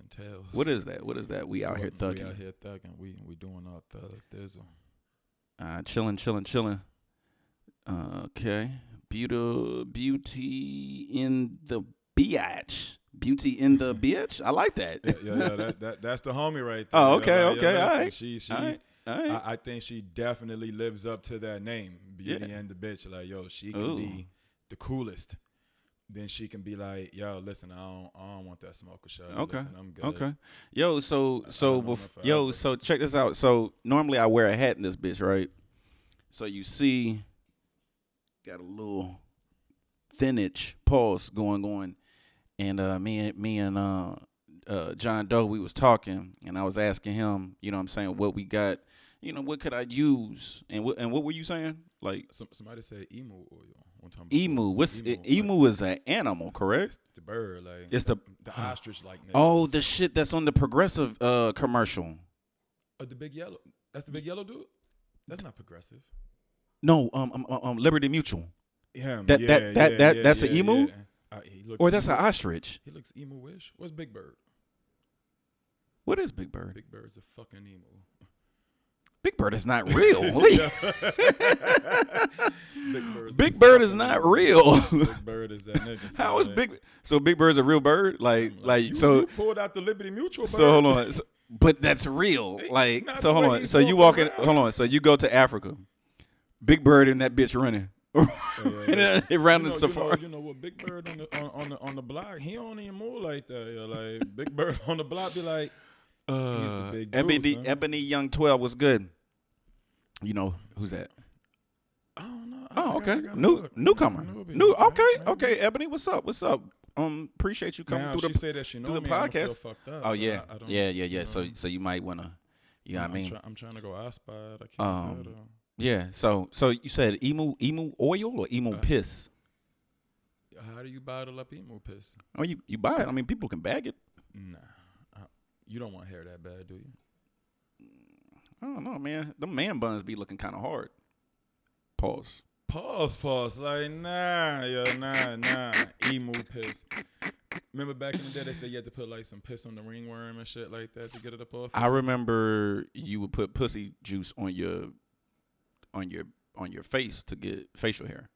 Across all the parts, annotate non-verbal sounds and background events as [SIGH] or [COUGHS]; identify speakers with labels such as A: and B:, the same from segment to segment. A: entails.
B: What is that? What is that? We out
A: What-
B: here
A: We out
B: thugging,
A: here thugging. We we doing our thuggism.
B: uh, chilling, chilling, chilling. Uh, okay, beauty, beauty in the biatch, beauty in
A: [LAUGHS]
B: the bitch. I like that.
A: Yeah, yeah, yeah that, that that's the homie right there.
B: Oh,
A: Yeah,
B: okay,
A: like, yeah,
B: okay,
A: listen,
B: alright,
A: She she's.
B: [LAUGHS] All right, all right.
A: I, I think she definitely lives up to that name, Beauty
B: Yeah.
A: and the Bitch. Like, yo, she can
B: Ooh.
A: be the coolest. Then she can be like, yo, listen, I don't, I don't want that smoker shot.
B: Okay,
A: Listen, I'm good.
B: Okay. Yo, so
A: I- I
B: so
A: don't know
B: bef-
A: if I
B: yo,
A: ever-
B: so check this out. So normally I wear a hat in this bitch, right? So you see got a little thinage pulse going on. And uh me and me and uh uh John Doe, we was talking and I was asking him, you know what I'm saying, what we got, you know, what could I use? And what and what were you saying? Like
A: Some, somebody said emu oil. One time before.
B: emu, what's
A: Emu,
B: emu,
A: like-
B: emu is an animal, correct?
A: It's the bird, like
B: It's the
A: the ostrich, like
B: Oh, the shit that's on the progressive uh commercial.
A: Oh, the big yellow. That's the big yellow dude. That's not progressive.
B: No, um, um, um, um, Liberty Mutual,
A: Him.
B: That- that- that- that- that's an emu?
A: yeah. Uh, he looks
B: or that's an
A: emu-
B: ostrich.
A: He looks emu-ish. What's Big Bird?
B: What is Big Bird?
A: Big Bird's a fucking emu.
B: Big Bird is not
A: [LAUGHS]
B: real. What are you-
A: Big Bird's a
B: Big Bird is
A: fucking
B: not
A: emu.
B: real.
A: Big Bird is that nigga. so
B: [LAUGHS] How is
A: like-
B: Big? So Big Bird's a real bird? Like,
A: I'm
B: like
A: you-
B: so?
A: you pulled out the Liberty Mutual.
B: So
A: bird.
B: hold on. So- but that's real. Like,
A: not
B: so
A: the
B: hold
A: way
B: on.
A: he's
B: So you
A: walking
B: walk in.
A: around.
B: Hold on. So you go to Africa. Big Bird and that bitch running. [LAUGHS]
A: Oh, yeah. You
B: around
A: know,
B: the
A: you know-
B: safari.
A: You know, what Big Bird on the on, on the on the block, he don't even move like that. yo. Like Big Bird on the block be like,
B: Uh,
A: big dude,
B: Ebony,
A: son.
B: Ebony Young Twelve was good. You know who's that?
A: I don't know. I
B: Oh,
A: gotta- I
B: okay.
A: gotta
B: New
A: look.
B: newcomer.
A: Newbie.
B: New.
A: Right,
B: Okay.
A: maybe.
B: Okay. Ebony, what's up? What's up? Um, appreciate you coming
A: now,
B: through
A: she
B: the.
A: said that she know
B: through the
A: me, I'ma feel
B: podcast.
A: fucked up,
B: oh
A: but
B: yeah.
A: I, I don't,
B: yeah. Yeah.
A: you
B: Yeah. So
A: know,
B: so you might wanna. You know what I
A: I'm
B: mean?
A: try- I'm trying to go I spied. I can't
B: Um,
A: tell. though.
B: yeah. So so you said emu emu oil or emu
A: Uh,
B: piss?
A: How do you bottle up emu piss?
B: Oh, you you buy it. I mean, people can bag it.
A: Nah, I- you don't want hair that bad, do you?
B: I don't know, man. The man buns be looking kind of hard. Pause.
A: Pause, pause. Like, nah, yo, nah, nah. Emu piss. Remember back in the day, they said you had to put like some piss on the ringworm and shit like that to get it up off.
B: I remember you would put pussy juice on your on your on your face to get facial hair.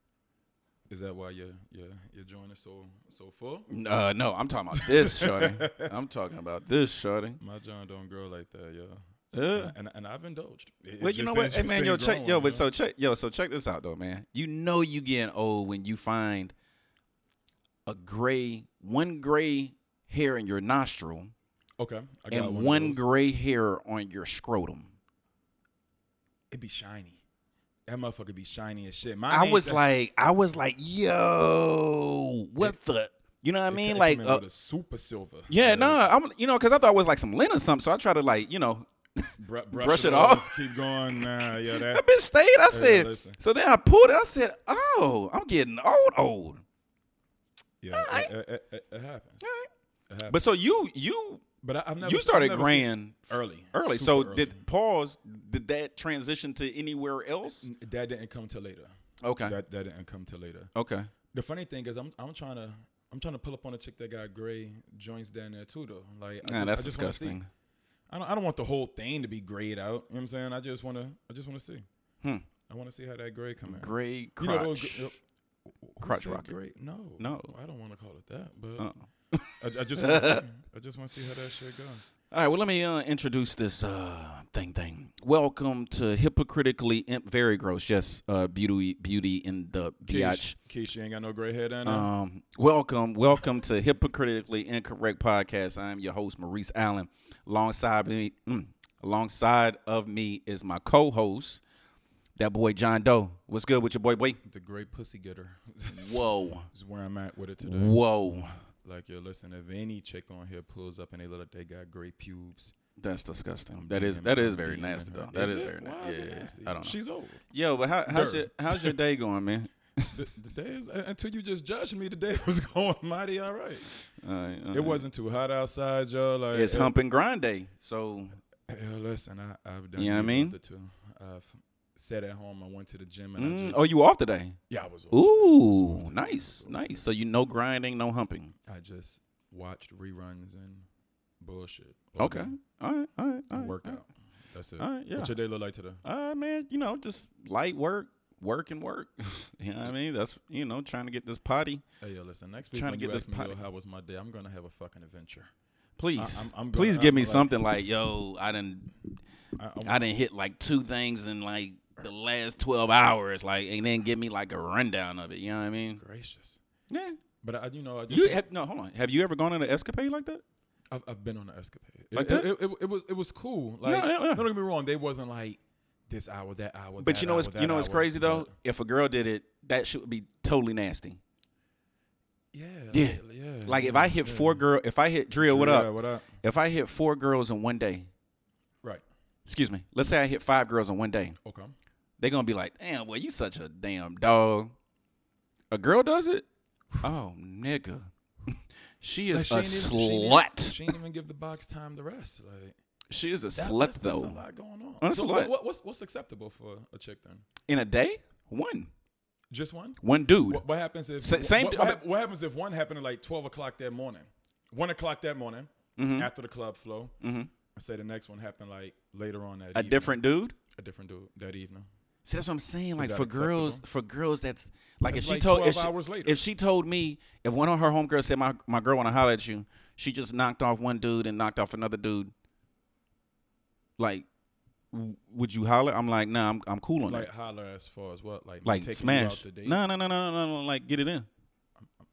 A: Is that why your your your joint is so so full?
B: Uh, no, I'm talking about this,
A: [LAUGHS]
B: shorty. I'm talking about this, shorty.
A: My joint don't grow like that, yo.
B: Yeah.
A: And, and and I've indulged. It- it
B: Well, you
A: just
B: know what,
A: ain't-
B: hey
A: just
B: man,
A: ain't
B: yo, check,
A: growing,
B: yo, but
A: yo.
B: so check, yo, so check this out though, man. You know you getting old when you find a gray, one gray hair in your nostril
A: okay, I got
B: and
A: one.
B: one,
A: of those.
B: gray hair on your scrotum.
A: it be shiny. That motherfucker be shiny as shit. Mine
B: I
A: ain't
B: was
A: that-
B: like, I was like, yo, what the, you know what I
A: it ca- it
B: mean?
A: came
B: Like,
A: in
B: uh,
A: with a super silver.
B: yeah,
A: Like,
B: nah, I'm, you know, because I thought it was like some lint or something, so I try to like, you know,
A: br- brush,
B: brush
A: it,
B: it
A: off.
B: off.
A: Keep going. Nah, yeah, that.
B: [LAUGHS] that bitch stayed. I said.
A: listen.
B: so then I pulled it. I said, "Oh, I'm getting old, old."
A: Yeah, it, it, it, it, it happens. It happens.
B: But so you, you,
A: But I, I've never
B: you
A: I've
B: started
A: never seen-
B: graying
A: early,
B: early.
A: super
B: So
A: early.
B: did pause? Did that transition to anywhere else?
A: that didn't come till later.
B: Okay.
A: That that didn't come till later.
B: okay.
A: The funny thing is, I'm I'm trying to I'm trying to pull up on a chick that got gray joints down there too, though. Like, I
B: Nah,
A: just-
B: that's
A: I just wanna see.
B: disgusting.
A: I don't I don't want the whole thing to be grayed out. You know what I'm saying? I just want to I just want to see.
B: Hmm.
A: I want to see how that gray come out.
B: Gray
A: You
B: crotch.
A: know those gr- uh, Who
B: Crotch
A: said
B: rocket.
A: Great? No,
B: No.
A: I don't want to call it that, but
B: Uh-uh.
A: I, I just want to see. I just want to see how that
B: [LAUGHS]
A: shit go.
B: All right. Well, let me uh, introduce this uh, thing. Thing. Welcome to hypocritically imp, very gross. Yes. Uh, beauty, beauty in the biatch.
A: Keish, you ain't got no gray hair down there.
B: Um, welcome, welcome to Hypocritically Incorrect Podcast. I'm your host, Maurice Allen. Alongside me, mm, alongside of me is my co-host, that boy John Doe. What's good with your boy, boy?
A: the gray pussy getter [LAUGHS]
B: Whoa,
A: is where I'm at with it today.
B: whoa,
A: Like, yo, listen, if any chick on here pulls up and they look like they got gray pubes,
B: that's disgusting. That is that is very nasty though. That is
A: it?
B: very
A: Why is
B: nasty.
A: it
B: Yeah,
A: nasty?
B: I don't know.
A: She's old.
B: Yo, but how, how's
A: Dirt.
B: your how's your day
A: [LAUGHS]
B: going, man?
A: the, the day is until you just judged me. [LAUGHS] The day was going mighty all right.
B: Uh, uh,
A: It wasn't too hot outside, y'all. Like
B: It's
A: it-
B: hump and grind day, so
A: Yeah, listen, I, I've done.
B: You know
A: neither
B: what I
A: of
B: mean?
A: The two. I've sat at home. I went to the gym and I
B: mm,
A: just.
B: oh, you off today?
A: yeah, I was. off today. I was off
B: Ooh,
A: today.
B: nice,
A: I was off
B: nice. So you no grinding, no humping.
A: today. I just watched reruns and Bullshit. All
B: Okay.
A: day.
B: All right. All right. All right.
A: Work
B: all right.
A: out. That's it.
B: All right. Yeah.
A: What's your day look like today?
B: Uh, man, you know, just light work, work and work. [LAUGHS] you know what I mean? That's you know, trying to get this potty.
A: Hey, yo, listen. Next week,
B: Tryna
A: when
B: get
A: you
B: this
A: ask me, yo,
B: potty-
A: how was my day? I'm gonna have a fucking adventure.
B: Please,
A: I- I'm- I'm gonna-
B: please give
A: I'm
B: me
A: like-
B: something like, yo, I didn't,
A: I, I,
B: I didn't hit like two things in like the last twelve hours, like, and then give me like a rundown of it. You know what I mean?
A: gracious.
B: Yeah.
A: But I, you know, I just
B: You have, no, hold on. Have you ever gone on an escapade like that?
A: I've, I've been on an escapade. It,
B: Like
A: it,
B: that?
A: it, it- it was it was cool. Like
B: yeah, yeah.
A: don't get me wrong, they wasn't like this hour, that hour.
B: But
A: that
B: you know,
A: hour,
B: it's
A: that
B: you know, it's
A: hour,
B: crazy
A: that-
B: though. If a girl did it, that shit would be totally nasty.
A: Yeah,
B: Yeah.
A: like- yeah.
B: Like if
A: yeah,
B: I hit
A: yeah.
B: four girl, if I hit Drill, what
A: Yeah,
B: up?
A: What up?
B: If I hit four girls in one day,
A: Right.
B: excuse me, let's say I hit five girls in one day,
A: Okay.
B: they're gonna be like, damn, well, you such a damn dog. A girl does it? Oh, nigga. [LAUGHS] she
A: Like,
B: is
A: she
B: a
A: ain't even- she ain't even-
B: slut.
A: She ain't even give the box time to rest. Like
B: She is a
A: that-
B: slut
A: that's, That's a
B: though.
A: lot going on.
B: That's
A: so
B: a
A: what-
B: lot.
A: What, what's what's acceptable for a chick then?
B: In a day? One.
A: Just one?
B: One dude.
A: What, what happens if
B: Sa- same-
A: What, what hap- what happens if one happened at like twelve o'clock that morning, one o'clock that morning after the club flow? Mm-hmm. Say the next one happened like later on that
B: A
A: evening,
B: different dude?
A: a different dude that evening.
B: See, that's what I'm saying. Like
A: that
B: for girls,
A: acceptable?
B: for girls, that's like
A: That's
B: if she
A: like
B: told
A: 12
B: if she,
A: hours later.
B: if she told me if one of her homegirls said my my girl want to holler at you, she just knocked off one dude and knocked off another dude. Like, w- would you holler? I'm like, nah, I'm I'm cool on
A: Like
B: that.
A: holler as far as what like me
B: Like
A: taking
B: smash.
A: You out to date.
B: No, no, no, no, no, no, no. Like get it in.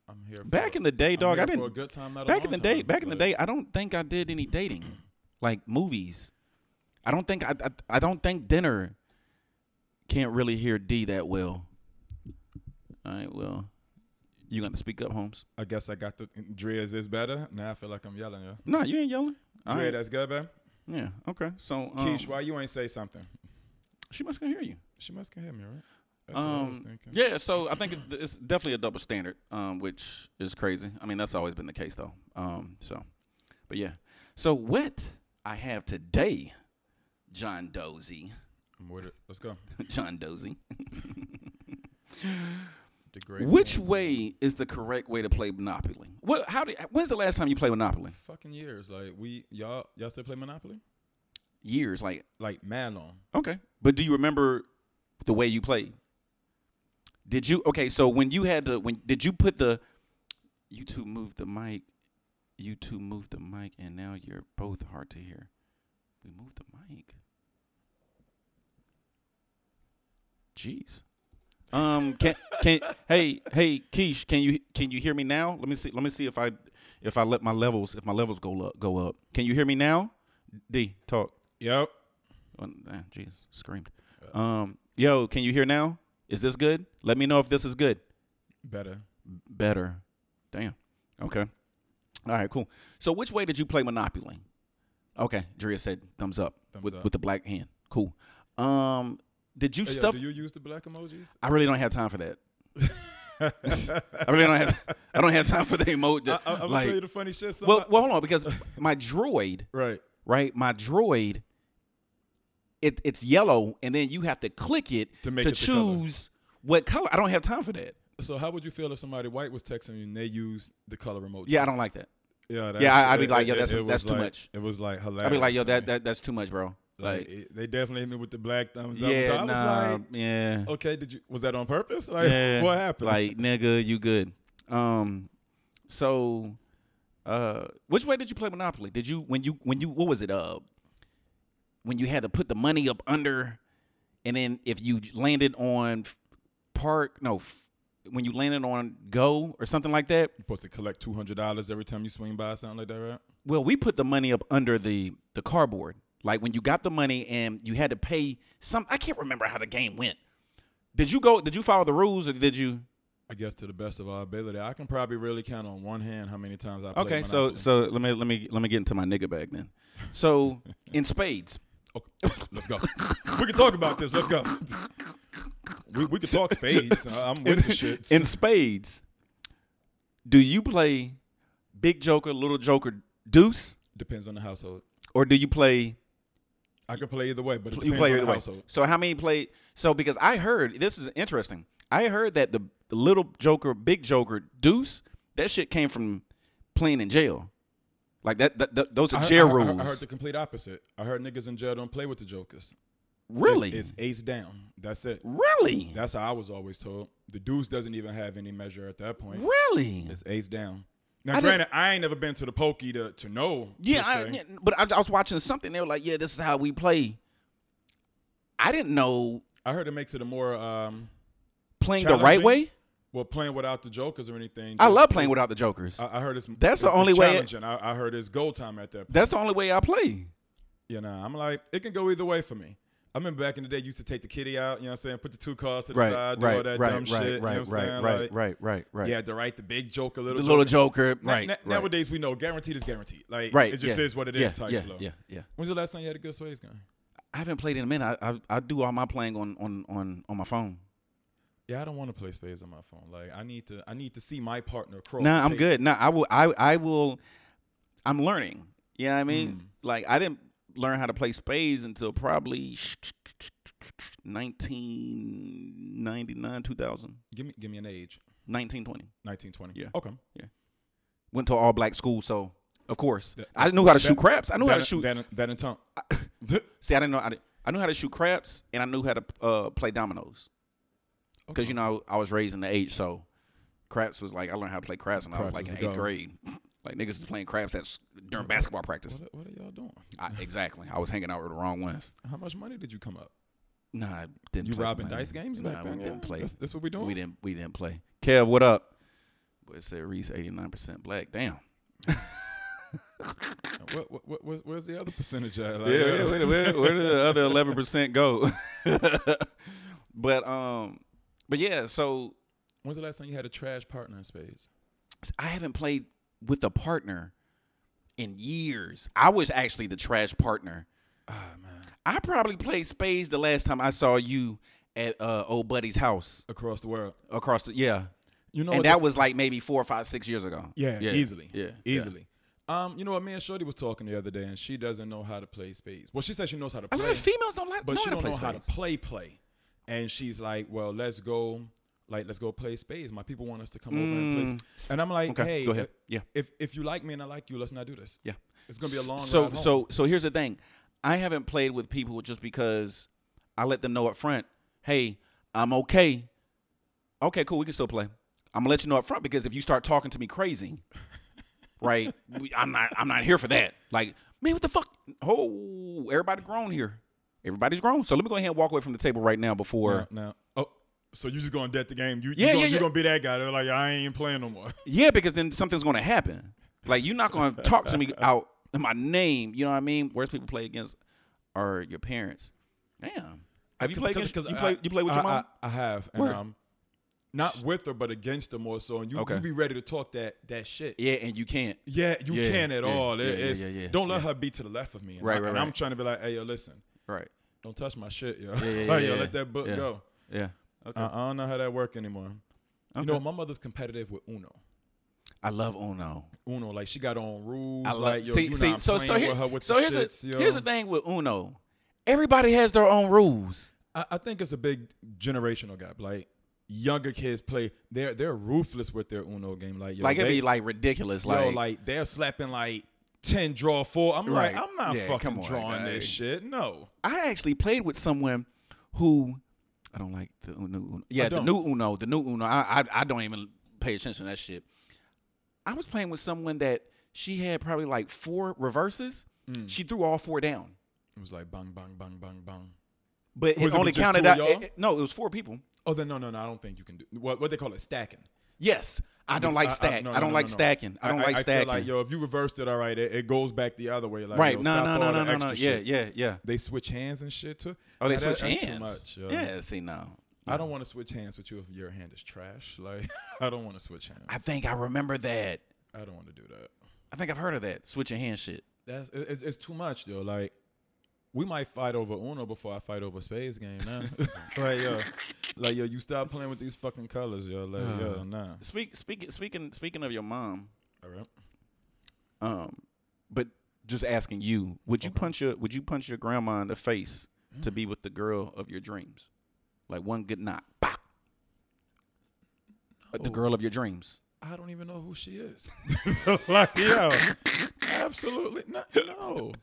A: I'm here. For,
B: Back in the day,
A: I'm
B: dog,
A: here
B: I
A: for
B: didn't.
A: a good time, not a
B: back in
A: long
B: the day,
A: time.
B: back in the
A: Like,
B: day, I don't think I did any dating, [CLEARS THROAT] like movies. I don't think I, I I don't think dinner can't really hear D that well. All right, well, you gonna speak up, Holmes?
A: I guess I got the Drea's is better. Now I feel like I'm yelling. Yeah.
B: No, you ain't yelling. All
A: Drea,
B: right.
A: that's good, man.
B: Yeah. Okay. So, um,
A: Keish, why you ain't say something?
B: she must can hear you.
A: She must can hear me, right? That's what I was
B: Um,
A: thinking.
B: yeah. So I think it's, it's definitely a double standard, um, which is crazy. I mean, that's always been the case, though. Um, so, but yeah. So what I have today, John Dozy. [LAUGHS]
A: I'm with it. Let's go.
B: John Dozy.
A: The great
B: Which way is the correct way to play Monopoly? What? How did? When's the last time you played Monopoly?
A: fucking years. Like we y'all y'all still play Monopoly?
B: Years, like
A: Like mad long.
B: okay. But do you remember the way you played? Did you okay? So when you had to, when did you put the? You two moved the mic. You two moved the mic, and now you're both hard to hear. We moved the mic. Jeez. Um. Can can hey hey Keish, can you can you hear me now? Let me see. Let me see if I if I let my levels if my levels go up go up. Can you hear me now? D talk.
A: Yep.
B: Oh, ah, Jeez, screamed. Um, yo, can you hear now? Is this good? Let me know if this is good.
A: Better.
B: Better. Damn. Okay. All right, cool. So, which way did you play Monopoly? Okay, Drea said thumbs up
A: Thumbs
B: with
A: up.
B: with the black hand. Cool. Um, did you
A: Hey, yo,
B: stuff?
A: do you use the black emojis?
B: I really don't have time for that. I really don't have. I don't have time for the
A: [LAUGHS]
B: emoji.
A: I, I, am gonna
B: Like,
A: tell you the funny shit. So
B: well, well, hold on, because my droid
A: [LAUGHS] right.
B: right? My droid, it, it's yellow, and then you have to click it
A: To
B: to,
A: make it the color.
B: choose what color. I don't have time for that.
A: So how would you feel if somebody white was texting you and they used the color emoji?
B: Yeah, I don't like that.
A: Yeah, that's,
B: Yeah, I- I'd be
A: it-
B: like, yo,
A: it-
B: that's-
A: it was
B: that's too
A: like-
B: much.
A: It was like hilarious.
B: I'd be like, yo,
A: to me.
B: that, that that's too much, bro.
A: like,
B: Like,
A: it- they definitely hit me with the black thumbs up.
B: yeah,
A: So I was
B: nah,
A: like,
B: yeah,
A: okay, did you was that on purpose? Like,
B: yeah.
A: [LAUGHS] what happened?
B: Like, nigga, you good? Um, so, uh, which way did you play Monopoly? Did you when you when you what was it? Uh, when you had to put the money up under, and then if you landed on f- park, no, f- when you landed on go or something like that.
A: You're supposed to collect two hundred dollars every time you swing by, something like that, right?
B: Well, we put the money up under the the cardboard. Like when you got the money and you had to pay some. I can't remember how the game went. Did you go? Did you follow the rules or did you?
A: I guess to the best of our ability, I can probably really count on one hand how many times I played
B: Okay, so
A: Monopoly.
B: so let me let me let me get into my nigga bag then. So
A: [LAUGHS]
B: in spades,
A: Okay, let's go. we can talk about this. Let's go. We, we can talk spades. I- I'm with the shit.
B: in spades, do you play big joker, little joker, deuce,
A: depends on the household.
B: or do you play
A: I could play either way, but it
B: you
A: depends
B: play
A: on
B: either
A: the
B: way?
A: household.
B: So how many play? So because I heard this is interesting. I heard that the, the little joker, big joker, deuce, that shit came from playing in jail. Like that, that, that- those are
A: I-
B: jail
A: I, I-
B: rules.
A: I heard the complete opposite. I heard niggas in jail don't play with the jokers.
B: really,
A: It's, it's ace down. That's it.
B: really,
A: That's how I was always told. The dudes doesn't even have any measure at that point.
B: really.
A: It's ace down. Now,
B: I didn't-
A: granted, I ain't never been to the pokey to, to know. per
B: Yeah, I,
A: se.
B: yeah, but I, I was watching something. They were like, "Yeah, this is how we play." I didn't know
A: I heard it makes it a more um,
B: playing the right
A: Challenging?
B: way.
A: well playing without the jokers or anything.
B: I
A: just-
B: love playing without the jokers.
A: I, I heard it's
B: That's the
A: it's- it's
B: only way it-
A: challenging. I, I heard it's goal time at that. point.
B: That's the only way I play.
A: You know, I'm like it can go either way for me. I remember back in the day, used to take the kitty out. You know what I'm saying? Put the two cars to the side, do all that dumb shit. you know what I'm saying? like,
B: right, right, right.
A: You had to write the big joke a little.
B: the little
A: joke.
B: joker,
A: Na-
B: right,
A: na-
B: right,
A: Nowadays, we know guaranteed is guaranteed. Like
B: right.
A: it just
B: yeah,
A: is what it is.
B: yeah,
A: type
B: yeah,
A: flow.
B: Yeah, yeah.
A: When's the last time you had a good Sways game?
B: I haven't played in a minute. I, I I do all my playing on on on on my phone.
A: Yeah, I don't want to play spades on my phone. Like I need to, I need to see my partner cross.
B: Nah,
A: the
B: I'm
A: table.
B: good. Nah, I will. I I will. I'm learning. You know what I mean?
A: Hmm.
B: Like I didn't learn how to play spades until probably 1999, 2000,
A: Give me, give me an age.
B: 1920.
A: 1920.
B: Yeah.
A: Okay.
B: Went to all black school, so of course
A: That-
B: I knew how to
A: that-
B: shoot craps. I knew how
A: That-
B: to shoot.
A: that that and tongue.
B: [LAUGHS]
A: [LAUGHS]
B: See, I didn't know. I, did, I knew how to shoot craps, and I knew how to uh, play dominoes. Because you know, I, I was raised in the age, so craps was like I learned how to play craps when I was
A: Craps
B: like
A: was
B: in
A: the
B: eighth
A: go.
B: grade. [LAUGHS] Like niggas is playing craps at s- during basketball practice.
A: What, what are y'all doing?
B: I, exactly. I was hanging out with the wrong ones.
A: How much money did you come up?
B: Nah, I didn't.
A: You
B: play for
A: robbing
B: money.
A: dice games
B: Nah,
A: back then?
B: we
A: yeah?
B: didn't play.
A: That's, that's what we doing.
B: we didn't. We didn't play. Kev, what up? But it said Reese eighty nine percent black. Damn.
A: What, what, what, where's- where's the other percentage at? Like,
B: Yeah, where,
A: uh,
B: where, where, where did the other eleven percent go? [LAUGHS] but um, but yeah. So
A: [LAUGHS] When's the last time you had a trash partner in spades?
B: I haven't played with a partner in years. I was actually the trash partner.
A: Ah, man.
B: I probably played spades the last time I saw you at uh, old buddy's house
A: Across the world.
B: across the yeah,
A: You know
B: and
A: what
B: that was like maybe four or five, six years ago.
A: Yeah, easily.
B: Yeah,
A: easily. Um, you know what? Me and Shorty was talking the other day, and she doesn't know how to play spades. Well, she says she knows how to
B: A
A: play,
B: lot of females don't like
A: but
B: know
A: she
B: how
A: don't
B: to play
A: know how to
B: spades.
A: play play. And she's like, "Well, let's go, like, let's go play spades. My people want us to come over and play."
B: Mm.
A: And I'm like,
B: Okay,
A: "Hey, uh,
B: go ahead. Yeah.
A: if if you like me and I like you, let's not do this.
B: Yeah.
A: It's gonna be a long
B: so
A: ride home.
B: so so here's the thing. I haven't played with people just because I let them know up front, hey, I'm okay. Okay, cool, we can still play. I'm gonna let you know up front because if you start talking to
A: [LAUGHS]
B: me crazy, right? We, I'm not I'm not here for that. Like, man, what the fuck? Oh, everybody grown here. Everybody's grown. So let me go ahead and walk away from the table right now before
A: now, now- oh, so you just gonna debt the game? You you
B: Yeah,
A: gonna,
B: yeah,
A: you
B: yeah.
A: gonna be that guy? They're like, I ain't even playing no more.
B: Yeah, because then something's gonna happen. Like you're not gonna talk [LAUGHS] to me out in my name. You know what I mean? Worst people play against are your parents. Damn. Have you played against? you play.
A: I-
B: you play with your
A: I- I-
B: mom.
A: I, have, and
B: Word.
A: um, not with her, but against her more so. And you,
B: Okay.
A: you be ready to talk that that shit.
B: yeah, and you can't.
A: Yeah, you
B: Yeah,
A: can at
B: yeah,
A: all. It-
B: yeah, yeah,
A: it's-
B: yeah, yeah,
A: don't let her be to the left of me. And
B: Right,
A: I,
B: right,
A: and I'm
B: right.
A: trying to be like, hey, yo, listen,
B: Right.
A: don't touch my shit, yo.
B: yeah,
A: [LAUGHS] like,
B: yeah,
A: yo,
B: yeah.
A: let that book
B: Yeah.
A: go. Uh,
B: Yeah. Okay.
A: I, I don't know how that work anymore. You
B: Okay.
A: know, my mother's competitive with Uno.
B: I love Uno.
A: Uno, like she got on rules.
B: I love.
A: like, yo,
B: see,
A: you
B: see.
A: not
B: so,
A: playing
B: so, here-
A: with her with
B: so
A: the
B: here's
A: shits,
B: a,
A: yo.
B: here's the thing with Uno. Everybody has their own rules.
A: I, I think it's a big generational gap. Like younger kids play, they're they're ruthless with their Uno game. Like yo,
B: Like it'd
A: they,
B: be like ridiculous.
A: yo,
B: Like,
A: like they're slapping like ten draw four. I'm
B: Right.
A: like, I'm not
B: Yeah, come
A: fucking
B: on,
A: drawing this
B: like-
A: shit. No,
B: I actually played with someone who I don't like the new Uno. Yeah, the
A: don't.
B: new Uno, the new Uno. I, I I don't even pay attention to that shit. I was playing with someone that she had probably like four reverses.
A: Mm.
B: She threw all four down,
A: it was like bang bang bang bang bang.
B: but
A: Was
B: it
A: it
B: only
A: with just
B: counted
A: two
B: out.
A: of y'all?
B: it- it- no, it was four people.
A: Oh, then no, no, no. I don't think you can do what what they call it stacking.
B: Yes, I don't like stack. I,
A: no, no,
B: don't
A: no,
B: like
A: no.
B: stacking. I don't like
A: I
B: stacking.
A: feel like yo, if you reversed it, all right, it, it goes back the other way. Like,
B: right?
A: yo,
B: No,
A: stop
B: no, no,
A: all
B: no,
A: the
B: no, no.
A: extra
B: Yeah,
A: shit.
B: yeah, yeah.
A: They switch hands and shit too.
B: Oh, they
A: Now, that-
B: switch
A: that's
B: hands.
A: Too much. yo.
B: yeah, see, no.
A: I don't want to switch hands with you if your hand is trash. [LAUGHS] Like, I don't want to switch hands.
B: I think I remember that.
A: I don't want to do that.
B: I think I've heard of that switching hand shit.
A: That's it- it's, it's too much though. Like, we might fight over Uno before I fight over Spades game now. [LAUGHS] like yo, like yo, you stop playing with these fucking colors, yo. Like
C: Uh.
A: yo, nah.
B: Speak, speak, speaking, speaking of your mom.
A: All right.
B: Um, but just asking you, would you
A: Okay. Mm.
B: punch your would you punch your grandma in the face to be with the girl of your dreams? Like one good knock, pop. Uh, The
A: No. Oh. [LAUGHS]
B: girl of your dreams.
C: [LAUGHS]
A: I don't even know who she is. like yo, Absolutely not. No.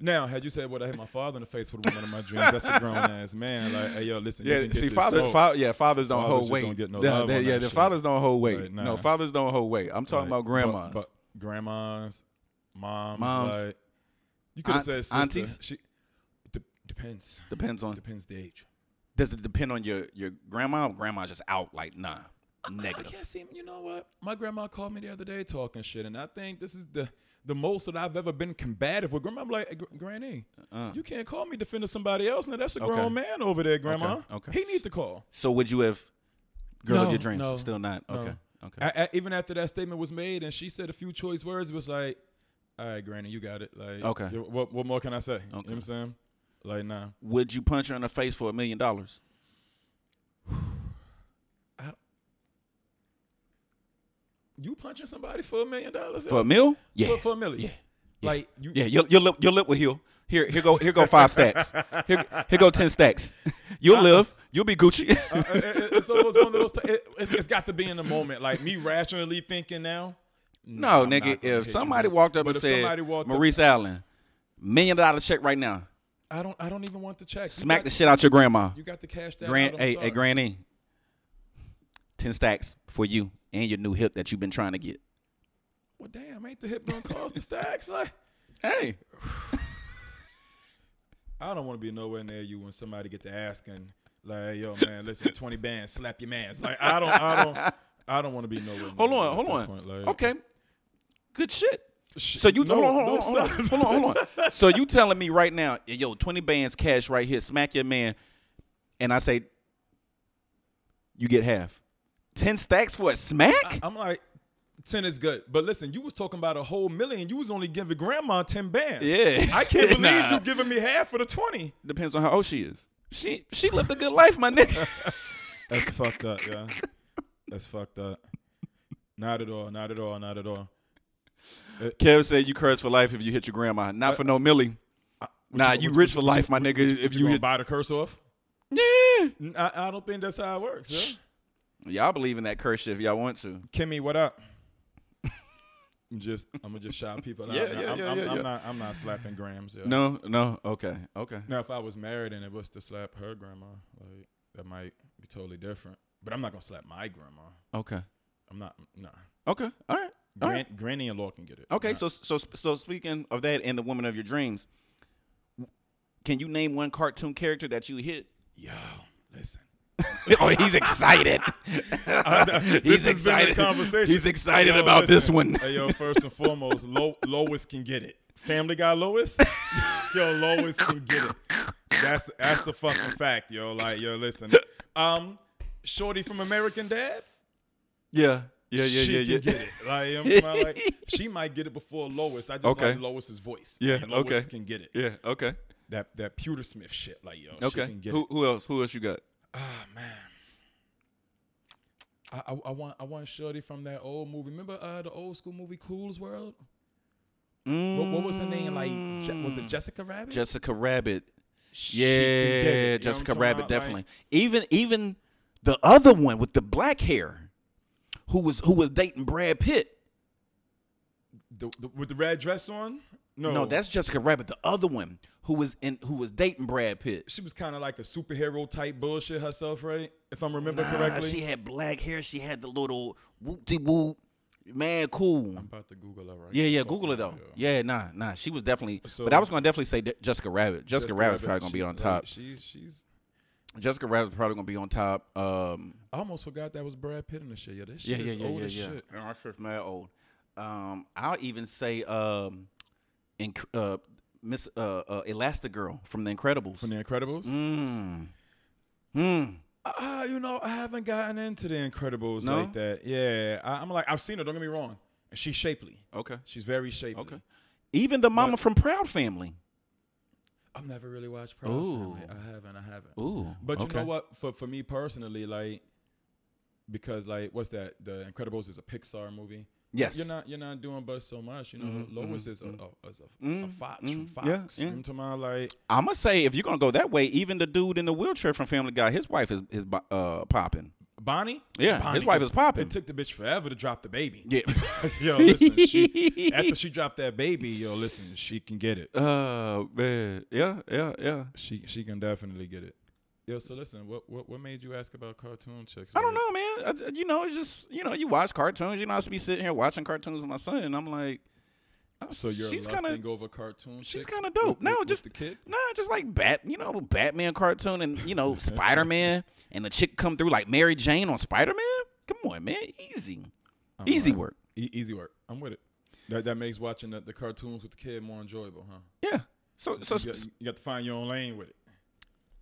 A: Now, had you said, "Well, I hit my father in the face with one of my dreams," that's a grown ass man. Like, hey, yo, listen. you
C: Yeah,
A: can get
C: see,
A: this
C: father,
A: smoke.
C: fa- yeah, fathers don't
A: Fathers
C: hold
A: just
C: weight.
A: don't get no
C: Yeah,
A: love
C: they-
A: on
C: yeah,
A: that
C: the
A: shit.
C: fathers don't hold weight.
A: Like,
C: No,
A: nah.
C: fathers don't hold weight. I'm talking
A: Like,
C: about grandmas.
A: But, but grandmas, moms,
B: Moms.
A: like you could have
B: Aunt-
A: said sister.
B: aunties?
A: She de- depends.
B: Depends on.
A: Depends the age.
B: Does it depend on your your grandma? Or grandma's just out like nah,
A: I
B: negative.
A: can't see. You know what? My grandma called me the other day talking shit, and I think this is the the most that I've ever been combative with. Grandma, I'm like, "Hey, Gr- Granny,
B: Oh. Uh.
A: you can't call me defending somebody else. Now that's a grown man over there, Grandma.
B: okay.
A: He needs to call.
B: So would you have girl of
A: No,
B: your dreams?
A: no,
B: Still not.
A: no.
B: Okay. Okay.
A: I, I, even after that statement was made, and she said a few choice words, it was like, "All right, Granny, you got it." Like,
B: Okay.
A: you- What what more can I say? You know what
B: Okay.
A: I'm saying? Like, nah.
B: would you punch her in the face for a million dollars?
A: You punching somebody for a million dollars?
B: For a mil? Yeah.
A: For, for a million?
B: Yeah.
A: Like you?
B: Yeah, your, your lip your lip will heal. Here here go here go five stacks. Here here go ten stacks. [LAUGHS] You'll live. You'll be Gucci. [LAUGHS]
A: Uh, it- it- it's almost one of those. T- it, it's, it's got to be in the moment. Like me rationally thinking now.
B: no,
A: I'm
B: nigga.
A: not gonna hit
B: If
A: you,
B: somebody
A: bro.
B: walked up
A: But
B: and
A: if
B: said,
A: somebody walked up-
B: Maurice Allen, million dollar check right now.
A: I don't. I don't even want the check. You
B: Smack
A: got-
B: the shit out your grandma.
A: You got to cash that.
B: Grand
A: out, I'm
B: hey,
A: sorry.
B: hey granny. Ten stacks for you and your new hip that you've been trying to get.
A: Well, damn, ain't the hip gonna cost the stacks? Like,
B: Hey.
A: I don't want to be nowhere near you when somebody get to asking, like, hey, yo, man,
B: [LAUGHS]
A: listen, twenty bands, slap your man's. Like, I don't, I don't, I don't want to be nowhere. Near
B: Hold
A: you
B: on,
A: at
B: hold
A: that
B: on.
A: point, like-
B: okay. Good shit.
A: Sh-
B: So you
A: no,
B: hold, on, hold, on,
A: no,
B: hold, on,
A: sir.
B: hold on, hold on. So you telling me right now, yo, twenty bands cash right here, smack your man, and I say, you get half, ten stacks for a smack?
A: I'm like, ten is good, but listen, you was talking about a whole million. You was only giving grandma ten bands.
B: Yeah.
A: I can't [LAUGHS] believe
B: Nah.
A: you giving me half for the twenty.
B: Depends on how old she is. She she lived a good life, my nigga.
A: That's fucked up, yeah. That's fucked up. Not at all. Not at all. Not at all.
B: [LAUGHS] Kev said you curse for life if you hit your grandma, not for no millie. Nah, you rich for life, my nigga. If
A: You,
B: you
A: gonna
B: hit,
A: buy the curse off?
B: yeah.
A: N- I, I don't think that's how it works. Yeah?
B: Y'all believe in that curse shit if y'all want to.
A: Kimmy, what up? I'm just, I'm gonna just shout people [LAUGHS] out.
B: Yeah,
A: Now,
B: yeah,
A: I'm,
B: yeah,
A: I'm,
B: yeah,
A: I'm
B: yeah.
A: not, I'm not slapping grams. Yeah.
B: No, no, okay, okay.
A: Now, if I was married and it was to slap her grandma, like that might be totally different. But I'm not gonna slap my grandma.
B: Okay.
A: I'm not. Nah.
B: Okay. All right. All
A: Gran-
B: right.
A: Granny and law can get it.
B: Okay.
A: Nah.
B: So so so speaking of that and the woman of your dreams, can you name one cartoon character that you hit?
A: yo, listen.
B: [LAUGHS] oh, he's excited. [LAUGHS]
A: This has been the conversation. Yo, listen. Hey, yo, first and foremost, Lo- Lois can get it. Family Guy Lois, [LAUGHS] yo, Lois can get it. That's that's the fucking fact, yo. Like, yo, listen, um, Shorty from American Dad,
B: Yeah. Yeah. Yeah.
A: she
B: Yeah.
A: can
B: Yeah.
A: get it. Like, you know what I'm saying? Like,
B: [LAUGHS]
A: she might get it before Lois. I just
B: Okay.
A: like Lois's voice.
B: Yeah,
A: And Lois
B: okay.
A: can get it.
B: Yeah. Okay.
A: That that Pewter Smith shit, like, yo, she
B: Okay.
A: can get it.
B: Who, who else? Who else you got?
A: Ah man. I, I, I want I want Shorty from that old movie. Remember uh, the old school movie Cool's World? What, what was her name? Like Je- was it Jessica Rabbit?
B: Mm, Jessica Rabbit.
A: She
B: Yeah.
A: can get it, you know what I'm
B: Jessica
A: talking
B: Rabbit.
A: about?
B: Definitely.
A: Like,
B: even even the other one with the black hair, who was who was dating Brad Pitt.
A: the, the, with the red dress on? No,
B: No, that's Jessica Rabbit, the other one who was in who was dating Brad Pitt.
A: she was kind of like a superhero type bullshit herself, right? If I'm remembering
B: Nah,
A: correctly.
B: she had black hair. She had the little whoop de whoop, man, cool.
A: I'm about to Google her right.
B: Yeah,
A: now.
B: yeah,
A: Fuck
B: Google it
A: now,
B: though.
A: yo.
B: Yeah, nah, nah. She was definitely,
A: So-
B: but I was gonna definitely say that Jessica Rabbit. Jessica,
A: Jessica
B: Rabbit's probably gonna
A: she-
B: be on
A: like,
B: top.
A: she's she's.
B: Jessica Rabbit's probably gonna be on top. Um,
A: I almost forgot that was Brad Pitt in the shit. Yeah, this
B: yeah,
A: shit
B: yeah,
A: is
B: yeah,
A: old
B: yeah,
A: as
B: yeah.
A: shit.
B: Man, Our shit's mad old. Um, I'll even say, um, in, uh, Miss uh, uh, Elastigirl from The Incredibles.
A: From The Incredibles.
B: mm. Mm.
A: Ah, you know, I haven't gotten into the Incredibles
B: No?
A: like that. Yeah, I, I'm like, I've seen her. Don't get me wrong, and she's shapely.
B: Okay.
A: She's very shapely.
B: Okay. Even the mama from Proud Family.
A: I've never really watched Proud
B: Ooh.
A: Family. I haven't. I haven't.
B: Ooh.
A: But you know what? For for me personally, like, because like, what's that? The Incredibles is a Pixar movie.
B: Yes. Mm-hmm,
A: You're not you're not doing but so much. You know, Lois is a, a, is a, a fox from Fox.
B: yeah, yeah.
A: You know what I'm talking about? Like,
B: I'm gonna say if you're gonna go that way, even the dude in the wheelchair from Family Guy, his wife is is bo- uh popping.
A: Bonnie?
B: Yeah,
A: Bonnie
B: his wife
A: could-
B: is popping.
A: It took the bitch forever to drop the baby.
B: Yeah.
A: [LAUGHS]
B: [LAUGHS]
A: yo, listen, she, after she dropped that baby, yo, listen, she can get it.
B: Oh man. Yeah. Yeah. Yeah.
A: She she can definitely get it. Yo, so listen, what what, what made you ask about cartoon chicks?
B: I don't know, man. I, you know, it's just you know, you watch cartoons. You know, I used to be sitting here watching cartoons with my son, and I'm like, oh,
A: So you're
B: she's
A: lusting
B: kind of
A: over cartoon
B: she's
A: chicks
B: kind of
A: with-
B: dope. No,
A: with- with
B: just
A: the kid.
B: Nah, just like Bat, you know, Batman cartoon, and
A: [LAUGHS]
B: you know, Spider Man, and the chick come through like Mary Jane on Spider Man. Come on, man, easy, easy
A: right.
B: work.
A: E- easy work. I'm with it. That that makes watching the, the cartoons with the kid more enjoyable, huh?
B: Yeah. So, so
A: you, got,
B: sp-
A: you got to find your own lane with it.
B: sp-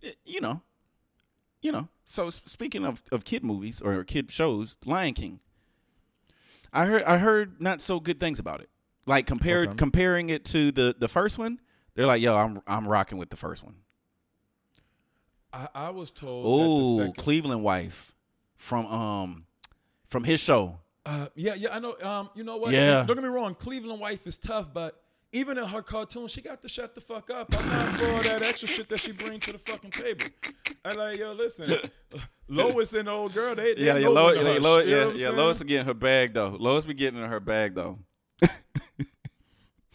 B: eh, you know, you know. So s- speaking of of kid movies or kid shows, Lion King. I heard I heard not so good things about it. Like compared
A: Okay.
B: comparing it to the the first one, they're like, yo, I'm I'm rocking with the first one.
A: I, I was told. that the
B: Oh,
A: second,
B: Cleveland wife from um from his show.
A: Uh, yeah, yeah, I know. Um, you know what?
B: Yeah.
A: Don't get me wrong. Cleveland wife is tough, but even in her cartoon, she got to shut the fuck up. I'm not for all that extra shit that she bring to the fucking table. I like, yo,
B: [LAUGHS]
A: listen, Lois and the old girl, they, they
B: Yeah, yeah,
A: know
B: Lois,
A: when to
B: yeah,
A: hush,
B: Lois,
A: you know
B: yeah,
A: what I'm
B: yeah,
A: saying?
B: Lois be getting her bag though. Lois be getting in her bag though.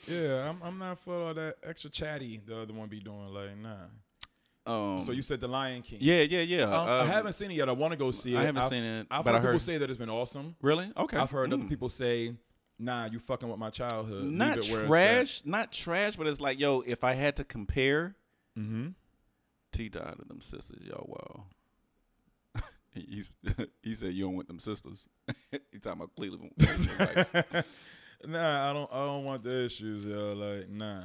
A: Yeah, I'm, I'm not for all that extra chatty the other one be doing. Like, nah.
B: Um,
A: So you said the Lion King.
B: yeah, yeah, yeah.
A: Um, I
B: um,
A: haven't seen it yet. I want to go see it.
B: I haven't
A: I've-
B: seen it,
A: I've
B: but
A: heard
B: I
A: people
B: heard-
A: say that it's been awesome.
B: Really? Okay.
A: I've heard other
B: Mm.
A: people say, "Nah, you fucking with my childhood." Uh, Leave
B: Not
A: it where
B: trash, not trash, but it's like, yo, if I had to compare
A: [LAUGHS] Mm-hmm.
B: T died of them sisters, yo, wow. [LAUGHS] he, s- [LAUGHS] he said you don't want them sisters. [LAUGHS] he talking about
A: [LAUGHS]
B: Cleveland. Cleveland wife.
A: nah, I don't. I don't want the issues, yo. Like, nah.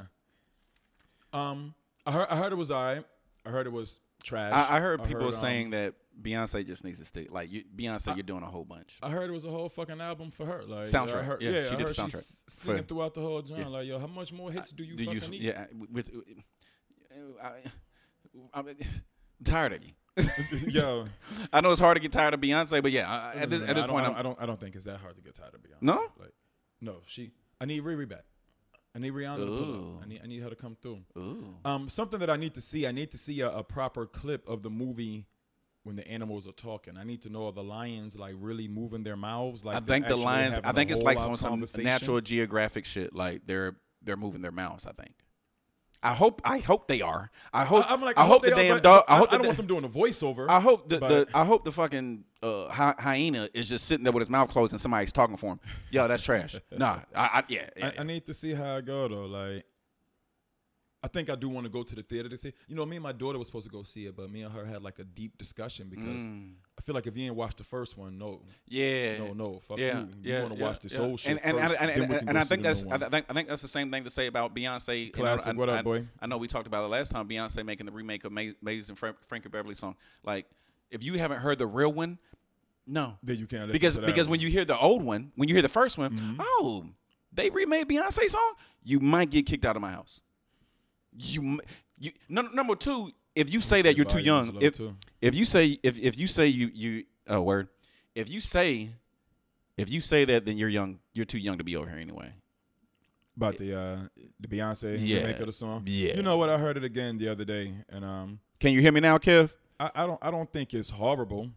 A: Um, I heard. I heard it was alright. I heard it was trash.
B: I, I heard people
A: um,
B: saying that Beyonce just needs to stick. Like you, Beyonce, you're doing a whole bunch.
A: I heard it was a whole fucking album for her. Like
B: Soundtrack,
A: I heard,
B: yeah, she
A: I
B: did the
A: heard
B: soundtrack
A: s- singing
B: for-
A: throughout the whole genre.
B: yeah.
A: Like, yo, how much more hits do you
B: Do
A: fucking
B: you?
A: need?
B: Yeah. I- Which, I, I'm tired of you.
A: [LAUGHS] yo,
B: I know it's hard to get tired of Beyonce, but yeah, I- I- at this,
A: no,
B: at this
A: I don't-
B: point,
A: I don't, I
B: I'm,
A: don't. I don't think it's that hard to get tired of Beyonce.
B: No?
A: like, no. She. I need Riri back. I need Rihanna to pull
B: Ooh.
A: up. I need. I need her to come through.
B: ooh,
A: Um, something that I need to see. I need to see a, a proper clip of the movie when the animals are talking. I need to know are the lions like really moving their mouths? Like
B: I
A: they're
B: think the
A: actually
B: lines.
A: having
B: I
A: a
B: think it's
A: whole
B: like
A: live
B: on some
A: conversation?
B: Natural Geographic shit. Like they're they're moving their mouths. I think. I hope. I hope they are. I hope.
A: I- I'm like,
B: I, hope the
A: they are,
B: damn
A: but
B: dog.
A: I,
B: I hope.
A: I don't
B: the,
A: want them doing a voiceover.
B: I hope the,
A: but-
B: the I hope the fucking uh, hy- hyena is just sitting there with his mouth closed and somebody's
A: [LAUGHS]
B: talking for him. Yo, that's trash. nah, I, I yeah, yeah,
A: I, I need to see how I go though. Like, I think I do want to go to the theater to see. You know, me and my daughter was supposed to go see it, but me and her had like a deep discussion because I feel like if you ain't watched the first one, no,
B: Mm. yeah.
A: no, no, fuck
B: yeah,
A: you. You
B: yeah,
A: want to
B: yeah,
A: watch this
B: yeah.
A: old shit
B: and, and,
A: first,
B: and, and,
A: then we
B: and,
A: can
B: and
A: go
B: I
A: see
B: think
A: the new
B: that's I
A: one.
B: think I think that's the same thing to say about Beyonce. and I-
A: Classic.
B: I,
A: What up,
B: I-
A: boy?
B: I know we talked about it last time. Beyonce making the remake of Ma- Amazing Frank, Frankie Beverly song. Like, if you haven't heard the real one, no,
A: Then you can't listen
B: because
A: to that
B: because when
A: one. Mm-hmm.
B: you hear the old one, when you hear the first one, oh, they remade Beyonce song, you might get kicked out of my house. You, m- you no, number two, if you say that
A: say
B: you're too
A: volume is
B: young,
A: low,
B: if
A: too.
B: if you say if if you say you you oh word, if you say if you say that, then you're young. You're too young to be over here anyway.
A: about the uh the Beyonce
B: Yeah.
A: remake of the song.
B: Yeah.
A: You know what? I heard it again the other day, and um,
B: Can you hear me now, Kev?
A: I, I don't I don't think it's horrible.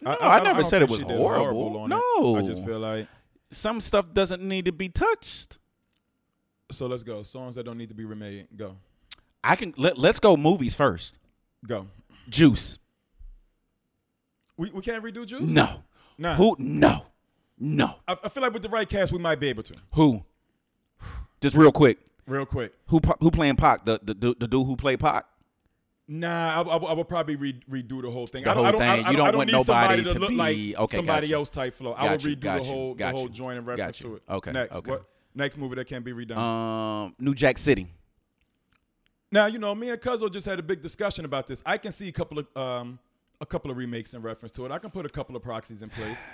B: No, I never
A: don't
B: said it
A: think she
B: was
A: did
B: horrible.
A: on it. I
B: No.
A: just feel like
B: Some stuff doesn't need to be touched.
A: so. Let's go. Songs that don't need to be remade. Go,
B: I can let let's go movies first.
A: go.
B: Juice.
A: We we can't redo Juice.
B: No.
A: Nah.
B: Who? No. No.
A: I, I feel like with the right cast, we might be able to.
B: Who? Just real quick.
A: Real quick.
B: Who po- who playing Pac? The the the, the dude who played Pac.
A: Nah, I, I, I would probably re- redo the whole thing.
B: The
A: I, don't- I
B: whole
A: don't, I,
B: thing.
A: I
B: You don't
A: I don't
B: want
A: need
B: nobody
A: somebody to,
B: to
A: look
B: be-
A: like
B: okay,
A: somebody
B: gotcha.
A: else type flow. I
B: Got
A: would
B: you,
A: redo
B: got
A: the
B: you,
A: whole
B: got
A: the whole
B: you,
A: joint and
B: got
A: reference
B: you.
A: to it.
B: Okay,
A: Next,
B: okay.
A: what? Next movie that can be redone.
B: Um, New Jack City.
A: Now you know, me and Cuzzo just had a big discussion about this. I can see a couple of um, a couple of remakes in reference to it. I can put a couple of proxies in place.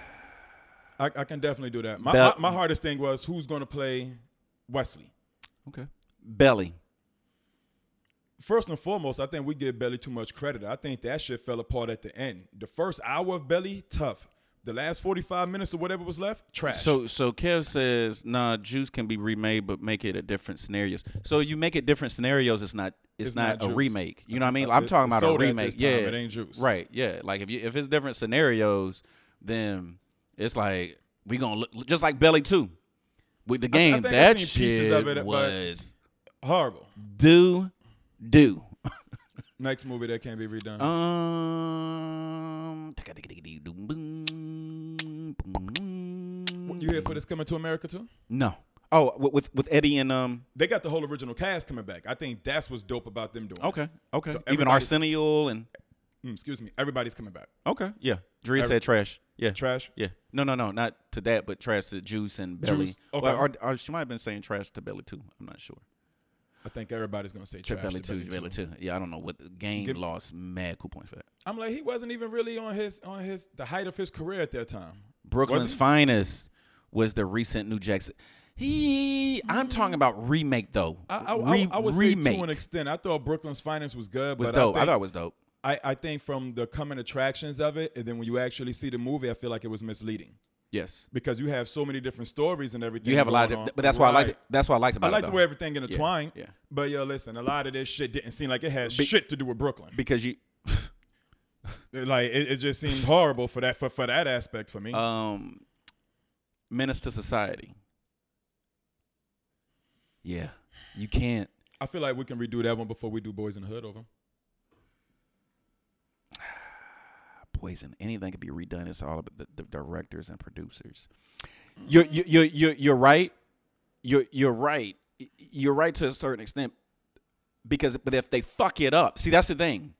A: I, I can definitely do that. My,
B: Bel-
A: my, my hardest thing was who's going to play Wesley.
B: Okay. Belly.
A: First and foremost, I think we give Belly too much credit. I think that shit fell apart at the end. The first hour of Belly, tough. The last 45 minutes or whatever was left, trash.
B: So so Kev says, nah, juice can be remade, but make it a different scenarios. So you make it different scenarios. It's not it's,
A: It's
B: not,
A: not
B: a
A: Juice.
B: remake. You know what I mean?
A: Uh,
B: I'm
A: it-
B: talking
A: it's
B: about a
A: sold at this
B: remake.
A: time.
B: yeah,
A: It ain't Juice.
B: Right. Yeah. Like if you if it's different scenarios, then it's like we gonna look just like Belly Two with the
A: I
B: game.
A: think I've
B: that
A: seen pieces
B: shit
A: of it, but-
B: was
A: Horrible.
B: do do. [LAUGHS]
A: Next movie that can't be redone.
B: Um,
A: you here for this coming to America too?
B: No. Oh, with with- with Eddie and um.
A: They got the whole original cast coming back. I think that's what's dope about them doing. it.
B: Okay. Okay. Even
A: everybody's-
B: Arsenio and
A: Mm, excuse me. Everybody's coming back.
B: okay. Yeah. Drea said trash. Yeah.
A: Trash.
B: Yeah. No, no, no. Not to that, but trash to Juice and Belly.
A: Juice,
B: Or-
A: okay.
B: Or, or she might have been saying trash to Belly too. I'm not sure.
A: I think everybody's gonna say
B: To
A: trash.
B: Belly
A: to
B: too.
A: Belly
B: Belly too. Yeah. I don't know what the game
A: Give-
B: lost mad cool points for that.
A: I'm like, he wasn't even really on his on his the height of his career at that time.
B: Brooklyn's
A: he?
B: finest was the recent New Jackson. He. I'm talking about remake though.
A: I I, I-
B: Re-
A: I would say
B: remake
A: to an extent. I thought Brooklyn's Finance was good,
B: was
A: but
B: dope.
A: I,
B: I,
A: think,
B: thought it was dope.
A: I, I think from the coming attractions of it, and then when you actually see the movie, I feel like it was misleading
B: Yes.
A: because you have so many different stories and everything.
B: You have a lot
A: going
B: of,
A: on.
B: but that's why I like
A: Right.
B: it. That's why I liked about
A: I
B: it.
A: like the
B: though.
A: way everything intertwined.
B: yeah.
A: But yo, listen, a lot of this shit didn't seem like it had shit to do with Brooklyn.
B: because you [LAUGHS]
A: Like it, it just seemed horrible for that for, for that aspect for me.
B: um menace to society yeah you can't
A: I feel like we can redo that one before we do Boys in the Hood over.
B: poison anything could be redone it's all about the, the directors and producers you're you're you're, you're, you're right you're you're right Y- you're right to a certain extent because but if they fuck it up see that's the thing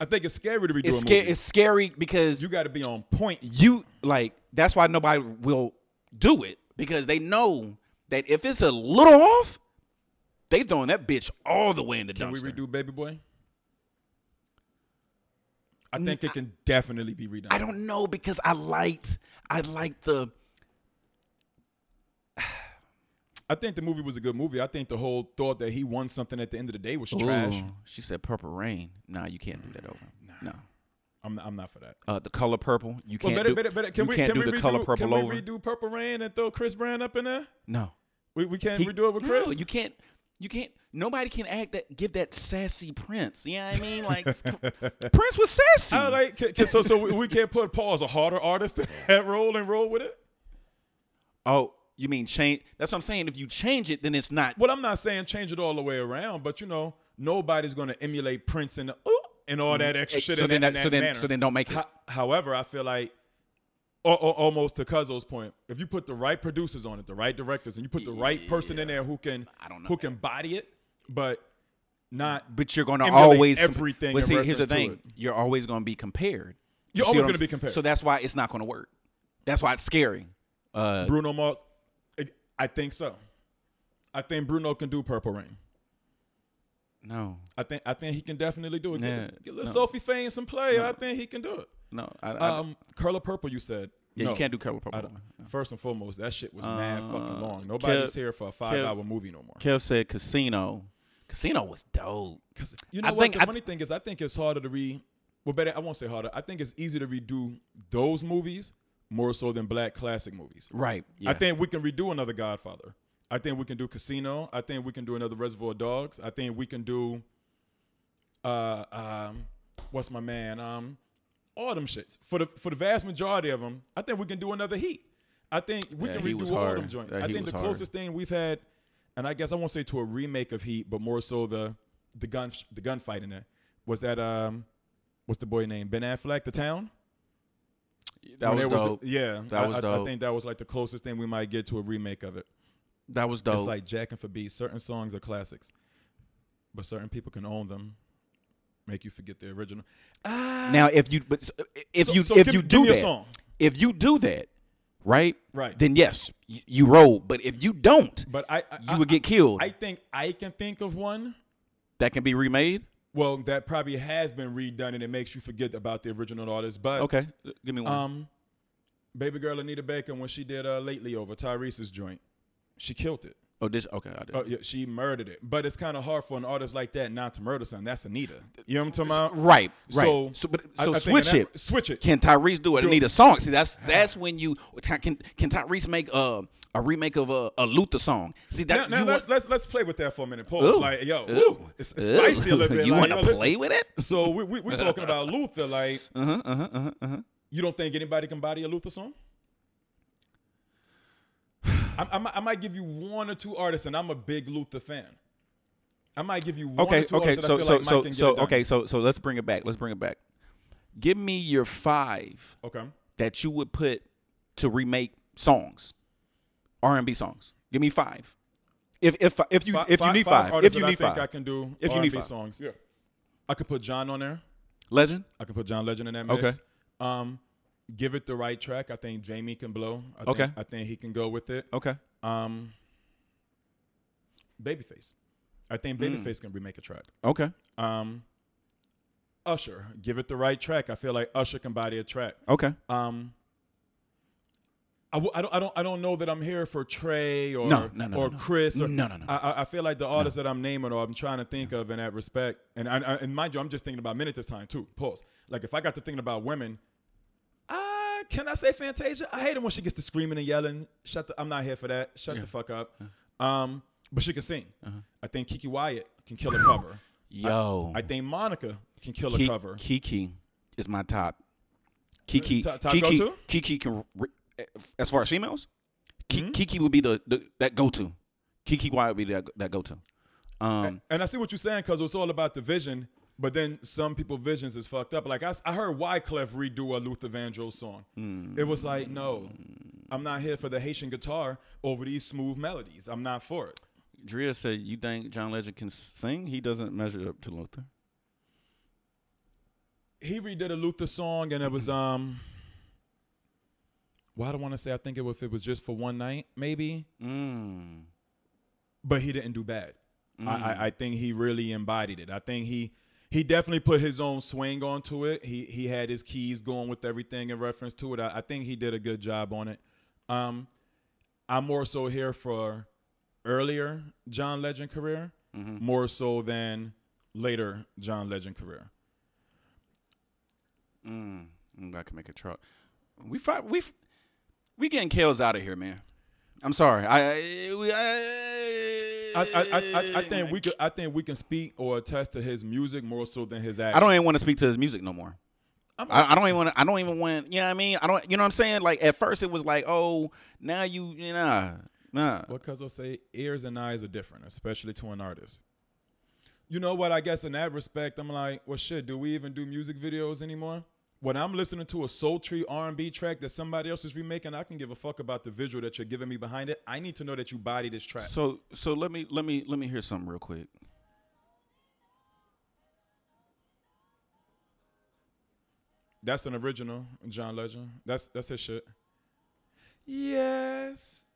A: I think it's scary to redo
B: it's
A: a
B: scary
A: movie.
B: it's scary because
A: you got to be on point.
B: you like that's why nobody will do it because they know that if it's a little off, they throwing that bitch all the way in the
A: Can we
B: dumpster.
A: redo Baby Boy? I think it can definitely be redone.
B: I don't know because I liked I liked the
A: I think the movie was a good movie. I think the whole thought that he won something at the end of the day was trash.
B: Ooh, She said Purple Rain. Nah, you can't do that over. No.
A: I'm not, I'm not for that.
B: Uh, the color purple. You
A: Well,
B: can't
A: better,
B: do.
A: better, better. Can
B: you
A: we
B: can't
A: can
B: do
A: we
B: the
A: redo,
B: color purple
A: can we
B: over.
A: redo Purple Rain and throw Chris Brown up in there?
B: no.
A: We, we can't
B: He-
A: redo it with Chris.
B: No, you can't. You can't. Nobody can act that. Give that sassy Prince. You know what I mean? [LAUGHS] Like Prince was sassy.
A: I like can, can- so so we, we can't put Paul as a harder artist to [LAUGHS] that role and roll with it.
B: Oh, you mean change? That's what I'm saying. If you change it, then it's not.
A: Well, I'm not saying change it all the way around, but you know nobody's going to emulate Prince and ooh, and all that extra shit.
B: so
A: in
B: then
A: that, in
B: that-
A: that
B: so then-
A: manner.
B: so then don't make it.
A: Ho- however, I feel like. Or, or almost to Cuzzo's point, if you put the right producers on it, the right directors, and you put the right person in there who can,
B: I don't know,
A: who can body it, but not
B: But you're going to
A: emulate
B: always comp-
A: everything
B: Well,
A: in
B: see, here's the
A: reference to
B: thing:
A: it.
B: you're always going to be compared.
A: You're
B: You see
A: always
B: what I'm
A: gonna be
B: s-
A: compared.
B: So that's why it's not going to work. That's why it's scary. Uh,
A: Bruno Mars. I- I think so. I think Bruno can do Purple Rain.
B: no,
A: I think I think he can definitely do it. Get,
B: Yeah,
A: get little
B: no.
A: Sophie Faye and some play. I think he can do it.
B: no, I, I,
A: Um, Curl of Purple, you said.
B: yeah,
A: No,
B: you can't do color
A: I
B: purple.
A: don't- First and foremost, that shit was mad fucking long.
B: Kev-
A: Nobody's here for a five-hour movie no more.
B: Kev said Casino. Casino was dope.
A: 'Cause you know
B: I
A: what?
B: think-
A: the
B: I
A: funny thing is, I think it's harder to re. Well, better I won't say harder. I think it's easier to redo those movies more so than black classic movies.
B: Right.
A: I think we can redo another Godfather. I think we can do Casino. I think we can do another Reservoir Dogs. I think we can do uh um what's my man? Um all them shits. For the for the vast majority of them, I think we can do another Heat. I think we
B: Yeah,
A: can
B: Heat was
A: redo all them
B: hard.
A: joints.
B: That
A: I
B: Heat
A: think the
B: was hard.
A: closest thing we've had, and I guess I won't say to a remake of Heat, but more so the the gun the gunfight in there, was that um what's the boy name? Ben Affleck, the town?
B: that
A: When
B: was
A: it was the-
B: dope.
A: yeah,
B: That
A: I-
B: was
A: I- I
B: dope.
A: think that was like the closest thing we might get to a remake of it.
B: that was dope.
A: It's like Jack and for B. Certain songs are classics, but certain people can own them, make you forget the original.
B: Now, if you but s- if
A: So-
B: you
A: so
B: if
A: give
B: you
A: me-
B: do
A: give me a
B: that,
A: song.
B: if you do that, right,
A: Right.
B: then yes, you, you roll. But if you don't,
A: But I, I
B: you would get killed.
A: I think I can think of one.
B: that can be remade.
A: Well, that probably has been redone, and it makes you forget about the original artist. But
B: Okay, l- give me one.
A: um, baby girl Anita Baker when she did uh, lately over Tyrese's joint, she killed it.
B: Oh, did she? okay, I did.
A: Oh, yeah, she murdered it. But it's kind of hard for an artist like that not to murder something. That's Anita. You know what I'm talking about?
B: Right, right.
A: So,
B: So, but,
A: I- I think
B: so
A: in
B: switch
A: that-
B: it.
A: Switch it.
B: Can Tyrese do it?
A: Do it.
B: Anita song. See, that's that's when you can can Tyrese make a a remake of a, a Luther song. See
A: now,
B: that
A: now
B: you
A: let's,
B: want,
A: let's let's play with that for a minute. Pause.
B: Ooh.
A: like yo,
B: Ooh.
A: ooh, it's, it's
B: Ooh.
A: spicy a
B: [LAUGHS]
A: little bit.
B: You
A: like,
B: wanna
A: yo, listen.
B: play Uh-huh, with it?
A: So we we we talking about Luther. Like,
B: [LAUGHS]
A: uh huh, uh huh, uh huh. You don't think anybody can body a Luther song? [SIGHS] I, I, might- I might give you one or two artists, and I'm a big Luther fan. I might give you one or
B: Okay,
A: two
B: okay.
A: artists that I
B: So
A: feel
B: so
A: like might
B: so
A: can get
B: so
A: it done.
B: okay. So so let's bring it back. Let's bring it back. Give me your five
A: okay.
B: that you would put to remake songs, R and B songs. Give me five. If if if you
A: Fi-
B: if you
A: fi-
B: need five, if
A: artists
B: you
A: that
B: need
A: I think I
B: five,
A: can do
B: If you need
A: R&B
B: five.
A: songs. Yeah, I could put John on there.
B: legend.
A: I can put John Legend in that mix.
B: Okay.
A: Um, give it the right track. I think Jamie can blow. I
B: Okay.
A: Think, I think he can go with it.
B: Okay.
A: Um, Babyface. I think
B: Hmm.
A: Babyface can remake a track.
B: Okay.
A: Um, Usher, give it the right track. I feel like Usher can body a track.
B: Okay.
A: Um, I, w- I don't I don't I don't know that I'm here for Trey or
B: No, no, no,
A: or
B: no, no.
A: Chris. Or,
B: No, no, no.
A: I- I, I feel like the artists that I'm naming or I'm trying to think of in that respect, and I, I, and mind you, I'm just thinking about men at this time too. Pause. Like if I got to thinking about women, I can I say Fantasia? I hate it when she gets to screaming and yelling. Shut the I'm not here for that. Shut the fuck up. Um, but she can sing. I think Kiki Wyatt can kill a cover.
B: Yo.
A: I think Monica can kill a
B: Ki-
A: cover.
B: Kiki is my top. Kiki,
A: Top- top
B: Kiki,
A: go-to?
B: Kiki can. Re- eh, as far as females,
A: Mm-hmm.
B: Ki- Kiki would be the, the that go to. Kiki Wyatt would be that that go to. Um,
A: And I see what you're saying because it's all about the vision, but then some people visions is fucked up. Like I, s- I heard Wyclef redo a Luther Vandross song.
B: hmm.
A: It was like, no, I'm not here for the Haitian guitar over these smooth melodies. I'm not for it.
B: Drea said, "You think John Legend can sing? He doesn't measure up to Luther."
A: He redid a Luther song and it was um. Well, I don't want to say I think it was, if it was just for one night, maybe.
B: Mm.
A: but he didn't do bad. I, I, I think he really embodied it. I think he he definitely put his own swing onto it. He he had his keys going with everything in reference to it. I, I think he did a good job on it. Um, I'm more so here for earlier John Legend career,
B: Mm-hmm.
A: more so than later John Legend career.
B: Mm. Mm, I can make a truck. We fi- we f- we getting Kels out of here, man. I'm sorry. I I, we, I,
A: I, I, I- I, I
B: Eh.
A: think we could, I think we can speak or attest to his music more so than his act.
B: I don't even want to speak to his music no more.
A: I'm-
B: I, I don't even want to. I don't even want. You know what I mean? I don't. You know what I'm saying? Like at first it was like, oh, now you, you know, nah.
A: What Cuzzo say? Ears and eyes are different, especially to an artist. You know what? I guess in that respect, I'm like, well, shit. Do we even do music videos anymore? When I'm listening to a sultry R&B track that somebody else is remaking, I can give a fuck about the visual that you're giving me behind it. I need to know that you body this track.
B: So so let me let me let me hear something real quick.
A: That's an original, John Legend. That's that's his shit. Yes.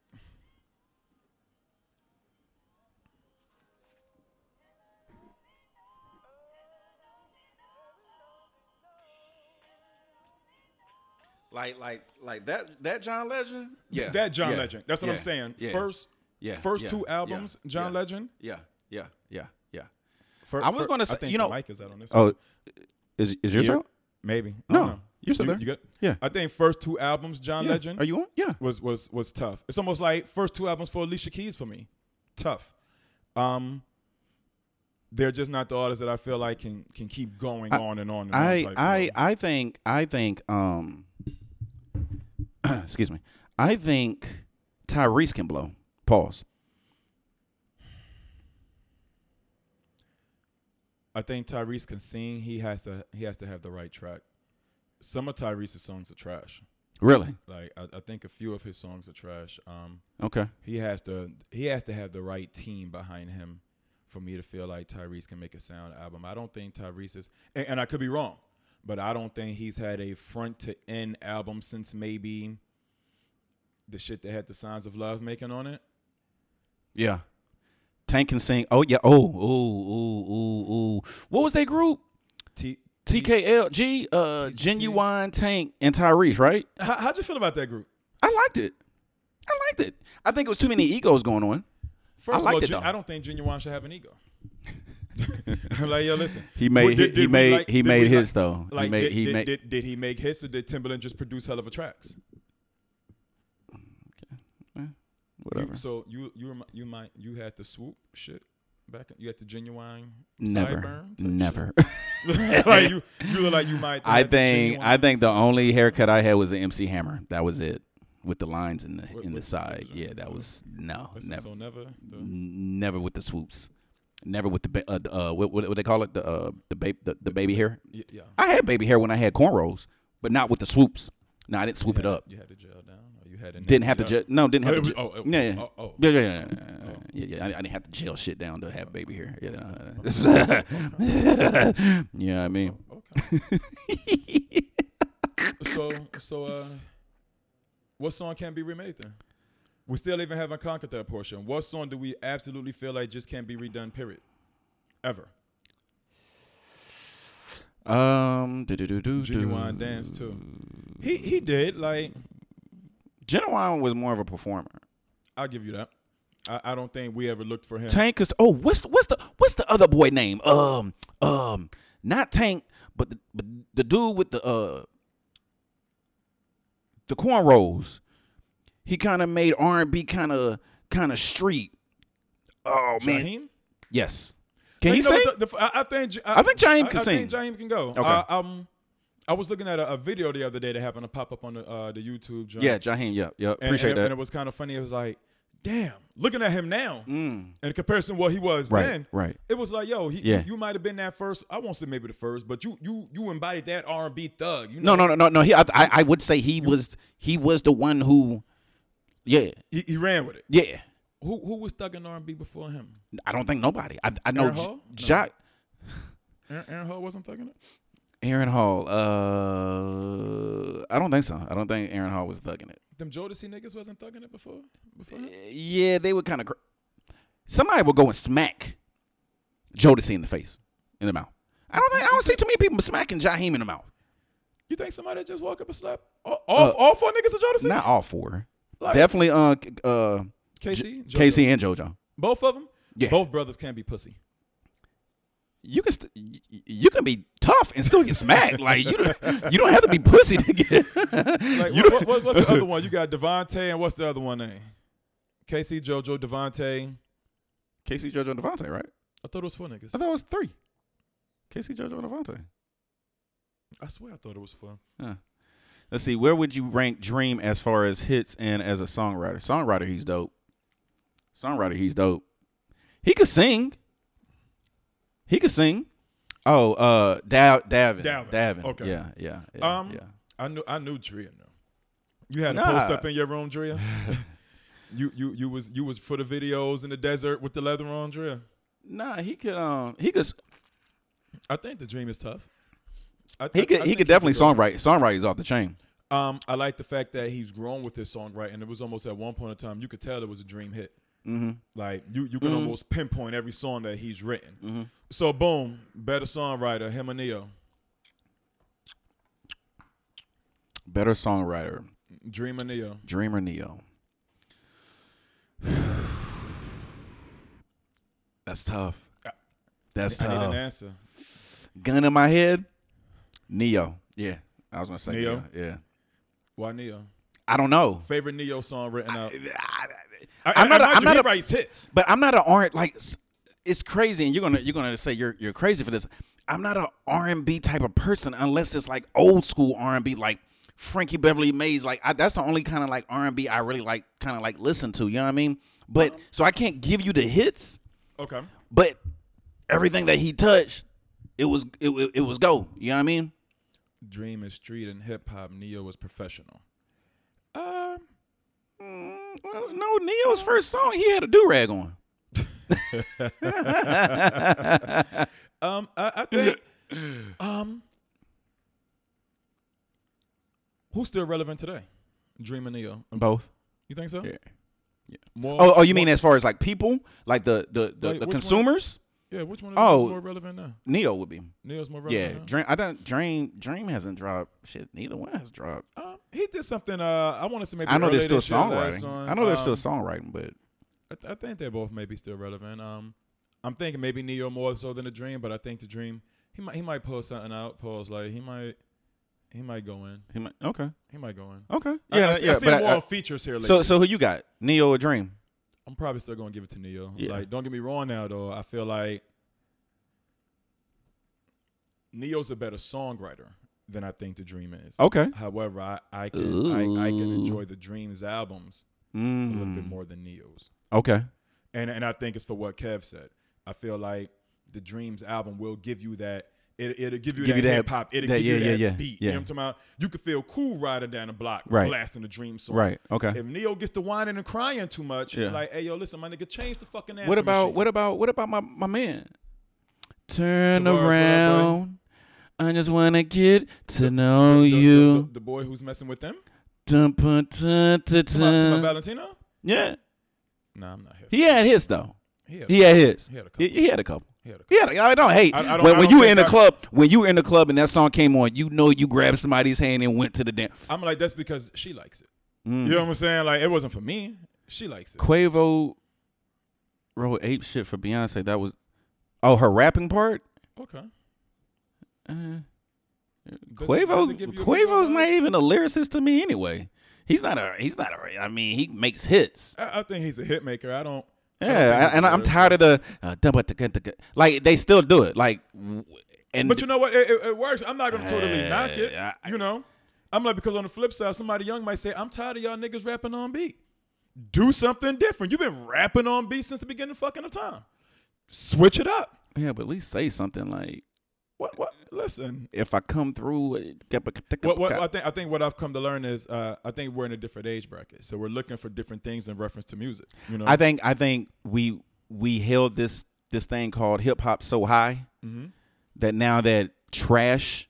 B: Like like like that that John Legend. Yeah.
A: That John
B: yeah,
A: Legend. That's what I'm
B: yeah,
A: saying.
B: yeah,
A: First,
B: yeah,
A: first
B: yeah,
A: two
B: yeah,
A: albums, John
B: yeah,
A: Legend.
B: Yeah. Yeah. Yeah. Yeah.
A: Fir-
B: I was
A: fir-
B: gonna say-
A: think
B: you
A: the
B: know-
A: mic is out on this.
B: Oh, is is yours
A: Yeah.
B: out?
A: Maybe. I
B: No,
A: don't know.
B: you're still
A: you,
B: there.
A: You good?
B: Yeah.
A: I think first two albums, John
B: Yeah.
A: Legend,
B: Are you on? Yeah.
A: was was was tough. It's almost like first two albums for Alicia Keys for me, tough. Um, they're just not the artists that I feel like can can keep going
B: I-
A: on and on. And
B: I
A: on type
B: I
A: feel.
B: I think I think um [CLEARS THROAT] excuse me. I think Tyrese can blow. Pause.
A: I think Tyrese can sing. He has to he has to have the right track. Some of Tyrese's songs are trash.
B: Really?
A: Like I, I think a few of his songs are trash. Um,
B: Okay.
A: he has to he has to have the right team behind him for me to feel like Tyrese can make a sound album. I don't think Tyrese is and, and I could be wrong, but I don't think he's had a front to end album since maybe the shit that had the signs of love making on it.
B: Yeah. Tank can sing. Oh yeah. Oh ooh ooh ooh ooh. What was that group?
A: T,
B: TKLG, uh, Genuine Tank and Tyrese, right?
A: how, how'd you feel about that group?
B: I liked it. I liked it. I think it was too many egos going on.
A: First
B: I liked it
A: of all,
B: though.
A: Gen- I don't think Genuine should have an ego. [LAUGHS]
B: [LAUGHS]
A: like, yo, listen.
B: He made
A: Well,
B: hi-
A: did-
B: he
A: did we
B: made
A: like-
B: he
A: did
B: made
A: we
B: his
A: like-
B: though.
A: Like,
B: he made
A: did,
B: he
A: did,
B: made
A: did, did he make his, or did Timberland just produce hell of a tracks? You-
B: whatever.
A: so you you remi- you might you had the swoop shit back. In, you had the genuine
B: Never,
A: sideburn type shit?
B: never.
A: [LAUGHS] like you you look like you might.
B: I
A: have the
B: think
A: genuine- Oh,
B: I think the only haircut I had was the MC Hammer. That was it, with the lines in the
A: What-
B: in the
A: what-
B: side. Yeah, that
A: so-
B: was no,
A: Listen,
B: never,
A: So never. The,
B: N- never with the swoops, never with the ba- uh, the, uh what, what what they call it the uh the baby the, the baby hair.
A: y- yeah.
B: I had baby hair when I had cornrows, but not with the swoops. No, I didn't swoop
A: You
B: it
A: had-
B: up.
A: You had to gel down. Or you had to
B: Didn't have to
A: nap it
B: ju-
A: up?
B: no, didn't
A: Oh,
B: have
A: it
B: to.
A: was-
B: Ju-
A: oh, it-
B: yeah, yeah.
A: oh, oh.
B: yeah, yeah, yeah, yeah, yeah, yeah, yeah. I, I didn't have to gel shit down to have baby hair. Yeah,
A: oh,
B: [LAUGHS] no, yeah, I mean,
A: Okay. [LAUGHS] so so uh, what song can't be remade then? We still even haven't conquered that portion. What song do we absolutely feel like just can't be redone? Period. Ever.
B: um, do do do do.
A: Genuine dance too. He he did like
B: Genuine was more of a performer.
A: I'll give you that. I, I don't think we ever looked for him.
B: Tank is oh, what's the, what's the what's the other boy name? Um, um, not Tank, but the, but the dude with the uh the cornrows. He kind of made R and B kind of kind of street. Oh man,
A: Jaheim?
B: yes. Can
A: But you
B: he
A: know
B: sing?
A: what the- the- I, I think
B: I think Jaheim can
A: I
B: sing.
A: think Jaheim can go.
B: Okay.
A: I, um, I was looking at a, a video the other day that happened to pop up on the uh, the YouTube. joint.
B: yeah, Jaheim. Yeah, yeah.
A: and,
B: Appreciate
A: and,
B: that.
A: And it was kind of funny. It was like, damn, looking at him now,
B: Mm.
A: in comparison to what he was
B: Right,
A: then,
B: right.
A: It was like, yo, he,
B: Yeah.
A: you might have been that first. I won't say maybe the first, but you you you embodied that R and B thug. You know,
B: No, no, no, no, no. He, I, I, I would say he was he was the one who, yeah,
A: He, he ran with it.
B: yeah.
A: Who who was thug in R and B before him?
B: I don't think nobody. I, I know
A: Aaron Hall?
B: J-
A: No.
B: Ja-
A: Aaron, Aaron Hall wasn't thugging it.
B: Aaron Hall. Uh, I don't think so. I don't think Aaron Hall was thugging it.
A: Them Jodeci niggas wasn't thugging it before. Before him?
B: Yeah, they were kind of. Cr- Somebody would go and smack Jodeci in the face, in the mouth. I don't. Think, I don't see too many people smacking Jaheim in the mouth.
A: You think somebody just walk up and slap all
B: Uh,
A: all, all four niggas of Jodeci?
B: Not all four.
A: Like-
B: Definitely, uh, K- uh,
A: KC, JoJo.
B: KC and JoJo.
A: both of them.
B: Yeah.
A: both brothers can be pussy.
B: You can st- y- y- you can be tough and still get smacked. Like you, don't- you don't have to be pussy to get.
A: Like,
B: [LAUGHS] [LAUGHS] You
A: what,
B: don't-
A: what- what's the other one? You got Devontae, and what's the other one name? KC, JoJo, Devontae.
B: KC, JoJo, and Devontae, right?
A: I thought it was four niggas.
B: I thought it was three. KC, JoJo, and Devontae.
A: I swear I thought it was four.
B: Let's see. Where would you rank Dream as far as hits and as a songwriter? Songwriter, he's dope. Songwriter, he's dope. He could sing. He could sing. Oh, uh, Dav, Davin,
A: Davin. Okay.
B: Yeah, yeah, yeah,
A: Um,
B: yeah.
A: I knew I knew Drea though. You had a
B: Nah.
A: post up in your room, [LAUGHS] Drea. you you you was you was for the videos in the desert with the leather on, Drea.
B: Nah, he could. Um, he could. s-
A: I think the dream is tough. I
B: He
A: thi-
B: could.
A: I
B: he
A: think
B: could
A: he's a
B: definitely
A: good-
B: songwrite. Songwrite is off the chain.
A: Um, I like the fact that he's grown with his songwriting. It was almost at one point in time you could tell it was a dream hit. Mm-hmm. Like you, you can almost pinpoint every song that he's written. So boom, better songwriter, him and Neo.
B: Better songwriter,
A: Dream and Neo.
B: Dreamer Neo. [SIGHS] That's tough. That's
A: I need
B: tough.
A: an answer.
B: Gun in my head, Neo. Yeah, I was gonna say
A: Neo?
B: Neo. Yeah,
A: Why Neo?
B: I don't know.
A: Favorite Neo song written out.
B: I, am not. A, I'm not.
A: he
B: A,
A: writes hits.
B: But I'm not an R. Like s- it's crazy, and you're gonna you're gonna say you're you're crazy for this. I'm not an R and B type of person unless it's like old school R and B, like Frankie Beverly Mays. Like I, that's the only kind of like R and B I really like, kind of like listen to. You know what I mean? But so I can't give you the hits,
A: Okay.
B: but everything that he touched, it was it, it, it was go. You know what I mean?
A: Dream is street and hip hop. Neo is professional. Um,
B: Mm, well, no, Neo's first song he had a do rag on.
A: um, I, I think. um, who's still relevant today? Dream and Neo.
B: [LAUGHS] Both.
A: You think so?
B: Yeah.
A: More,
B: Oh, oh, you mean
A: more-
B: as far as like people, like the the the,
A: Wait,
B: the
A: which one?
B: consumers?
A: Yeah, which one of those
B: Oh.
A: is more relevant now?
B: Neo would be.
A: Neo's more
B: Yeah,
A: relevant. now?
B: Dream. I don't. Dream. Dream hasn't dropped. Shit, neither one has dropped.
A: Um, he did something. Uh, I want to say maybe.
B: I know
A: earlier
B: there's still
A: this year, last
B: songwriting.
A: on,
B: I know there's still
A: um,
B: songwriting, but
A: I, th- I think they're both maybe still relevant. Um, I'm thinking maybe Neo more so than the Dream, but I think the Dream he might he might pull something out. Pulls like he might he might go in.
B: He might, okay.
A: He might go in.
B: Okay.
A: I- I,
B: Yeah.
A: see,
B: yeah.
A: I see
B: but
A: more
B: I- I-
A: on features here lately.
B: so so who you got? Neo or Dream?
A: I'm probably still gonna give it to Neo.
B: Yeah.
A: Like, don't get me wrong now though. I feel like Neo's a better songwriter than I think the Dream is.
B: Okay.
A: However, I, I can I, I can
B: Oh. Ooh.
A: enjoy the Dream's albums a little bit
B: Mm.
A: more than Neo's.
B: Okay.
A: And and I think it's for what Kev said. I feel like the Dreams album will give you that. It, it'll give you
B: Give
A: that,
B: you that-
A: hip hop. It'll
B: that-
A: give you
B: yeah,
A: that
B: yeah, yeah,
A: beat.
B: yeah.
A: You know what I'm talking about? You could feel cool riding down the block,
B: Right.
A: blasting the Dream song.
B: Right. Okay.
A: If Neo gets to whining and crying too much,
B: Yeah.
A: like, hey, yo, listen, my nigga, change the fucking answer.
B: What about
A: machine.
B: what about what about my my man?
A: Tavares,
B: Turn
A: what up, buddy?
B: around. I just wanna get to know
A: the, the-
B: you.
A: The, the boy who's messing with them?
B: Dun, pun, dun,
A: Come
B: dun,
A: on, to my
B: dun.
A: Valentino?
B: Yeah,
A: Nah, I'm not here.
B: Uh, he had his though.
A: He had,
B: He had his.
A: he had a couple.
B: He, he had a couple.
A: He had a couple.
B: Yeah, I don't hate.
A: I- I don't-
B: when
A: I
B: when
A: don't
B: you were
A: think
B: in the
A: I-
B: club, when you were in the club and that song came on, you know you grabbed somebody's hand and went to the dance. Mm.
A: I'm like, that's because she likes it. You know what I'm saying? Like, it wasn't for me. She likes it.
B: Quavo wrote ape shit for Beyonce. That was oh her rapping part.
A: Okay.
B: Uh,
A: Does it- does
B: Quavo's
A: it give you a good
B: Quavo's
A: vibe?
B: not even a lyricist to me anyway. He's not a he's not a I mean he makes hits.
A: I, I think he's a hit maker. I don't. I don't think
B: Yeah,
A: he's
B: and
A: a
B: I'm
A: lyricist.
B: tired of the uh, dumba taka taka. like they still do it like w- and
A: But you know what? It, it, it works. I'm not gonna totally
B: Uh,
A: knock it.
B: I-
A: you know, I'm like because on the flip side, somebody young might say, "I'm tired of y'all niggas rapping on beat. Do something different. You've been rapping on beat since the beginning of fucking of time. Switch it up.
B: yeah, but at least say something like
A: What? What? Listen.
B: if I come through. eh, it- gabba taka
A: What, what
B: taka.
A: I think I think what I've come to learn is uh, I think we're in a different age bracket, so we're looking for different things in reference to music. You know,
B: I think I think we we held this this thing called hip hop so high
A: Mhm.
B: that now that trash,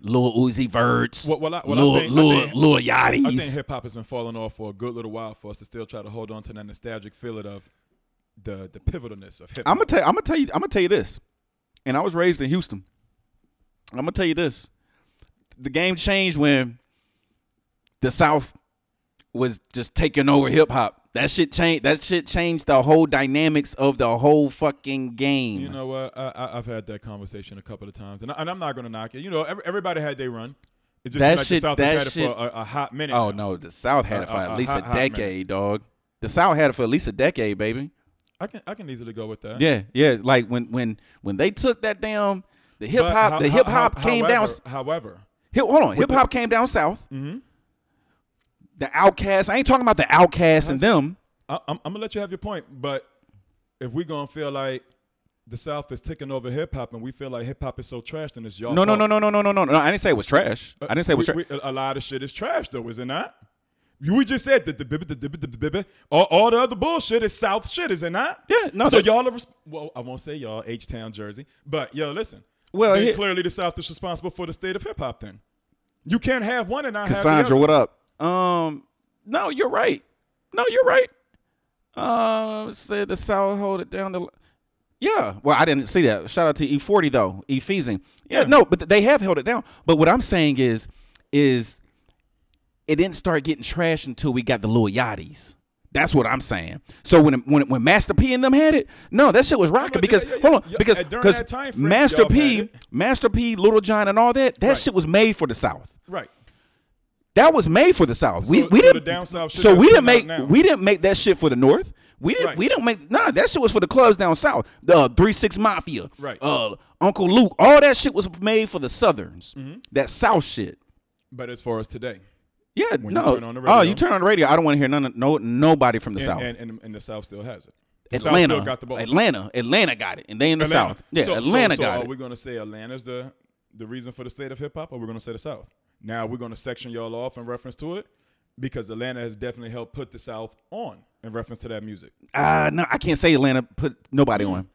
B: Lil Uzi Verts,
A: What- what I- what I
B: Lil
A: think- I
B: Lil
A: think-
B: Lil
A: I think
B: Yachty's,
A: hip hop has been falling off for a good little while for us to still try to hold on to that nostalgic feeling of the the pivotalness of hip
B: I'm
A: hop.
B: gonna tell I'm gonna tell you I'm gonna tell you this, and I was raised in Houston. I'm gonna tell you this, the game changed when the South was just taking over hip hop. That shit changed. That shit changed the whole dynamics of the whole fucking game.
A: You know what? I, I, I've had that conversation a couple of times, and, I, and I'm not going to knock it. You know, every, everybody had their run. It just seemed
B: That
A: like the
B: shit-
A: South
B: that
A: has had it
B: shit-
A: for a, a hot minute.
B: Oh
A: now.
B: no, the South had it for
A: Uh, uh,
B: at
A: uh,
B: least
A: hot-
B: a
A: hot minute.
B: decade, dog. The South had it for at least a decade, baby.
A: I can I can easily go with that.
B: Yeah, yeah. Like when when when they took that damn the hip
A: But
B: hop,
A: how-
B: the
A: how-
B: hip hop
A: how-
B: came down.
A: however- However,
B: Hip, hold on, hip hop came down south.
A: Mm-hmm.
B: The outcasts. I ain't talking about the outcasts and them.
A: I, I'm, I'm gonna let you have your point, but if we gonna feel like the South is taking over hip hop, and we feel like hip hop is so trash, then it's y'all.
B: No, no,
A: fault.
B: no, no, no, no, no, no, no. I didn't say it was trash. I didn't say it was
A: Uh-huh. Uh, We-
B: trash.
A: we- A lot of shit is trash, though, is it not? You we just said that the bibba, the bibba, the bibba, all, all the other bullshit is South shit, is it not?
B: Yeah, no,
A: So
B: the-
A: y'all are res- well. I won't say y'all H Town Jersey, but yo, listen.
B: Well,
A: then
B: here-
A: clearly the South is responsible for the state of hip hop. Then you can't have one and not have the other.
B: Cassandra, what up? Um, no, you're right. No, you're right. Um, said the South hold it down the. Yeah, well, I didn't see that. Shout out to E40 though, E-Feasing. Yeah,
A: Yeah.
B: no, but they have held it down. But what I'm saying is, is it didn't start getting trash until we got the Lil Yachty's. That's what I'm saying. So when when when Master P and them had it, no, that shit was rocking
A: yeah,
B: because
A: yeah, yeah.
B: hold on
A: Yeah,
B: because
A: and during
B: because
A: that time frame,
B: Master
A: y'all
B: P,
A: had it.
B: Master P, Little John, and all that that
A: Right.
B: shit was made for the South
A: Right.
B: that was made for the South. we
A: So-
B: we
A: so
B: didn't
A: the down south shit
B: so
A: that's
B: we didn't
A: coming out
B: make
A: now.
B: we didn't make that shit for the North. We didn't
A: Right.
B: we didn't make nah. That shit was for the clubs down south. The uh, Three Six Mafia,
A: Right.
B: Uh, Uncle Luke. All that shit was made for the Southerns.
A: Mm-hmm.
B: That South shit.
A: But as far as today,
B: Yeah,
A: When you
B: no.
A: turn on the
B: oh,
A: radio.
B: you turn on the radio. I don't want to hear none. Of, no, nobody from the
A: and,
B: South.
A: and, and and the South still has it. The South
B: Atlanta,
A: still got the ball.
B: Atlanta, Atlanta got it, and they in the
A: Atlanta.
B: South. Yeah,
A: So- so-
B: Atlanta
A: so
B: got
A: Are
B: it.
A: we gonna say Atlanta's the the reason for the state of hip hop, or we're gonna say the South? Now we're gonna section y'all off in reference to it because Atlanta has definitely helped put the South on in reference to that music.
B: Uh, no, I can't say Atlanta put nobody on.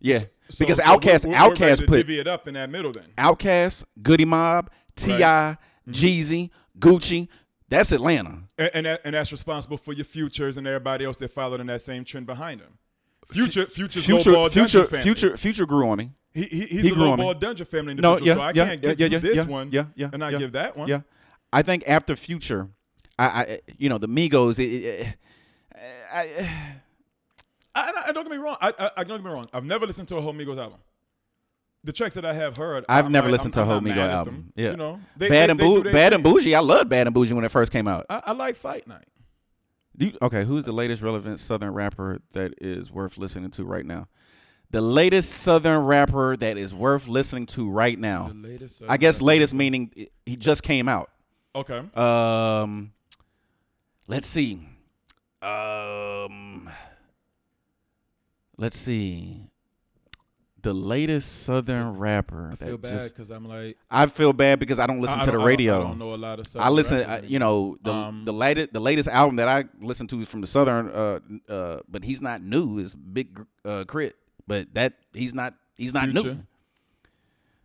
B: Yeah,
A: So-
B: because
A: so we're-
B: Outcast,
A: we're- we're ready
B: Outcast
A: to
B: put
A: divvy it up in that middle. Then
B: Outkast, Goody Mob, T.I.,
A: Mm-hmm.
B: Jeezy, Gucci. That's Atlanta.
A: and and, that, and that's responsible for your futures and everybody else that followed in that same trend behind them. Future, future's future,
B: Future,
A: lowball
B: future,
A: dungeon family.
B: future, future grew on me.
A: He, he, he's
B: he
A: a
B: grew on me.
A: lowball dungeon family
B: No,
A: individual,
B: yeah,
A: so I
B: yeah,
A: can't
B: yeah,
A: give
B: yeah,
A: you
B: yeah,
A: this
B: yeah,
A: one,
B: yeah, yeah,
A: and I
B: yeah.
A: give that one.
B: Yeah, I think after Future, I, I you know, the Migos. It, it, I,
A: I, I- don't get me wrong. I, I, I don't get me wrong. I've never listened to a whole Migos album. The tracks that I have heard,
B: I've
A: I
B: never
A: might-
B: listened to a
A: I'm-
B: whole
A: I'm not
B: Migo
A: mad at
B: album.
A: them.
B: yeah,
A: you know,
B: Bad and
A: do
B: Boo,
A: their
B: Bad
A: thing.
B: and Bougie. I love Bad and Bougie when it first came out.
A: I, I like Fight Night.
B: Do you- okay, who's the latest relevant Southern rapper that is worth listening to right now? The latest Southern rapper that is worth listening to right now.
A: latest,
B: I guess latest meaning i- he just came out.
A: Okay,
B: Um, let's see. Um, let's see. The latest Southern rapper
A: I feel
B: that
A: bad
B: just.
A: because I'm like
B: I feel bad because I don't listen
A: I- I
B: to
A: don't-
B: the
A: I don't-
B: radio.
A: I don't, know a lot of.
B: I
A: Southern
B: listen, I,
A: rappers.
B: you know, the
A: Um,
B: the latest the latest album that I listen to is from the Southern, uh, uh, but he's not new. Is Big uh, Crit, but that he's not he's not new.
A: Future.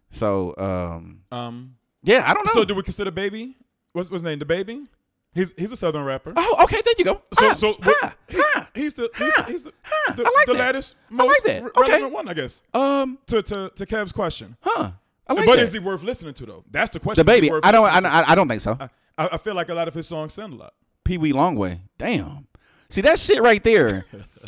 B: So um,
A: Um,
B: yeah, I don't know.
A: so do we consider Baby? What's what's his name? The Baby. He's he's a Southern rapper.
B: oh, okay, there you go.
A: So
B: Ah,
A: so
B: ah,
A: he-
B: ah.
A: he's the he's the, he's the,
B: huh,
A: the,
B: I like
A: the
B: that.
A: latest
B: I
A: most
B: like that.
A: re-
B: Okay.
A: relevant one, I guess.
B: um,
A: To to to Kev's question.
B: huh? I like
A: but
B: that.
A: is he worth listening to though? That's the question.
B: the
A: Is he
B: baby?
A: worth Uh,
B: I don't. I,
A: listening to?
B: don't- I don't think so.
A: I, I I feel like a lot of his songs sound a lot.
B: Pee Wee Longway. Damn. See that shit
A: [LAUGHS]
B: right there.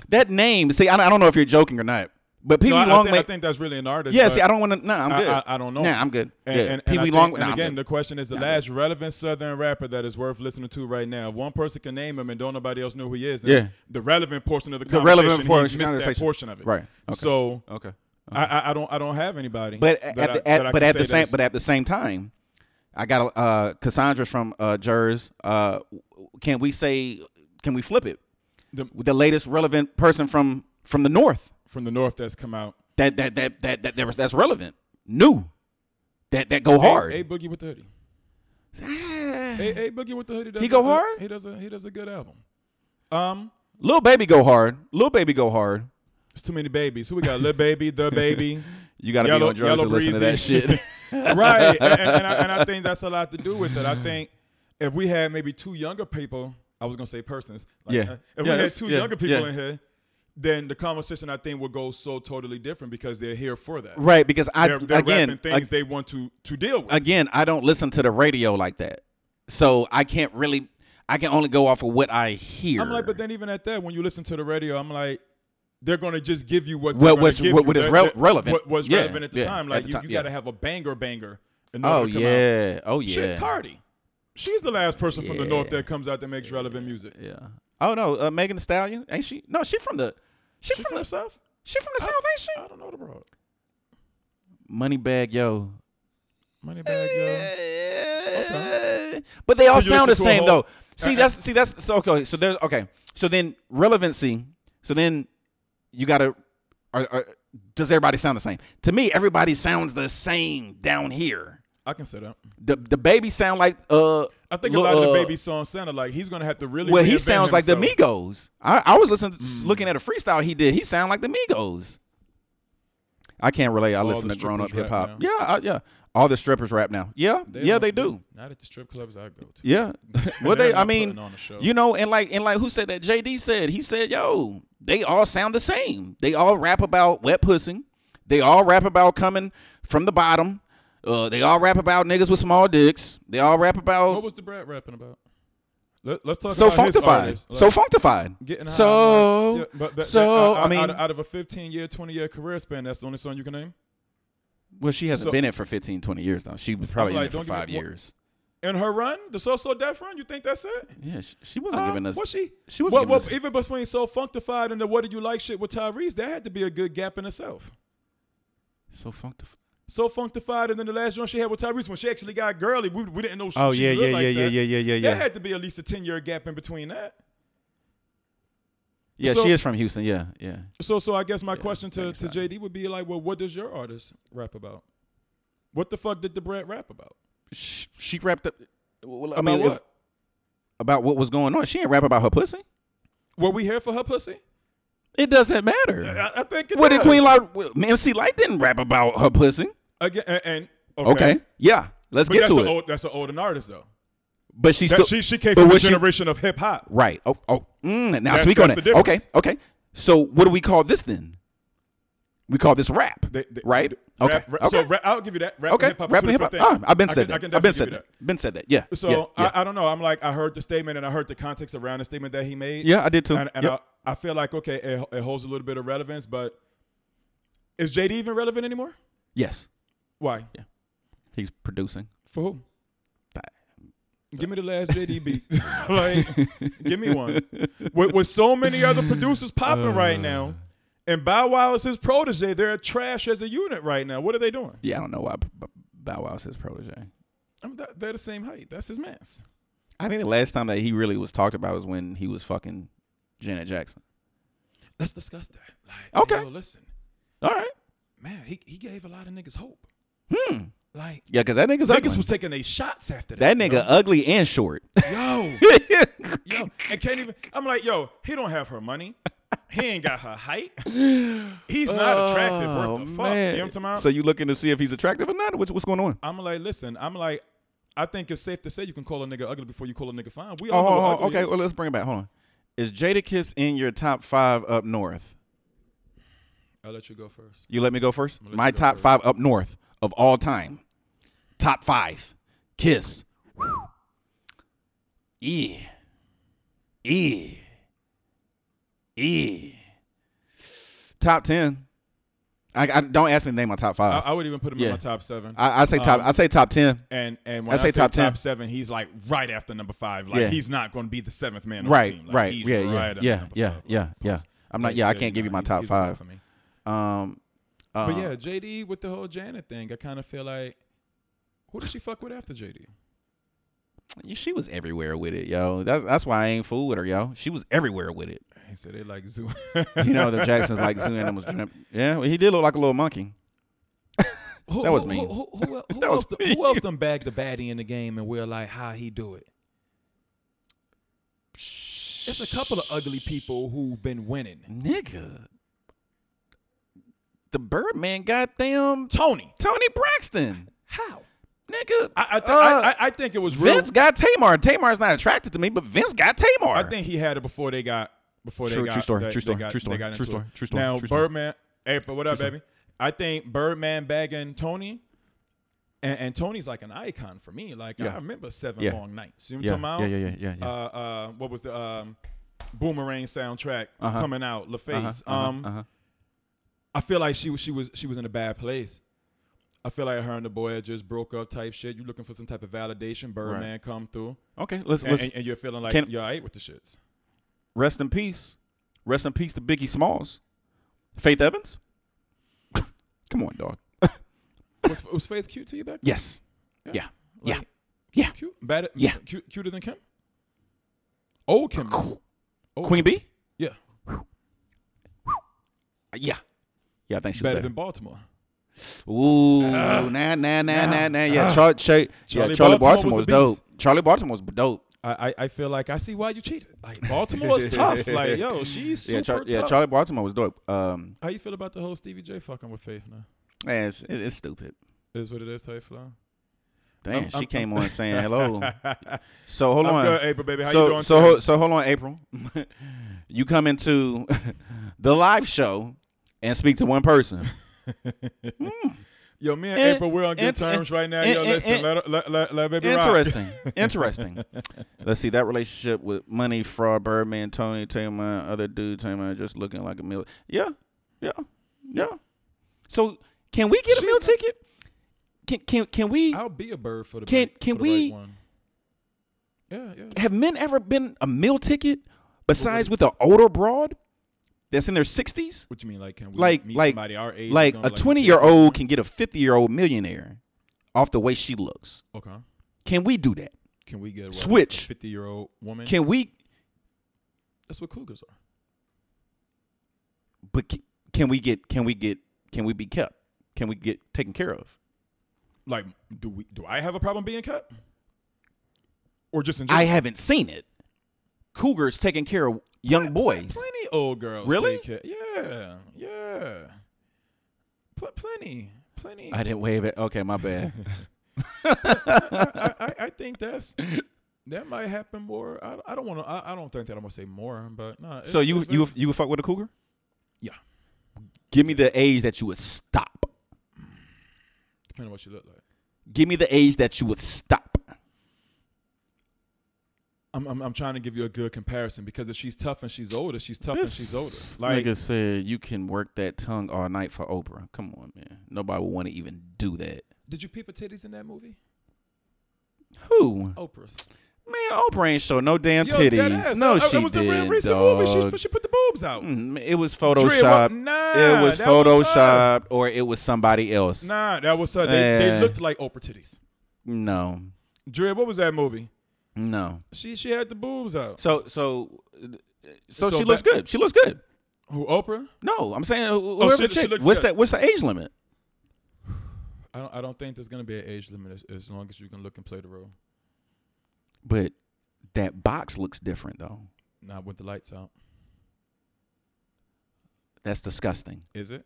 B: that name. See, I, don't- I don't know if you're joking or not, but Pee Wee
A: No, I, I think, I
B: Longway.
A: think that's really an artist.
B: Yeah.
A: but-
B: See, I don't want to. Nah, I'm
A: I-
B: good.
A: I- I don't know.
B: Nah, I'm good.
A: And,
B: yeah.
A: and, and
B: Pee
A: I
B: Wee
A: think-
B: Longway.
A: and
B: nah, I'm
A: again,
B: good.
A: the question is the last relevant Southern rapper that is worth listening to right now. If one person can name him and don't nobody else know who he is, then
B: Yeah.
A: the relevant portion of the
B: The
A: conversation,
B: relevant
A: he's missed
B: portion-
A: that
B: conversation.
A: portion of it.
B: Right. Okay.
A: So
B: Okay.
A: I, I, I don't I don't have anybody.
B: But
A: that
B: at
A: I-
B: the,
A: that I
B: at, but
A: can
B: at
A: say
B: the
A: that
B: same
A: is-
B: but at the same time, I got a uh, Cassandra's from uh, Jers. Uh, can we say? Can we flip it?
A: The-
B: The latest relevant person from from the north
A: from the north that's come out.
B: that that that that, that, that that's relevant, new, that that go hard. "Ah."
A: A, a boogie with the hoodie. A, a boogie with the hoodie. Does
B: He go
A: a good-
B: hard?
A: He does a he does a good album. Um,
B: Little baby go hard. Little baby go hard.
A: it's too many babies. Who we got? Lil baby, the
B: [LAUGHS]
A: baby.
B: You gotta
A: Yellow-
B: be on drugs
A: Yellow
B: to listen to that
A: Breezy. [LAUGHS]
B: shit. [LAUGHS]
A: right. And, and, and I, and I think that's a lot to do with it. I think if we had maybe two younger people, I was gonna say persons. Like,
B: Yeah.
A: uh, If
B: Yeah,
A: we had
B: that's-
A: two
B: yeah,
A: younger people
B: yeah.
A: in here, then the conversation I think would go so totally different because they're here for that.
B: right, because I
A: They're, they're
B: again
A: rapping things they want to to deal with.
B: again, I don't listen to the radio like that, so I can't really. I can only go off of what I hear.
A: I'm like, but then even at that, when you listen to the radio, I'm like, they're gonna just give you what
B: What
A: they're gonna
B: was-
A: give
B: what-
A: you.
B: what is
A: They're-
B: rel-
A: they're-
B: relevant.
A: What was
B: Yeah,
A: relevant at the
B: yeah,
A: time?
B: at
A: Like
B: the
A: you,
B: time,
A: you
B: yeah.
A: gotta have a banger banger. In order
B: oh
A: to come out.
B: yeah, oh yeah,
A: Shit, Cardi. She's the last person from the north
B: Yeah.
A: that comes out that makes relevant music.
B: yeah. Oh no, uh, Megan Thee Stallion ain't she? No, she from the. She,
A: She
B: from,
A: from the
B: the.
A: south? Uh,
B: She from the
A: I-
B: south, ain't she?
A: I don't know the bro.
B: Money bag, yo.
A: Money bag, yo.
B: But they all
A: So uh, you
B: sound the
A: listen to a
B: same
A: whole-
B: though. See that's see that's so okay. So there's okay. So then relevancy. So then you gotta. Are, are, does everybody sound the same? To me, everybody sounds the same down here.
A: I can say that.
B: The the baby sound like uh.
A: I think
B: Lil-
A: a lot of the
B: uh,
A: baby songs sounded like he's gonna have to really.
B: Well, he
A: reinvent
B: sounds like the
A: himself. Mm.
B: Migos. I, I was listening, looking at a freestyle he did. He sound like the Migos. I can't relate. I
A: All
B: listen
A: the
B: to grown up hip
A: strippers
B: hop.
A: rap
B: Yeah, I, yeah. All the strippers rap now. Yeah, yeah,
A: don't-
B: they do.
A: Not at the strip clubs I go to. [LAUGHS]
B: Yeah. well,
A: They're
B: they. I
A: not
B: mean,
A: putting on a show.
B: you know, and like, and like, who said that? JD said. He said, "Yo, they all sound the same. They all rap about wet pussy. They all rap about coming from the bottom. Uh, they all rap about niggas with small dicks. They all rap about."
A: What was the Brad rapping about? Let, us talk
B: so
A: about his
B: functified,
A: artists.
B: so
A: Like,
B: functified.
A: getting high
B: so,
A: on life. Yeah, but that-
B: so
A: that-
B: I,
A: out-
B: mean,
A: out, out of a 15 year, 20 year career span, that's the only song you can name.
B: well, she hasn't
A: so-
B: been in it for 15, 20 years though. She was probably
A: like,
B: in
A: don't
B: it for
A: give me
B: five
A: one-
B: years.
A: And her run, the So So Death run, you think that's it?
B: Yeah, she, she wasn't
A: Uh,
B: giving us.
A: Was she?
B: she wasn't
A: Well,
B: giving
A: well,
B: us-
A: even between so functified and the what do you like shit with Tyrese, there had to be a good gap in itself.
B: so functified.
A: So functified, and then the last joint she had with Tyrese when she actually got girly, we, we didn't know. She,
B: Oh,
A: she
B: yeah,
A: looked
B: yeah,
A: like
B: yeah,
A: that.
B: yeah, yeah, yeah, yeah,
A: There
B: yeah.
A: had to be at least a ten year gap in between that.
B: Yeah,
A: So-
B: she is from Houston. Yeah, yeah.
A: So, so I guess my question to,
B: makes
A: to
B: sense.
A: JD would be like, well, what does your artist rap about? What the fuck did the Brett rap about?
B: She, she wrapped up. Well, I
A: About
B: mean, if-
A: what?
B: about what was going on. She ain't rap about her pussy.
A: Were we here for her pussy?
B: It doesn't matter.
A: I, I think it
B: What did
A: does.
B: Queen Light? well, MC Light didn't rap about her pussy.
A: again? And, and- okay,
B: Okay. Yeah. Let's
A: but
B: get
A: that's
B: to
A: an
B: it.
A: old that's an older artist though.
B: but she
A: That-
B: still
A: she she came
B: but
A: from the
B: was she-
A: generation of hip hop.
B: Right. Oh, oh. Mm, now
A: That's-
B: speak on
A: that's
B: it.
A: the
B: Okay.
A: difference.
B: Okay. So what do we call this then? We call this rap,
A: They- they-
B: right?
A: they-
B: okay.
A: rap- rap-
B: okay.
A: So rap, I'll give you that. Rap
B: okay.
A: and hip hop.
B: Rap and hip hop. Ah, I've been said
A: I can,
B: that.
A: I can definitely
B: I've been
A: give
B: said
A: you
B: that. Been said that. Yeah.
A: So
B: yeah, yeah.
A: I, I don't know. I'm like I heard the statement and I heard the context around the statement that he made.
B: Yeah, I did too.
A: And, and
B: Yep.
A: I feel like okay, it, it holds a little bit of relevance, but is JD even relevant anymore?
B: Yes,
A: Why?
B: he's producing.
A: For who?
B: That-
A: Give me the last
B: [LAUGHS]
A: JD beat. [LAUGHS] like, give me one. With, with so many other producers popping right now,
B: Uh.
A: and Bow Wow is his protege. They're trash as a unit right now. What are they doing?
B: Yeah, I don't know why B- B- Bow Wow's his protege.
A: I mean, that- they're the same height. That's his mass.
B: I think the last time that he really was talked about was when he was fucking Janet Jackson.
A: Let's discuss that. Like,
B: Okay.
A: yo, listen,
B: All right.
A: man, he, he gave a lot of niggas hope.
B: Hmm.
A: Like
B: Yeah, because that nigga's ugly.
A: niggas was taking they shots after that.
B: that nigga ugly
A: [LAUGHS]
B: and short.
A: yo,
B: [LAUGHS]
A: yo, and can't even. I'm like, yo, he don't have her money. He ain't got her height. He's
B: Oh,
A: not attractive. Worth the fuck. You know what I'm talking about?
B: So you looking to see if he's attractive or not? What's, what's going on?
A: I'm like, listen, I'm like, I think it's safe to say you can call a nigga ugly before you call a nigga fine. We
B: Oh,
A: all know
B: hold
A: what
B: on,
A: ugly
B: okay.
A: is.
B: Well, let's bring it back. Hold on. Is Jadakiss in your top five up north?
A: I'll let you go first.
B: You let me go first.
A: let
B: My
A: you go
B: top
A: first.
B: five up north of all time. Top five. Kiss. E. Yeah. Yeah. Yeah. E. Top ten. I, I don't ask me to name my top
A: I,
B: five.
A: I would even put him
B: uh, Yeah.
A: in my top seven.
B: I, I say top.
A: Um,
B: I say top ten.
A: and and when I
B: I say
A: say,
B: top
A: top,
B: 10.
A: seven, he's like right after number five. Like
B: Yeah.
A: he's not going to be the seventh man. On
B: Right.
A: the team. Like,
B: right.
A: he's
B: Yeah. Yeah.
A: right after
B: yeah.
A: number
B: Yeah.
A: five.
B: Yeah. Yeah. I'm not. Yeah. I can't give
A: nah,
B: you my
A: he's-
B: top
A: he's a no
B: five.
A: for me.
B: Um. Uh,
A: But yeah, JD with the whole Janet thing, I kind of feel like, who did she fuck with after JD?
B: yeah, she was everywhere with it, yo. That's that's why I ain't fool with her, yo. She was everywhere with it.
A: He said they like zoo.
B: You
A: [LAUGHS]
B: know, the Jacksons like zoo animals. Jim. Yeah, well, he did look like a little monkey.
A: Who-
B: That was
A: who-
B: mean.
A: Who, who, who, who
B: [LAUGHS] That was
A: else, done- who else done bagged the baddie in the game and we're like, how he do it? It's a couple of ugly people who've been winning.
B: Nigga. The Birdman, goddamn
A: Tony,
B: Tony Braxton.
A: how?
B: Nigga.
A: I I, th-
B: uh,
A: I, I, I think it was real.
B: Vince got Tamar. Tamar's not attracted to me, but Vince got Tamar.
A: I think he had it before they got before they
B: True-
A: got
B: true story,
A: they-
B: true
A: they
B: story,
A: got-
B: true story,
A: they got
B: true
A: into
B: story,
A: it.
B: true story,
A: Now
B: true story.
A: Birdman, April, what up,
B: story.
A: baby? I think Birdman bagging Tony, and, and Tony's like an icon for me. Like
B: Yeah.
A: I remember seven
B: Yeah.
A: long nights. You know what
B: yeah,
A: I'm talking
B: yeah,
A: about?
B: yeah, yeah, yeah, Uh-huh, yeah.
A: uh, uh, what was the um, Boomerang soundtrack
B: Uh-huh.
A: coming out? LaFace.
B: Uh-huh, uh-huh,
A: um,
B: uh-huh.
A: I feel like she was she was she was in a bad place. I feel like her and the boy had just broke up type shit. You looking for some type of validation? Birdman come through,
B: Okay, let's
A: and,
B: let's
A: and, and you're feeling like
B: can-
A: you're alright with the shits.
B: rest in peace. Rest in peace to Biggie Smalls. Faith Evans? [LAUGHS] Come on, dog.
A: Was, was Faith cute to you back? then?
B: Yes. Yeah. Yeah.
A: Like,
B: Yeah.
A: Cute. Bad.
B: Yeah.
A: Cute, cuter than Kim. Old Kim. Old
B: Queen Bee?
A: Oh.
B: Uh,
A: Yeah.
B: Yeah. Yeah, I think she's
A: Better
B: better.
A: than Baltimore.
B: Ooh, nah, nah, nah, nah, nah. Yeah,
A: Ah.
B: Char- Char- yeah
A: Charlie
B: Charlie Baltimore,
A: Baltimore was a
B: was,
A: beast.
B: dope. Charlie Baltimore was dope.
A: I, I, I feel like I see why you cheated. Like
B: [LAUGHS]
A: Baltimore is tough. Like yo, she's super
B: Yeah, Char-
A: tough.
B: yeah, Charlie Baltimore was dope. Um,
A: How you feel about the whole Stevie J fucking with Faith now?
B: man, it's, it- it's stupid.
A: Is what it is, type flow.
B: Damn,
A: I'm-
B: she
A: I'm-
B: came
A: [LAUGHS]
B: on saying hello. So Oh. hold
A: I'm
B: on.
A: good, April baby. How
B: so
A: you doing?
B: so
A: today?
B: ho- so hold on, April. [LAUGHS] you come into [LAUGHS] the live show and speak to one person.
A: yo, me and
B: Eh,
A: April, we're on good
B: eh,
A: terms right now.
B: eh,
A: yo,
B: eh,
A: listen,
B: eh.
A: let, her- let, let, let baby rock.
B: Interesting. Interesting. Let's see that relationship with money, fraud, Birdman, Tony, Tamer, other dude, Tamer, just looking like a meal. Yeah, yeah, yeah. So can we get a meal ticket? Can can can we?
A: I'll be a bird for the
B: Can-
A: bait-
B: can
A: for the right
B: we-
A: one. Yeah, yeah.
B: Have men ever been a meal ticket besides with an older broad that's in their sixties?
A: What you mean, like can we
B: Like
A: meet
B: like
A: somebody our age?
B: like
A: and go,
B: a
A: we
B: twenty
A: take
B: year
A: this
B: old
A: one?
B: can get a fifty year old millionaire off the way she looks.
A: Okay.
B: Can we do that?
A: Can we get what,
B: Switch.
A: A Fifty year old woman.
B: Can we?
A: That's what cougars are.
B: But ca- can we get? Can we get? Can we be kept? Can we get taken care of?
A: Like, do we? Do I have a problem being cut? Or just in general?
B: I haven't seen it. Cougars taking care of young boys.
A: Plenty old girls.
B: Really?
A: Take care. Yeah, yeah. Pl- plenty, plenty.
B: I
A: I,
B: didn't wave it. Okay, my bad. [LAUGHS]
A: I, I, I think that's that might happen more. I, I don't want to. I, I don't think that I'm gonna say more, but no.
B: so you you you would fuck with a cougar?
A: yeah.
B: Give me the age that you would stop.
A: Depending on what you look like.
B: Give me the age that you would stop.
A: I'm, I'm, I'm trying to give you a good comparison because if she's tough and she's older, she's tough and she's older.
B: This
A: Like
B: nigga said, you can work that tongue all night for Oprah. Come on, man. Nobody would want to even do that.
A: Did you peep her titties in that movie?
B: Who?
A: Oprah's.
B: Man, Oprah ain't show no damn titties. no, she
A: It was
B: did.
A: a real recent movie. She,
B: dog.
A: she put the boobs out.
B: Mm, It was
A: Drea,
B: photoshopped.
A: what- nah,
B: it was
A: that was her.
B: photoshopped, or it was somebody else.
A: Nah, that was her. They, they
B: Eh.
A: looked like Oprah titties.
B: No,
A: Drea, what was that movie?
B: no.
A: She she had the boobs out.
B: So, so, so,
A: So
B: she looks
A: back-
B: good. She looks good.
A: Who Oprah?
B: No, I'm saying wh-
A: she-
B: whoever the
A: Oh, she
B: chick-
A: looks
B: what's
A: good.
B: that? What's the age limit?
A: I don't I don't think there's gonna be an age limit as, as long as you can look and play the role.
B: But that box looks different though.
A: Not with the lights out.
B: That's disgusting.
A: Is it?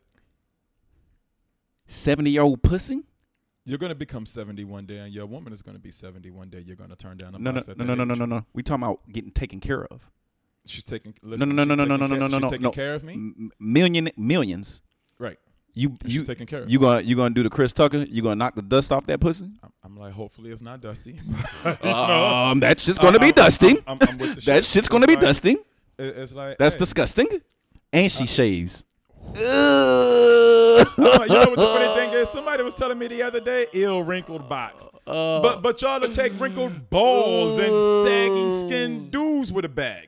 B: Seventy year old pussy?
A: You're gonna become 70 one day, and your woman is gonna be 70 one day. You're gonna turn down a
B: No, no,
A: box at
B: no,
A: that
B: no, no, no,
A: age.
B: no, no. We talking about getting taken care of.
A: She's taking. Listen,
B: no, no,
A: she's
B: no, no,
A: taking
B: no, no,
A: care-
B: no, no,
A: She's
B: no,
A: taking
B: no.
A: care of me.
B: M- million millions.
A: Right.
B: You
A: She's
B: you
A: taking care of.
B: you gonna you gonna do the Chris Tucker? You gonna knock the dust off
A: [LAUGHS]
B: that pussy?
A: I'm, I'm like, hopefully it's not
B: [LAUGHS]
A: dusty. [LAUGHS]
B: Um, that shit's gonna
A: I'm-
B: be
A: I'm-
B: dusty.
A: I'm- I'm with the
B: That
A: shit.
B: shit's gonna be
A: It's like-
B: dusty.
A: It- It's like
B: That's
A: hey, Uh.
B: disgusting. And
A: [LAUGHS]
B: she shaves.
A: I'm
B: [LAUGHS]
A: like, [LAUGHS] you know what the funny thing is? Somebody was telling me the other day, ill wrinkled box.
B: Uh, Oh.
A: but but y'all to take wrinkled balls and saggy
B: Uh.
A: skin dudes with a bag.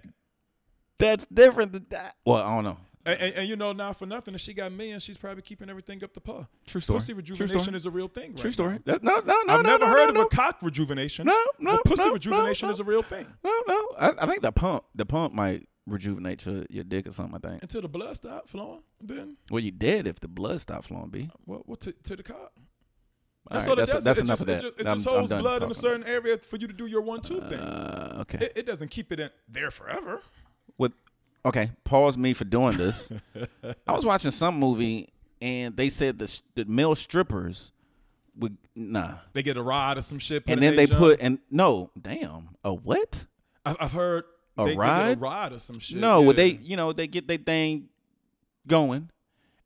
B: That's different than that. Well, I don't know.
A: And, and, and you know, now for nothing, if she got millions, she's probably keeping everything up to par.
B: True story.
A: Pussy
B: True
A: rejuvenation
B: story.
A: is a real thing.
B: True
A: right
B: story.
A: now.
B: That, no, no, no,
A: I've
B: no,
A: never
B: no,
A: heard
B: no,
A: of
B: no.
A: a cock rejuvenation.
B: No,
A: but
B: no,
A: pussy
B: no,
A: rejuvenation
B: no,
A: is a real thing.
B: No, no. I, I think the pump, the pump might rejuvenate your, your dick or something. I think.
A: Until the blood stop flowing, then
B: Well, you dead if the blood stopped flowing, b.
A: well, well to, to the cock.
B: All
A: That's
B: right,
A: all it
B: that's,
A: does.
B: that's
A: it
B: enough
A: just,
B: of that.
A: It just, it
B: I'm-
A: just
B: I'm
A: holds
B: done
A: blood in a
B: talking
A: certain
B: about
A: area for you to do your one two thing.
B: it. Uh, okay.
A: It, it doesn't keep it in there forever.
B: What? Okay. Pause me for
A: [LAUGHS]
B: doing this. I was watching some movie and they said the s- the male strippers would nah,
A: They get a rod or some shit. put
B: and
A: in
B: then they
A: junk.
B: put and no, damn, a what?
A: I- I've heard
B: A
A: they, they get
B: ride?
A: a rod or some shit.
B: No, well, they
A: yeah.
B: you know they get their thing going,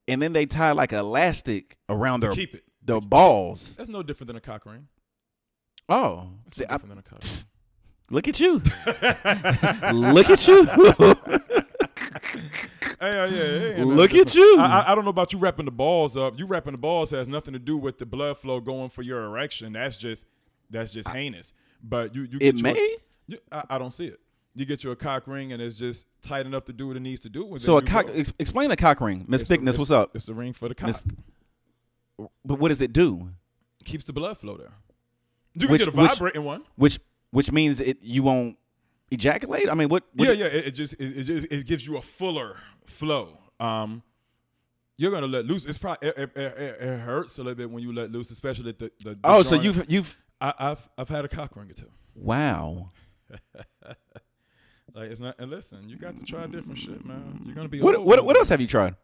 B: and then they tie like elastic around their
A: keep it.
B: their balls.
A: That's no different than a cock ring.
B: Oh,
A: That's
B: see,
A: no
B: I,
A: different than a cock. ring.
B: look
A: [LAUGHS]
B: at you, look at you, [LAUGHS]
A: Hey, uh, yeah, yeah, yeah, no
B: look
A: different.
B: at you.
A: I, I- I don't know about you wrapping the balls up. You wrapping the balls has nothing to do with the blood flow going for your erection. That's just that's just heinous. But you you get
B: it
A: you a-
B: may.
A: you- I, I don't see it. You get you a cock ring and it's just tight enough to do what it needs to do. and
B: So a
A: then you
B: cock.
A: go.
B: Ex, explain a cock ring, Miss
A: It's a-
B: Thickness.
A: it's-
B: What's up?
A: It's a ring for the cock.
B: Miss- But what does it do?
A: Keeps the blood flow there. You can
B: Which-
A: get a
B: which-
A: vibrating one.
B: Which which means it you won't ejaculate. I mean, what? what
A: yeah, yeah. It, it just it, it just it gives you a fuller flow. Um, you're gonna let loose. It's probably it, it, it- it- it hurts a little bit when you let loose, especially the. the, the
B: Oh, so
A: joint.
B: you've you've
A: I, I've I've had a cock ring or two.
B: wow.
A: Like it's not. And listen, you got to try different shit, man. You're gonna be.
B: What
A: old
B: what
A: one
B: what
A: day.
B: else have you tried?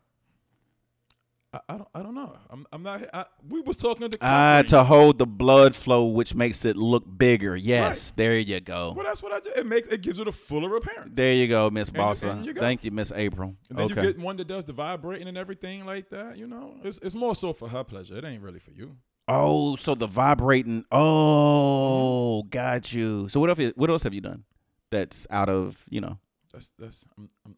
A: I, I don't I don't know. I'm I'm not. I, we was talking to.
B: Ah,
A: cock
B: to
A: rings.
B: hold the blood flow, which makes it look bigger. Yes, there you go.
A: Well, that's what I did. It makes it gives it a fuller appearance.
B: There you go, Miss
A: you-
B: Bossa.
A: and you go.
B: Thank you, Miss April.
A: And then
B: Okay.
A: you get one that does the vibrating and everything like that. You know, it's it's more so for her pleasure. It ain't really for you.
B: oh, so the vibrating. Oh, got you. So what else? What else have you done? That's out of you know.
A: That's that's. I'm, I'm,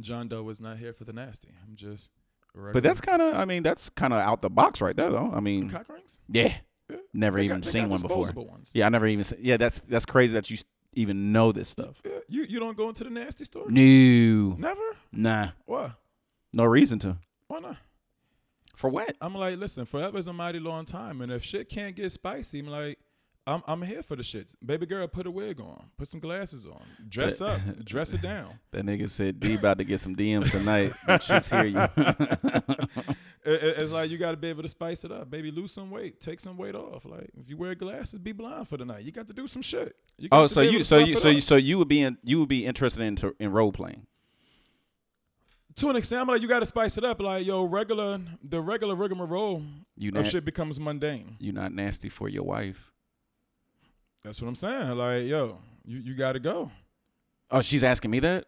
A: John Doe is not here for the nasty. I'm just. a regular-
B: But that's kind of. I mean, that's kind of out the box right there, though. I mean,
A: cock rings.
B: yeah,
A: Yeah.
B: never
A: They
B: even
A: got- they
B: seen
A: got
B: one before.
A: disposable ones.
B: Yeah, I never even. Seen, yeah, that's that's crazy that you s- even know this stuff.
A: Yeah, You you don't go into the nasty store.
B: No,
A: Never.
B: nah,
A: Why?
B: no reason to.
A: Why not?
B: For what?
A: I'm like, listen, forever is a mighty long time, and if shit can't get spicy, I'm like, I'm I'm here for the shits. Baby girl, put a wig on, put some glasses on, dress up,
B: [LAUGHS]
A: dress it down.
B: That nigga said D about to get some DMs tonight.
A: [LAUGHS]
B: Them chicks hear Oh, you.
A: It- it- it's like you got to be able to spice it up, baby. Lose some weight, take some weight off. Like if you wear glasses, be blind for the night. You got to do some shit. You got
B: oh,
A: to
B: so
A: be able
B: you
A: to
B: so
A: step
B: you
A: it
B: so
A: up.
B: you so you would be in, you would be interested in to, in role playing.
A: to an extent, I'm like you got to spice it up. Like yo, regular the regular rigmarole
B: You
A: of
B: not
A: Oh, shit becomes mundane.
B: you not nasty for your wife.
A: That's what I'm saying. Like yo, you you got to go.
B: Oh, she's asking me that.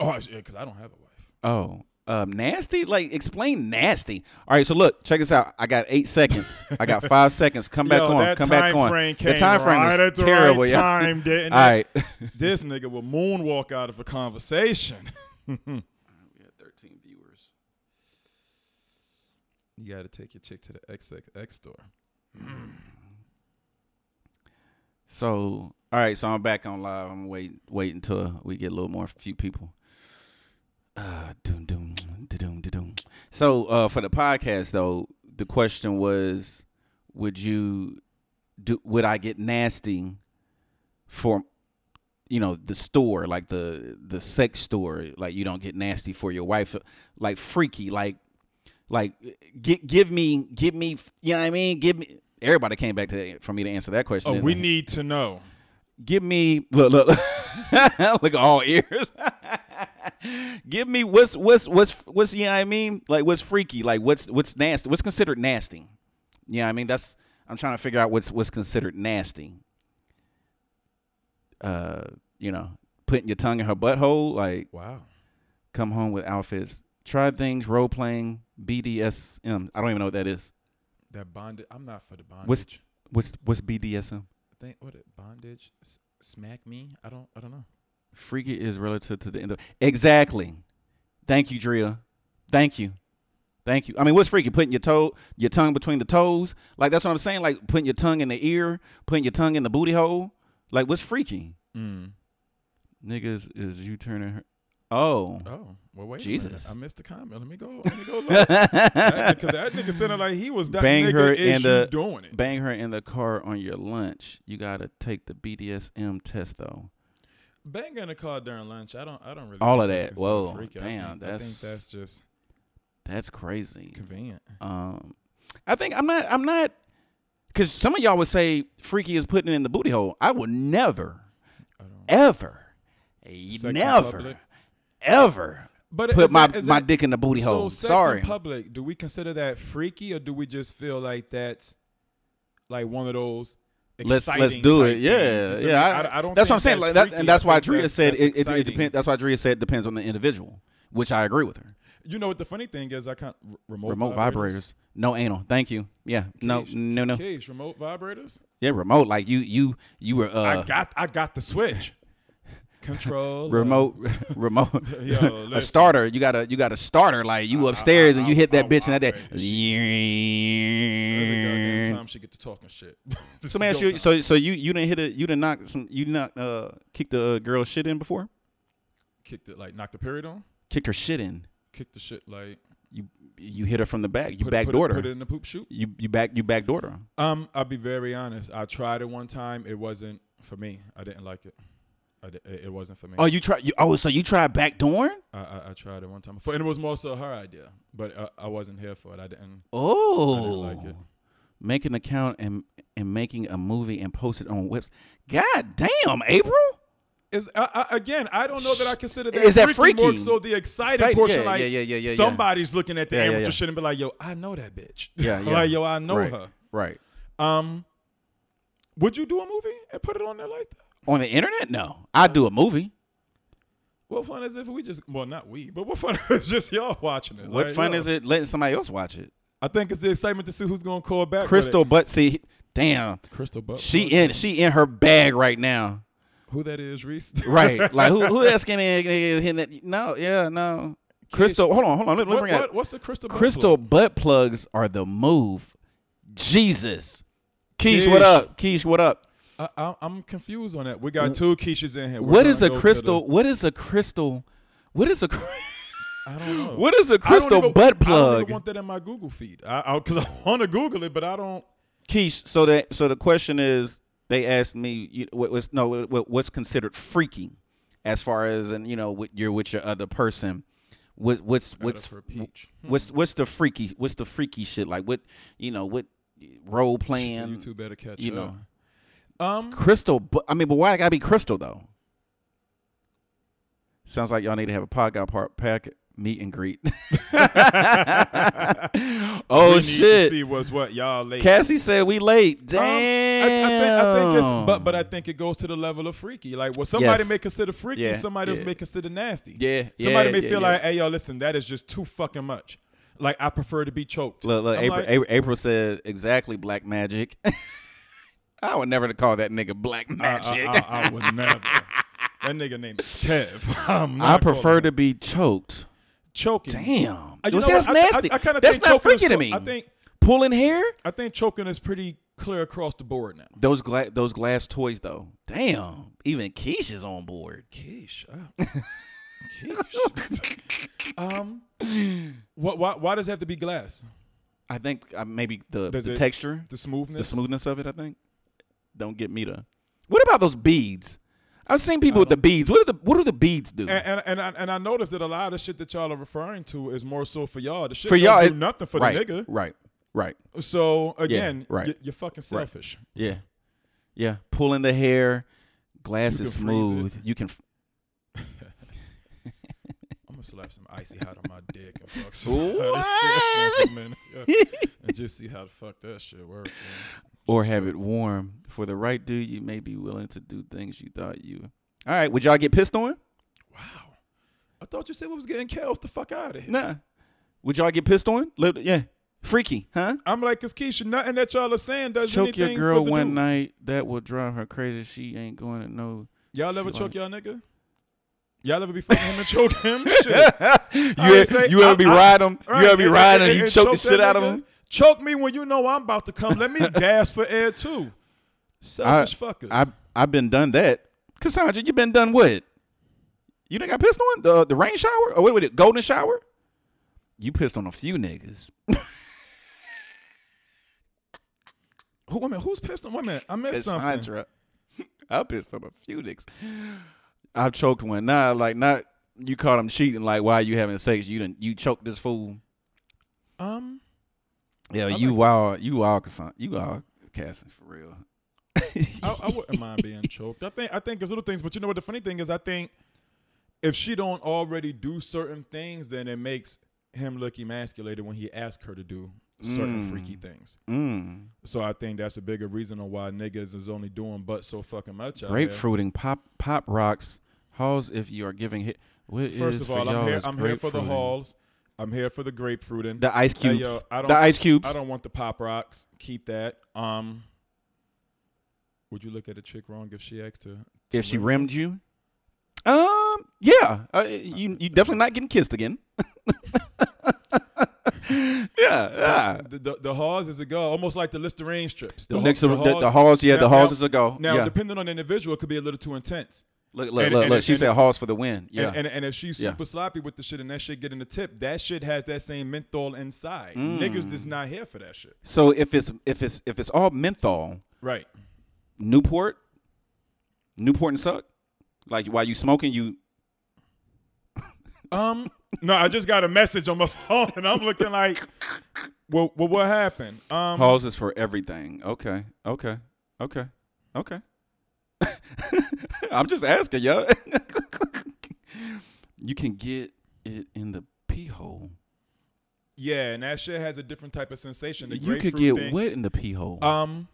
A: Oh, because I don't have a wife.
B: Oh, Uh, nasty? Like explain nasty. All right, so look, check this out. I got eight seconds. I got five seconds. Come
A: [LAUGHS]
B: back
A: Yo,
B: on.
A: that
B: Come back
A: time
B: on.
A: frame
B: the
A: came
B: time frame
A: right
B: is
A: at the right
B: terrible. [LAUGHS] yeah.
A: time, didn't
B: All right.
A: it? this nigga will moonwalk out of a conversation. [LAUGHS]
B: [LAUGHS] We had 13 viewers.
A: You got to take your chick to the XXX store.
B: So all right, so I'm back on live. I'm waiting, waiting until we get a little more few people. Uh, doom doom doom doom. So uh, for the podcast though, the question was, would you do? Would I get nasty for, you know, the store like the the sex store? Like you don't get nasty for your wife, like freaky, like like give give me give me you know what I mean? Give me. Everybody came back to for me to answer that question.
A: Oh,
B: didn't
A: we
B: they?
A: need to know.
B: give me look look [LAUGHS] look at all ears. [LAUGHS] give me what's what's what's what's you know what I mean? Like what's freaky? Like what's what's nasty? What's considered nasty? You know what I mean? That's I'm trying to figure out what's what's considered nasty. Uh, you know, putting your tongue in her butthole, like
A: Wow.
B: come home with outfits, tried things, role playing, BDSM. I don't even know what that is.
A: That bondage. I'm not for the bondage.
B: What's what's what's BDSM?
A: I think what it, bondage S- smack me? I don't I don't know.
B: Freaky is relative to the end of exactly. Thank you, Drea. Thank you, thank you. I mean, what's freaky? Putting your toe, your tongue between the toes, like that's what I'm saying. Like putting your tongue in the ear, putting your tongue in the booty hole. Like what's freaky?
A: Mm.
B: Niggas is you turning her. Oh,
A: Oh well, wait. a minute.
B: Jesus.
A: I missed the comment. Let me go. Let me go. Look. [LAUGHS]
B: [LAUGHS]
A: that, nigga, that nigga sounded like he was that
B: Bang
A: nigga
B: her
A: is
B: in
A: you
B: the-
A: doing it.
B: bang her in the car on your lunch. You gotta take the BDSM test though.
A: Bang in the car during lunch. I don't. I don't really.
B: All
A: think
B: of
A: that's
B: that.
A: considered
B: Whoa,
A: freaky.
B: damn,
A: I think, I think
B: that's-
A: that's just
B: That's crazy.
A: convenient.
B: Um, I think I'm not. I'm not. Because some of y'all would say freaky is putting it in the booty hole. I would never,
A: I don't.
B: ever,
A: in
B: never,
A: public?
B: ever
A: But
B: put
A: is
B: my
A: that- is
B: my
A: that-
B: dick in the booty
A: So
B: hole.
A: sex
B: Sorry.
A: in public. Do we consider that freaky, or do we just feel like that's like one of those?
B: Let's let's
A: exciting
B: do
A: type
B: it. Yeah,
A: things? You feel
B: yeah.
A: me? I, I don't.
B: That's what I'm
A: think
B: saying. like that,
A: freaky.
B: and that's
A: I
B: why
A: think
B: Drea
A: that's-
B: said
A: that's
B: it, it, it
A: exciting.
B: depends. That's why Drea said it depends on the individual, which I agree with her.
A: You know what the funny thing is? I can't r- remote
B: Remote
A: vibrators.
B: vibrators, no anal. Thank you. Yeah. No.
A: Keesh,
B: No. No.
A: Keesh, remote vibrators.
B: Yeah. Remote. Like you. You. You were. Uh,
A: I got I got the switch. [LAUGHS]
B: [LAUGHS]
A: Control [LAUGHS]
B: remote remote [LAUGHS]
A: Yo,
B: a
A: listen.
B: starter you got a you got a starter like you
A: I-
B: upstairs
A: I-
B: and you hit that
A: I-
B: bitch
A: I-
B: and that
A: I- Every goddamn
B: that
A: time she get to talking shit. [LAUGHS]
B: so man you, so so you you didn't hit it you didn't knock some you not uh kick the uh, girl shit in before
A: kicked it like knocked the period on.
B: kick her shit in
A: Kicked the shit like
B: you you hit her from the back you
A: put it- put it,
B: backdoored
A: Put it
B: her
A: in the poop shoot.
B: you you back you backdoored her
A: Um, I'll be very honest. I tried it one time. It wasn't for me. I didn't like it. I di- it it wasn't for me.
B: oh you try you, oh so you tried backdooring
A: I, I I tried it one time before, and it was more so her idea, but I, I wasn't here for it. I didn't.
B: oh
A: like it.
B: make an account and and making a movie and post it on webs god damn April
A: Is I, I, again, I don't know that I consider that
B: Is that
A: More
B: freaky?
A: so the excited
B: Excite-
A: portion,
B: yeah,
A: like
B: yeah, yeah, yeah, yeah, yeah.
A: somebody's looking at the
B: Yeah, yeah,
A: amateur
B: yeah.
A: shit and be like, "Yo, I know that bitch. [LAUGHS]
B: Yeah, yeah.
A: like, yo, I know
B: right
A: her."
B: right
A: Um, would you do a movie and put it on there like that?
B: on the internet no i do a movie
A: What fun is it if we just well, not we, but what fun [LAUGHS] is just y'all watching it?
B: What
A: Like,
B: fun
A: yo,
B: is it letting somebody else watch it?
A: I think it's the excitement to see who's gonna call back. with it.
B: Crystal Butt, see, damn,
A: Crystal, but
B: she in she in her bag right now.
A: who that is, Reese?
B: [LAUGHS]
A: [LAUGHS]
B: Right, like who who that skinny nigga is hitting that? No, yeah, no. Crystal, hold on, hold on. Let, let me
A: what,
B: bring it
A: what,
B: up.
A: what's the crystal? butt
B: Crystal
A: plug?
B: butt plugs are the move. Jesus, Keish, what
A: Keish.
B: up? Keish, what up?
A: I, I, I'm confused on that. We got two Keishas in here. We're
B: What
A: gonna
B: is
A: go
B: a
A: to the-
B: crystal? What is a crystal? What is a cr- [LAUGHS]
A: I don't know.
B: what is a
A: I don't
B: crystal
A: even-
B: butt
A: I don't
B: plug?
A: even want that in my Google feed. I because I, [LAUGHS] want to Google it, but I don't.
B: Keish, so that so the question is, they asked me, you, what was no, what, what's considered freaky, as far as and you know, what you're with your other person, what what's what's
A: for peach.
B: what's what's the freaky, what's the freaky shit like? What you know, what role
A: So
B: playing,
A: Hmm. you two better catch
B: you
A: up.
B: know,
A: Um,
B: crystal. But I mean, but why it gotta be crystal though? Sounds like y'all need to have a podcast part pack meet
A: [LAUGHS]
B: and greet. [LAUGHS]
A: we
B: oh
A: need To
B: shit!
A: see what's what y'all late.
B: Cassie said we late.
A: Um,
B: Damn.
A: I- I, think, I think it's, but but I think it goes to the level of freaky. Like what somebody
B: Yes.
A: may consider freaky,
B: Yeah,
A: somebody else
B: yeah.
A: may consider nasty.
B: Yeah,
A: Somebody
B: yeah,
A: may
B: yeah,
A: feel
B: yeah.
A: like, hey yo, listen, that is just too fucking much. Like I prefer to be choked.
B: Look, look,
A: I'm
B: April,
A: like,
B: April, April said exactly black magic. [LAUGHS] I would never call that nigga
A: Uh,
B: black magic. [LAUGHS]
A: I, I- I would never. That nigga named Kev. [LAUGHS] I'm not
B: I prefer
A: calling
B: to be choked.
A: him. choking.
B: Damn.
A: Uh, you
B: Yo,
A: know what?
B: see, that's
A: I- I-
B: nasty.
A: I, kinda
B: that's
A: think
B: not
A: choking is
B: freaky to
A: pro-
B: me.
A: I think
B: Pulling hair?
A: I think choking is pretty clear across the board now.
B: Those gla- those glass toys though. Damn. Even Keisha's on board.
A: Keesh. uh, Keesh. [LAUGHS] um, wha why, why does it have to be glass?
B: I think uh, maybe the,
A: Does
B: the
A: it-
B: texture,
A: The
B: the
A: smoothness?
B: smoothness of it, I think. Don't get me to. What about those beads? I've seen people with the beads. What do the what do the beads do?
A: And, and, and, I, and I noticed that a lot of the shit that y'all are referring to is more so for y'all. The shit
B: for
A: don't
B: y'all
A: do
B: it-
A: nothing for
B: right,
A: the nigga.
B: Right. Right.
A: So, again,
B: right.
A: y- you're fucking selfish.
B: Yeah. Yeah. Pulling the hair, glass
A: You
B: is
A: can freeze it.
B: smooth. You can f-
A: I'm going to slap some icy hot on my dick and
B: [LAUGHS]
A: fuck [LAUGHS]
B: What?
A: some yeah. And just see how the fuck that shit works.
B: or have it warm. For the right dude, you may be willing to do things you thought you. All right, would y'all get pissed on?
A: Wow. I thought you said we was getting Kels the fuck out of here.
B: Nah. Would y'all get pissed on? Li- Yeah. Freaky, huh?
A: I'm like, because Keisha, nothing that y'all are saying does
B: Choke
A: anything
B: your girl
A: for the
B: one
A: dude.
B: night. That will drive her crazy. She ain't going to know.
A: Y'all ever
B: Shit
A: choke
B: like-
A: y'all nigga? Y'all ever be fucking him and choke
B: [LAUGHS]
A: him? Shit. I would say, I- I- right, and- and- and that nigga. Choke me when you know I'm about to come.
B: [LAUGHS]
A: Let me gasp for air too. Selfish fuckers.
B: I I've been done that. Cassandra, you been done what? You done got pissed on the the rain shower? Oh wait, wait, golden shower? You pissed on a few niggas.
A: Who, woman, who's pissed on women? I missed something.
B: Cassandra, [LAUGHS] I pissed on a few niggas. I've choked one. Nah, like not you caught him cheating. Like why you having sex? You done you choked this fool. [LAUGHS]
A: Um,
B: Yeah,
A: I
B: you
A: like-
B: wild. You wild, Cassandra. You wild, Cassie, for real.
A: I, I wouldn't mind being choked. I think I think it's little things, but you know what? The funny thing is, I think if she don't already do certain things, then it makes him look emasculated when he asks her to do certain
B: Mm.
A: freaky things.
B: Mm.
A: So I think that's a bigger reason on why niggas is only doing but so fucking much. out there.
B: Grapefruiting pop pop rocks. Halls if you are giving hit. What
A: First
B: is
A: of
B: for
A: all,
B: y'all
A: I'm here.
B: is
A: I'm here for the
B: grapefruiting?
A: halls. I'm here for the grapefruiting.
B: The ice
A: Hey,
B: cubes.
A: yo, I don't-
B: the ice cubes.
A: I don't want the pop rocks. Keep that. Um, would you look at a chick wrong if she asked to? to
B: If she
A: rim-
B: rimmed you, um, yeah, uh, you you definitely not getting kissed again. [LAUGHS] yeah, yeah.
A: the, the, the halls is a go, almost like the Listerine strips.
B: Ah. The
A: ho-
B: next the, the,
A: halls-
B: halls, yeah, the
A: now-
B: halls
A: now-
B: is a go.
A: Now,
B: yeah.
A: depending on the individual, it could be a little too intense.
B: look, look,
A: and-
B: look,
A: and-
B: look. She
A: and-
B: said halls for the win. Yeah,
A: And, and, and if she's
B: Yeah.
A: super sloppy with the shit and that shit getting the tip, that shit has that same menthol inside.
B: Mm.
A: Niggas is not here for that shit.
B: so if it's if it's if it's all menthol,
A: Right.
B: Newport, Newport and suck. Like while you smoking, you
A: Um, no, I just got a message on my [LAUGHS] phone, and I'm looking like, well, well what happened? Um,
B: Halls is for everything. Okay. Okay. Okay. Okay. [LAUGHS] I'm just asking, yo. [LAUGHS] you can get it in the pee hole.
A: yeah, and that shit has a different type of sensation. The
B: You could
A: grapefruit
B: get
A: thing,
B: wet in the pee hole.
A: Um,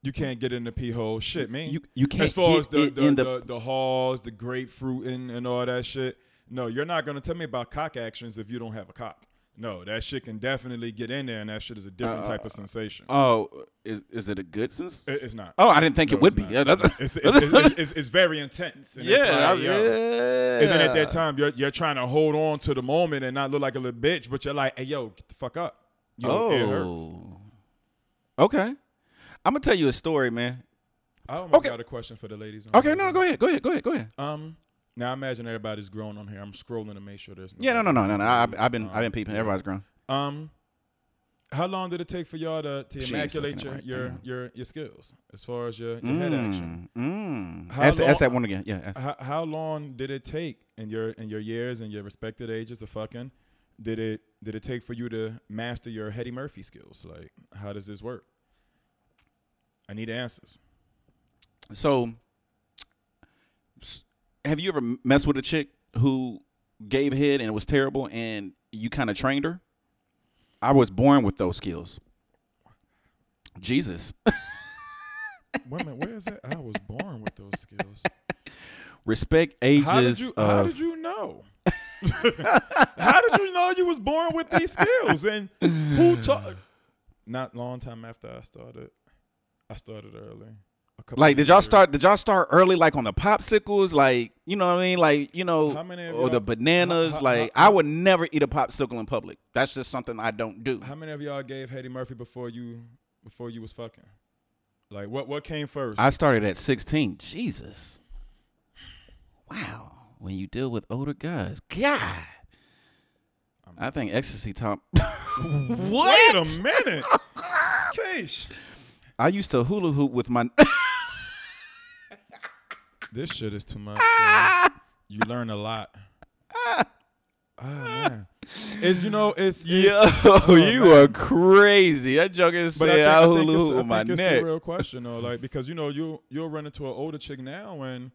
A: you can't get in the pee hole, shit, man.
B: you you can't
A: as far
B: get
A: as the
B: it
A: the,
B: in
A: the,
B: the,
A: the halls, the grapefruit, and, and all that shit. No, you're not gonna tell me about cock actions if you don't have a cock. No, that shit can definitely get in there, and that shit is a different type
B: Uh,
A: of sensation.
B: Oh, is is it a good sense?
A: It- it's not.
B: Oh, I didn't think
A: No,
B: it would
A: it's not.
B: be. [LAUGHS] Yeah, that-
A: it's, it's, it's, it's, it's very intense. and it's
B: yeah,
A: like,
B: I-
A: yo.
B: yeah.
A: And then at that time, you're, you're trying to hold on to the moment and not look like a little bitch, but you're like, hey, yo, get the fuck up. Yo, It
B: Oh.
A: hurts.
B: Okay. I'm gonna tell you a story, man.
A: I almost
B: Okay.
A: got a question for the ladies. on
B: Okay,
A: here.
B: no, no, go ahead, go ahead, go ahead, go ahead.
A: Um, now, I imagine everybody's grown on here. I'm scrolling to make sure there's
B: Yeah, no, no, no, no, no. I, I've been,
A: Um,
B: I've been peeping.
A: yeah.
B: Everybody's grown.
A: Um, how long did it take for y'all to, to
B: She's
A: immaculate
B: looking
A: your,
B: at
A: your,
B: right
A: your your skills as far as your, your head action?
B: Mm.
A: How
B: Ask, that- ask
A: long-
B: that one again. Yeah. ask-
A: How, how long did it take in your in your years and your respected ages of fucking? Did it did it take for you to master your Hetty Murphy skills? Like, how does this work? I need answers.
B: So, s- have you ever messed with a chick who gave head and it was terrible, and you kind of trained her. I was born with those skills. Jesus,
A: Wait a minute, where is that? I was born with those skills.
B: respect ages
A: How did you?
B: of
A: How did you know? [LAUGHS] how did you know you was born with these skills? And who
B: [SIGHS]
A: taught? Not long time after I started, I started early. A couple
B: like.
A: of
B: Did y'all
A: years.
B: start? Did y'all start early? Like on the popsicles? Like you know what I mean? Like you know,
A: How many of
B: or the
A: y'all-
B: bananas?
A: how- how-
B: like
A: how-
B: I would never eat a popsicle in public. That's just something I don't do.
A: How many of y'all gave Eddie Murphy before you before you was fucking? Like what what came first?
B: I started at 16. Jesus. Wow. When you deal with older guys, God. I think ecstasy
A: [LAUGHS]
B: top. what?
A: Wait a
B: [LAUGHS]
A: minute. Case.
B: I used to hula hoop with my. [LAUGHS]
A: This shit is too much.
B: Ah.
A: yo. you learn a lot. oh man. It's you know, it's, it's oh, man.
B: crazy. That joke is
A: But I think, I think it's, I think it's a real question though, like because you know you you'll run into an older chick now, and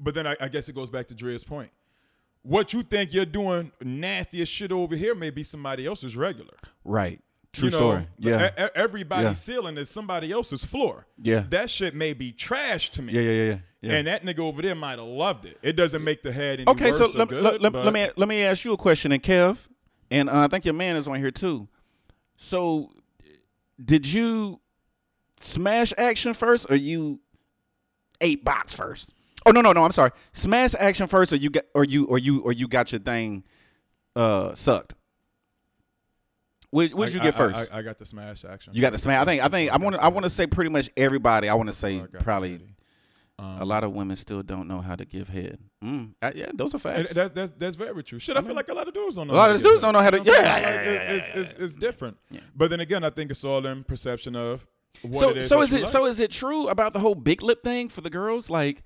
A: but then I, I guess it goes back to Dre's point. What you think you're doing nasty as shit over here may be somebody else's regular.
B: Right. True
A: You know,
B: story.
A: the-
B: Yeah.
A: e- e- everybody's
B: Yeah.
A: ceiling is somebody else's floor.
B: Yeah.
A: That shit may be trash to me.
B: yeah. Yeah. Yeah. Yeah. yeah.
A: And that nigga over there might have loved it. It doesn't make the head any
B: okay,
A: worse
B: so
A: or
B: let,
A: good,
B: let, let,
A: but
B: let me let me ask you a question, and Kev, and uh, I think your man is on here too. So, did you smash action first, or you eight box first? Oh no no no! I'm sorry. Smash action first, or you got or you or you or you got your thing uh, sucked. What what did
A: I-
B: you get
A: I-
B: first?
A: I, I got the smash action.
B: you got the smash. I think I think I
A: got
B: want
A: the
B: I want to
A: Eddie.
B: say pretty much everybody. I want to say
A: Oh, I got the
B: probably
A: Eddie.
B: a lot of women still don't know how to give head. Mm, I- yeah, those are
A: And
B: facts.
A: that, that's that's very true. Shit, I, feel like a lot of dudes don't know.
B: A lot
A: how
B: of
A: to
B: dudes
A: get
B: don't
A: that.
B: know how to-
A: You what I'm
B: yeah,
A: saying? Like,
B: yeah, yeah,
A: it- it's, it's, it's different.
B: Yeah.
A: But then again, I think it's all in perception of what
B: so
A: it is.
B: so
A: that
B: is
A: you
B: it
A: like.
B: so is it true about the whole big lip thing for the girls? Like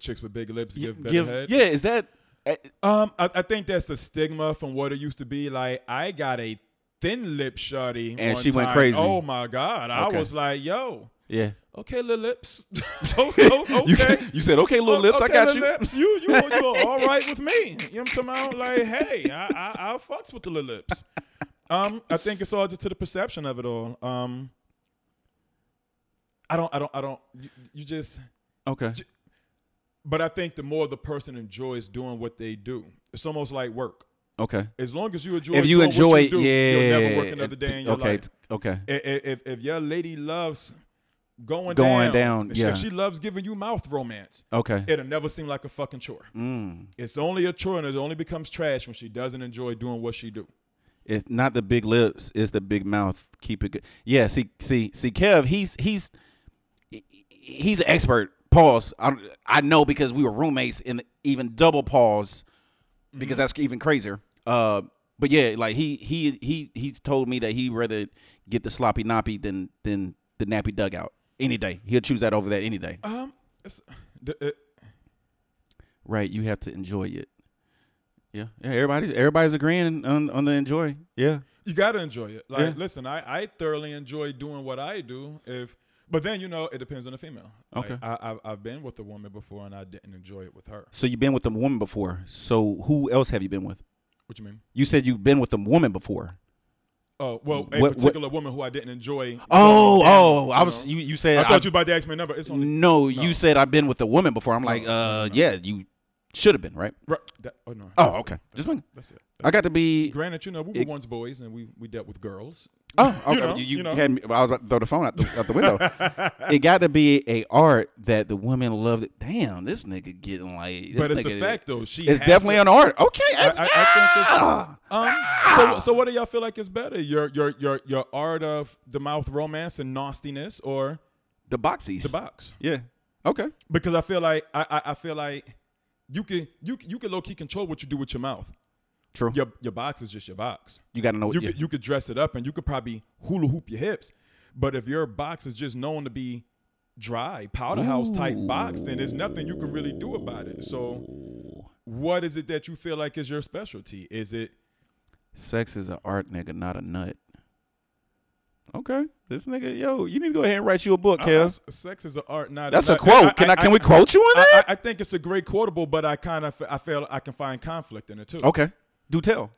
A: chicks with big lips
B: y-
A: give better head?
B: yeah, is that uh,
A: Um, I, I think that's a stigma from what it used to be. Like I got a thin lip shawty,
B: And
A: one
B: she went
A: time.
B: crazy.
A: Oh my god!
B: Okay.
A: I was like, yo,
B: yeah?
A: okay, little lips. [LAUGHS] oh, oh, okay.
B: [LAUGHS]
A: Oh,
B: you, you said okay, little lips,
A: Okay,
B: I got
A: little
B: you.
A: Lips, you,
B: [LAUGHS]
A: you, you are all right with me. You know what I'm talking about? Like, hey, I, I, I fucks with the little lips. Um, I think it's all just to the perception of it all. Um, I don't, I don't, I don't. You, you just,
B: Okay,
A: but I think the more the person enjoys doing what they do, it's almost like work.
B: okay.
A: As long as you enjoy,
B: If you
A: doing
B: enjoy,
A: what
B: it,
A: you do,
B: yeah.
A: you'll never work another day in your
B: okay,
A: life.
B: t- okay.
A: I- i- If, if your lady loves going
B: Going down,
A: down, if she-
B: yeah.
A: if she loves giving you mouth romance,
B: Okay.
A: it'll never seem like a fucking chore.
B: Mm.
A: It's only a chore, and it only becomes trash when she doesn't enjoy doing what she do.
B: It's not the big lips, it's the big mouth. Keep it good. Yeah, see see see Kev, he's he's he- he's an expert. Pause. I, I know because we were roommates and even double pause because that's even crazier. Uh, but yeah, like he he he he's told me that he'd rather get the sloppy nappy than than the nappy dugout any day. He'll choose that over that any day.
A: Um, it's, d- it,
B: Right? You have to enjoy it. Yeah, yeah. Everybody's everybody's agreeing on on the enjoy. Yeah.
A: you gotta enjoy it. Like,
B: Yeah.
A: listen, I, I thoroughly enjoy doing what I do. If, but then you know, it depends on the female. Like,
B: Okay.
A: I, I've I've been with a woman before, and I didn't enjoy it with her.
B: So you've been with a woman before. So who else have you been with?
A: What you mean?
B: You said you've been with a woman before.
A: Oh well,
B: What-
A: a
B: what-
A: particular woman who I didn't enjoy.
B: Oh,
A: going down,
B: oh, I
A: you
B: was
A: know?
B: you. You said
A: I thought you about to ask me a number. It's on. the
B: No,
A: No.
B: you said I've been with a woman before. I'm like,
A: no,
B: uh,
A: no.
B: yeah, you should have been, right?
A: Right, that, oh no.
B: Oh,
A: that's it,
B: okay.
A: that's it,
B: Just wondering.
A: That's it.
B: I got to be.
A: Granted, you know, we were
B: It-
A: once boys, and we we dealt with girls.
B: Oh, okay. [LAUGHS] You,
A: know,
B: you
A: you know.
B: had me. I was about to throw the phone out the, out the [LAUGHS] window. it got to be a art that the women loved. It. Damn, this nigga getting like. This
A: But it's
B: nigga,
A: a fact, though. She
B: It's
A: has
B: definitely Ah!
A: to-
B: an art. Okay.
A: I, I, I
B: yeah.
A: think
B: Ah!
A: it's um. So, so what do y'all feel like is better? Your your your your art of the mouth romance and nastiness, or
B: the boxies.
A: the box?
B: Yeah. Okay.
A: Because I feel like I I, I feel like you can you can- you can low key control what you do with your mouth.
B: True.
A: Your your box is just your box.
B: You got to know.
A: You
B: Oh, yeah.
A: could you could dress it up and you could probably hula hoop your hips, but if your box is just known to be dry powderhouse type box, then there's nothing you can really do about it. So, what is it that you feel like is your specialty? Is it
B: Sex is an art, nigga, not a nut. Okay. This nigga, yo, you need to go ahead and write you a book,
A: I- I-
B: Kels.
A: uh, sex is an art. Not
B: That's
A: not-
B: a quote. can Uh-huh. I, can we quote you on
A: I,
B: that?
A: I- I think it's a great quotable, but I kind of I feel I can find conflict in it too.
B: okay. Do tell.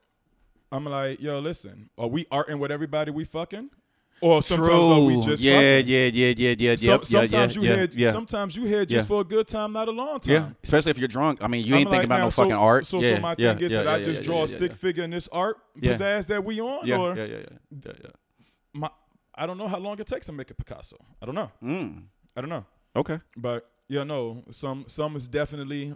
A: I'm like, yo, listen, are we arting with everybody we fucking, or sometimes are
B: True.
A: we just
B: yeah,
A: fucking?
B: yeah, yeah, yeah, yeah, yeah,
A: So-
B: yeah.
A: sometimes
B: yeah,
A: you
B: yeah,
A: here.
B: yeah,
A: Sometimes you here just
B: Yeah.
A: for a good time, not a long time.
B: yeah. Especially if you're drunk. I mean, you
A: I'm
B: ain't thinking
A: like,
B: about
A: now,
B: no
A: so-
B: fucking art.
A: So,
B: yeah,
A: so my
B: yeah,
A: thing is
B: yeah,
A: that I
B: yeah,
A: just
B: yeah,
A: draw
B: yeah,
A: a
B: yeah,
A: stick figure in this art
B: Yeah.
A: pizzazz that we on,
B: Yeah,
A: or
B: yeah, yeah, yeah, yeah, yeah,
A: my, I don't know how long it takes to make a Picasso. I don't know.
B: yeah. Mm.
A: I don't know.
B: Okay.
A: But yeah, no, some some is definitely.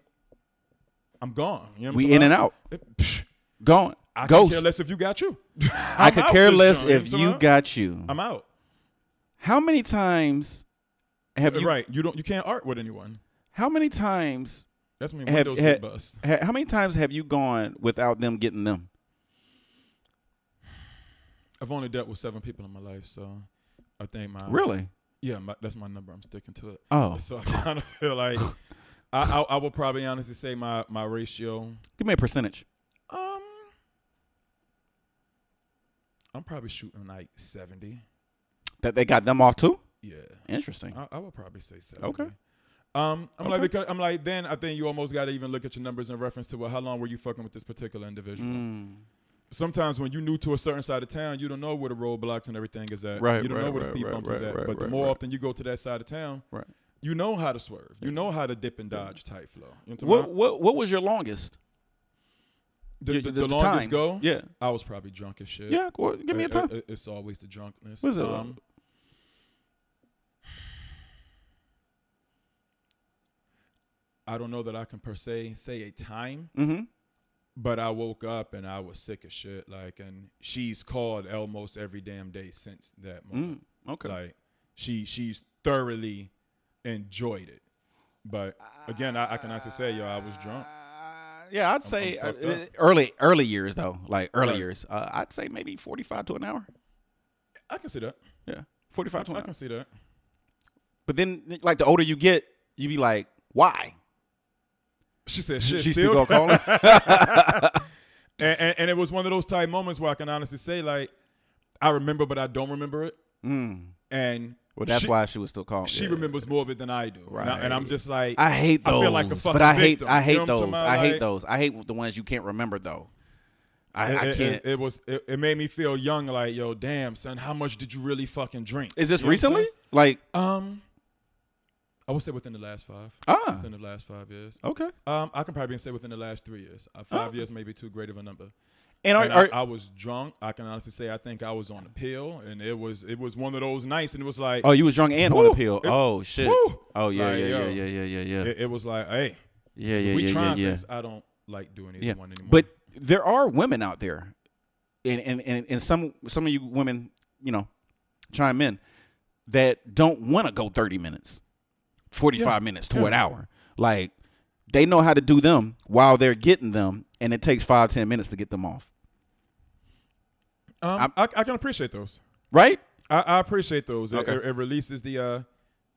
A: I'm gone. You know what I'm
B: We
A: talking
B: in and
A: about?
B: out.
A: It- psh,
B: Gone.
A: I could care
B: Ghost.
A: less if you got you.
B: I could care less if you
A: got.
B: got you.
A: I'm out.
B: How many times have you?
A: right. You don't. You can't art with anyone.
B: How many times?
A: That's when
B: Have-
A: windows
B: had-
A: get bust.
B: ha- How many times have you gone without them getting them?
A: I've only dealt with seven people in my life, so I think my
B: Oh. Really?
A: yeah, my, that's my number. I'm sticking to it.
B: Oh,
A: So I [LAUGHS] kind of feel like I, I I would probably honestly say my my ratio.
B: give me a percentage.
A: Um, I'm probably shooting like seventy.
B: That they got them off too.
A: Yeah.
B: Interesting.
A: I, I would probably say so.
B: Okay.
A: Um, I'm like
B: Okay.
A: because I'm like then I think you almost got to even look at your numbers in reference to well, how long were you fucking with this particular individual?
B: Mm.
A: Sometimes when you new to a certain side of town, you don't know where the roadblocks and everything is at.
B: Right,
A: You don't know
B: right,
A: where the
B: right,
A: speed
B: right,
A: bumps is
B: right,
A: at.
B: right,
A: but the
B: right,
A: more
B: right.
A: often you go to that side of town,
B: Right.
A: you know how to swerve. You know how to dip and dodge type flow. You know what I'm
B: What
A: talking
B: what what was your longest?
A: about? the,
B: Y-
A: the,
B: the
A: the longest
B: time.
A: go,
B: Yeah.
A: I was probably drunk as shit.
B: Yeah. Well, give me a
A: Uh, uh,
B: time.
A: uh, it's always the drunkenness. Um,
B: What is it?
A: I don't know that I can per se say a time,
B: Mm-hmm.
A: but I woke up and I was sick as shit. Like, and she's called almost every damn day since that moment.
B: Mm. Okay.
A: Like, she she's thoroughly enjoyed it. But again, I, I can honestly say, yo, I was drunk.
B: Uh, yeah, I'd say uh,
A: fucked up.
B: uh, early early years though, like early
A: Right.
B: years. Uh, I'd say maybe forty five to an hour.
A: I can see that.
B: Yeah,
A: I,
B: forty five to an
A: I
B: hour.
A: can see that.
B: But then, like the older you get, you be like, why?
A: She said, shit,
B: She
A: still
B: still
A: [LAUGHS]
B: gonna call her. [LAUGHS]
A: and, and, and it was one of those type moments where I can honestly say, like, I remember, but I don't remember it.
B: mm.
A: And
B: Well, that's
A: she,
B: why she was still calling.
A: she
B: yeah.
A: remembers more of it than I do. And, I,
B: Right.
A: am just like,
B: I hate
A: I
B: those.
A: feel like a fucking
B: but I hate
A: victim.
B: I
A: You
B: hate
A: know what I'm
B: those.
A: talking
B: I hate
A: about?
B: those. I hate the ones you can't remember though. I, I
A: it, it-
B: can't.
A: It, it was. It, it made me feel young. Like, yo, damn, son, how much did you really fucking drink?
B: Is this
A: You know what I'm
B: recently?
A: saying?
B: Like
A: Um, I would say within the last five.
B: ah
A: Within the last five years.
B: okay.
A: Um, I can probably say within the last three years. Uh, Five years may be too great of a number.
B: Ah. And are,
A: And I,
B: are,
A: I was drunk. I can honestly say I think I was on a pill, and it was it was one of those nights, and it was like
B: oh you was drunk and on
A: Woo!
B: a pill.
A: It-
B: oh shit.
A: Woo!
B: Oh yeah
A: Like,
B: yeah,
A: yo.
B: yeah yeah yeah yeah yeah yeah
A: it, it was like, hey,
B: yeah yeah
A: we
B: yeah yeah
A: trying
B: yeah.
A: this. I don't like doing either
B: Yeah.
A: one anymore.
B: But there are women out there, and and, and and some some of you women, you know, chime in that don't want to go thirty minutes, forty five minutes to an hour. Like they know how to do them while they're getting them, and it takes five ten minutes to get them off.
A: um, I, I can appreciate those.
B: Right?
A: I, I appreciate those. It-
B: Okay.
A: It, it releases the uh,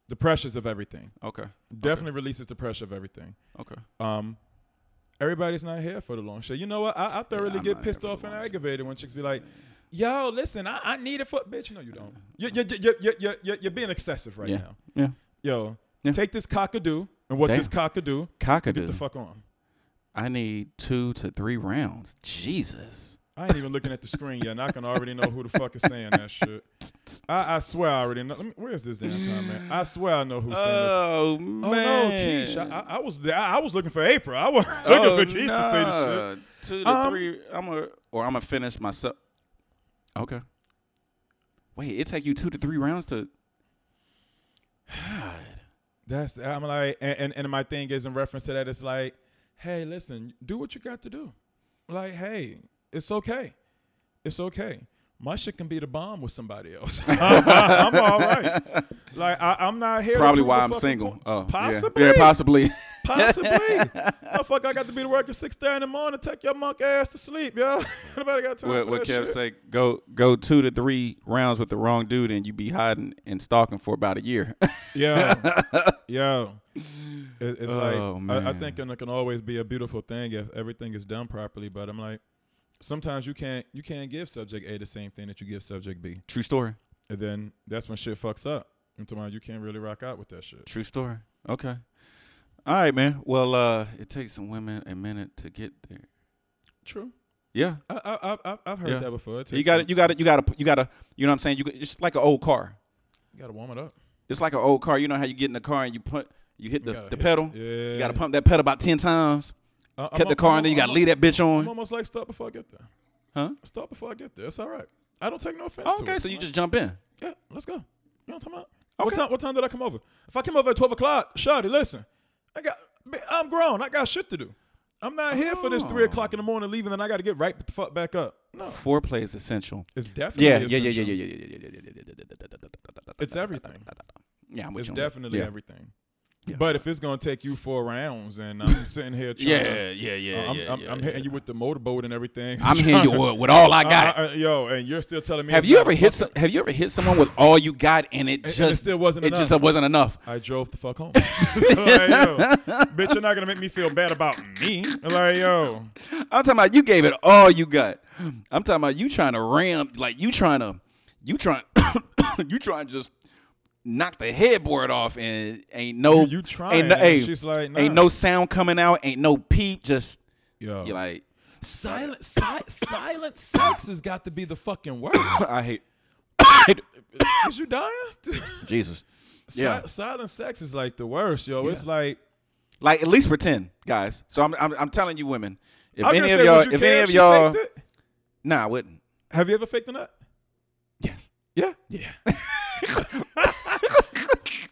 A: the pressures of everything.
B: Okay.
A: Definitely releases the pressure of everything.
B: Okay.
A: Um, everybody's not here for the long shit. You know what? I, I thoroughly
B: I'm
A: get
B: not
A: pissed
B: here for the
A: off and
B: long shit.
A: aggravated when chicks be like, "Yo, listen, I, I need a foot, bitch." No, you don't. You're you're, you're, you're, you're, you're, you're being excessive right
B: yeah.
A: now.
B: Yeah.
A: Yo,
B: Yeah.
A: take this cockadoo and what
B: Damn.
A: this cockadoo. Get the
B: Cockatoo.
A: fuck on.
B: I need two to three rounds. Jesus.
A: I ain't even looking at the screen yet, and I can already know who the fuck is saying that shit. I, I swear I already know. Let me, where's this damn comment? I swear I know who's saying this.
B: Oh
A: Oh
B: man.
A: no, Keish! I, I, I was I, I was looking for April. I was looking for Keish to say this shit.
B: shit. Oh, Two to
A: Um,
B: three. I'm a or I'm gonna finish myself. Okay. Wait, it take you two to three rounds to. [SIGHS] God.
A: That's I'm like, and, and and my thing is in reference to that. It's like, hey, listen, do what you got to do. Like, hey, it's okay, it's okay. My shit can be the bomb with somebody else. [LAUGHS] I'm all right. Like I, I'm not here. to
B: Probably
A: prove
B: why
A: a
B: I'm
A: fucking
B: single.
A: point.
B: Oh,
A: possibly.
B: Yeah, yeah possibly. [LAUGHS]
A: Possibly. Motherfucker, I got to be to work at six thirty in the morning. Take your monk ass to sleep, yo. [LAUGHS] Nobody got time
B: what
A: for
B: what
A: that
B: Kev
A: shit.
B: say? Go go two to three rounds with the wrong dude, and you be hiding and stalking for about a year. [LAUGHS]
A: Yeah, yeah. It, it's
B: Oh,
A: like I, I
B: man.
A: think it can always be a beautiful thing if everything is done properly. But I'm like, sometimes you can't you can't give subject A the same thing that you give subject B.
B: True story.
A: and then that's when shit fucks up. And tomorrow you can't really rock out with that shit.
B: True story. Okay. All right, man. Well, uh, it takes some women a minute to get there.
A: True.
B: Yeah.
A: I I I- I I've heard
B: Yeah.
A: that before. It
B: You
A: takes
B: got
A: some-
B: to You got to You got to You got to You know what I'm saying? You could- it's like an old car.
A: You gotta warm it up.
B: It's like an old car. You know how you get in the car and you put you hit
A: You
B: the,
A: gotta
B: the
A: hit-
B: pedal.
A: Yeah.
B: You got to pump that pedal about ten times.
A: I- I'm
B: cut the
A: al-
B: car
A: I'm
B: and then you
A: al-
B: got to leave that bitch
A: I'm
B: on.
A: almost like stop before I get there.
B: Huh?
A: Stop before I get there. It's all right. I don't take no offense.
B: Oh,
A: to
B: okay,
A: it.
B: so you
A: Like,
B: just jump in.
A: yeah, let's go. You know what I'm talking about? What
B: Okay.
A: time? What time did I come over? If I came over at twelve o'clock, Shawty, listen, I got, I'm grown. I got shit to do. I'm not here for this three
B: Oh.
A: o'clock in the morning leaving, and I got to get right the fuck back up. No,
B: Foreplay is essential.
A: it's definitely
B: Yeah, yeah, yeah, yeah,
A: essential.
B: yeah, yeah, yeah, yeah, yeah, yeah, yeah, yeah, yeah, yeah, yeah.
A: It's everything.
B: Yeah, I'm with
A: It's
B: you on that.
A: definitely
B: Yeah.
A: everything.
B: Yeah.
A: But if it's gonna take you four rounds, and
B: [LAUGHS]
A: I'm sitting here trying, to,
B: Yeah, yeah, yeah.
A: uh, I'm,
B: yeah,
A: I'm,
B: yeah,
A: I'm
B: yeah.
A: hitting you Uh, with the motorboat and everything.
B: I'm hitting
A: [LAUGHS]
B: you with, with all I got.
A: I- I- yo, and you're still telling me.
B: have
A: it's
B: you
A: not
B: ever hit
A: fucking-
B: some, Have you ever hit someone with all you got and it
A: uh, and
B: just
A: it still wasn't
B: It
A: enough.
B: just wasn't enough.
A: I drove the fuck home. [LAUGHS] like, yo, bitch, you're not gonna make me feel bad about me. Like, yo,
B: I'm talking about you gave it all you got. I'm talking about you trying to ram like you trying to you trying [COUGHS] you trying to just knock the headboard off and ain't
A: You-
B: no
A: you
B: Ain't no,
A: trying,
B: hey,
A: she's like,
B: ain't
A: nah. Oh.
B: no sound coming out. Ain't no peep. Just
A: yo,
B: you're like
A: silent, si- silent sex has got to be the fucking word.
B: [COUGHS] I hate [COUGHS]
A: Is you dying? [LAUGHS]
B: Jesus.
A: Si-
B: Yeah.
A: silent sex is like the worst, yo. It's
B: Yeah.
A: like
B: Like at least pretend, guys. So I'm I'm, I'm telling you, women. If
A: I'm
B: any
A: gonna
B: of
A: say,
B: y'all,
A: would you
B: if
A: care
B: any of
A: she
B: y'all,
A: faked it?
B: nah, I wouldn't.
A: have you ever faked a nut?
B: Yes.
A: Yeah,
B: Yeah.
A: [LAUGHS]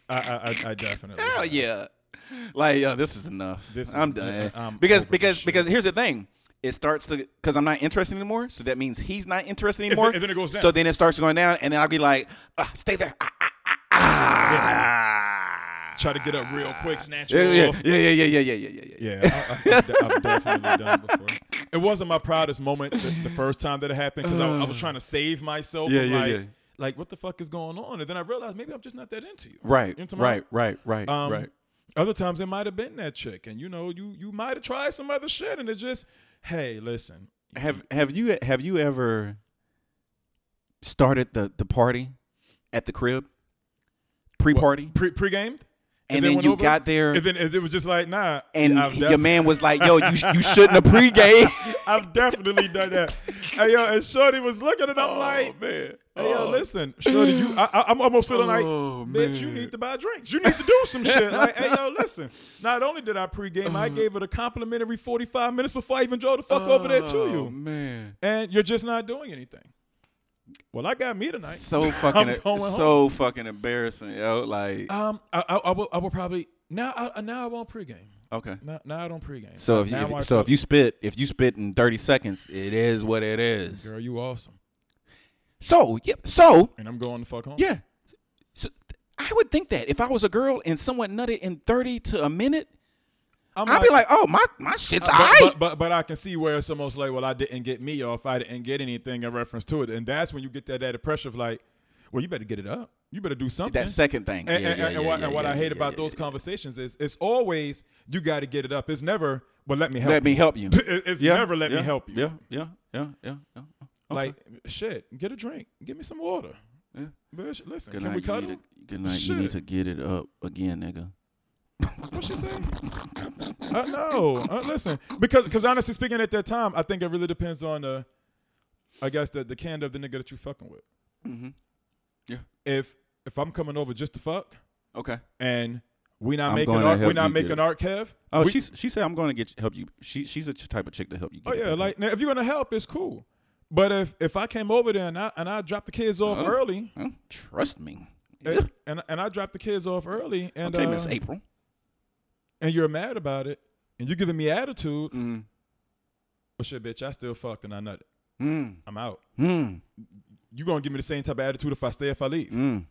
A: I, I, I, I definitely.
B: Hell
A: have.
B: yeah. Like, yo, this is enough.
A: This is-
B: I'm done.
A: I'm
B: because
A: over this
B: because
A: shit.
B: because here's the thing. It starts to because I'm not interested anymore. So that means he's not
A: [LAUGHS]
B: interested
A: it-
B: anymore.
A: if then it goes
B: So
A: down.
B: then it starts going down, and then I'll be like, ah, stay there. Ah, ah, ah, ah.
A: Try to get up real quick, snatch
B: Yeah,
A: it
B: yeah,
A: off.
B: yeah, yeah, yeah, yeah, yeah, yeah, yeah, yeah.
A: Yeah, I, I, I've de- I've definitely done it before. It wasn't my proudest moment the, the first time that it happened because I, I was trying to save myself.
B: Uh. Yeah,
A: from,
B: yeah,
A: like,
B: yeah.
A: Like, what the fuck is going on? And then I realized maybe I'm just not that into you.
B: Right,
A: You know what I'm talking
B: right, right, right,
A: about? Um,
B: right.
A: Other times it might have been that chick, and you know, you you might have tried some other shit, and it just, hey, listen,
B: Have have you have you ever started the the party at the crib pre party,
A: pre pre gamed,
B: and then you got there,
A: and then it it was just like, nah,
B: and
A: I've
B: your
A: def-
B: man was like, "Yo, you sh- you shouldn't have pregame." [LAUGHS]
A: I've definitely done that. Hey yo, and Shorty was looking, and I'm like,
B: Oh, man.
A: Hey, yo, listen, Shorty, you, I, I, I'm almost feeling like,
B: Oh,
A: bitch, you need to buy drinks. You need to do some shit. Like, hey, yo, listen. Not only did I pregame,
B: Uh-huh.
A: I gave it a complimentary 45 minutes before I even drove the fuck over there to you.
B: Oh, man.
A: And you're just not doing anything. Well, I got me tonight.
B: [LAUGHS] So
A: [LAUGHS]
B: fucking
A: I'm going home.
B: so fucking embarrassing, yo. Like
A: Um, I, I, I will, I will probably now, I, now I won't pregame.
B: okay.
A: Now, now I don't pregame.
B: So if you
A: Now I
B: if, so
A: feel-
B: if you spit if you spit in 30 seconds, it is what it is.
A: girl, you awesome,
B: So, yeah, so
A: and I'm going the fuck home.
B: yeah. So th- I would think that if I was a girl and someone nutted in 30 to a minute,
A: I'm
B: I'd be like, "Oh, my my shit's
A: but,
B: alright."
A: but, but but I can see where it's almost like, well, I didn't get me off. I didn't get anything in reference to it, and that's when you get that added pressure of like, well, you better get it up. You better do something.
B: that second thing.
A: And,
B: yeah,
A: and-
B: yeah,
A: and
B: yeah,
A: what,
B: yeah,
A: and what
B: yeah,
A: I hate
B: yeah,
A: about
B: yeah,
A: those
B: yeah.
A: conversations is it's always you got to get it up. It's never well, let me help.
B: Let me
A: you."
B: help [LAUGHS] you.
A: It- [LAUGHS] it's
B: Yeah,
A: never let
B: yeah,
A: me help you.
B: Yeah, yeah, yeah, yeah. yeah.
A: Like shit, get a drink. Give me some water.
B: Yeah.
A: Bitch, listen.
B: Good
A: can
B: night.
A: we
B: you
A: cuddle?
B: need to, good night. You need
A: Shit.
B: to get it up again, nigga.
A: What she say? I know. Uh, listen, because because honestly speaking, at that time, I think it really depends on the, I guess the the candor of the nigga that you fucking with. Mm-hmm.
B: Mhm. Yeah.
A: If if I'm coming over just to fuck
B: Okay.
A: and we not
B: I'm
A: making
B: gonna
A: art, we
B: help
A: not
B: you get
A: making
B: it.
A: art, Kev.
B: Oh,
A: we-
B: she she said I'm going to get help you. She she's the type of chick to help you. Get
A: Oh
B: it
A: yeah,
B: back
A: like now, if you're gonna help, it's cool. But if if I came over there and I and I dropped the kids off
B: Uh-huh. [LAUGHS]
A: early,
B: up. Huh? trust me.
A: and, and and I dropped the kids off early, and
B: okay,
A: uh,
B: Miss April.
A: and you're mad about it, and you're giving me attitude.
B: Mm.
A: Well, shit, bitch, I still fucked and I nutted.
B: Mm.
A: I'm out.
B: Mm.
A: you gonna give me the same type of attitude if I stay if I leave.
B: Mm.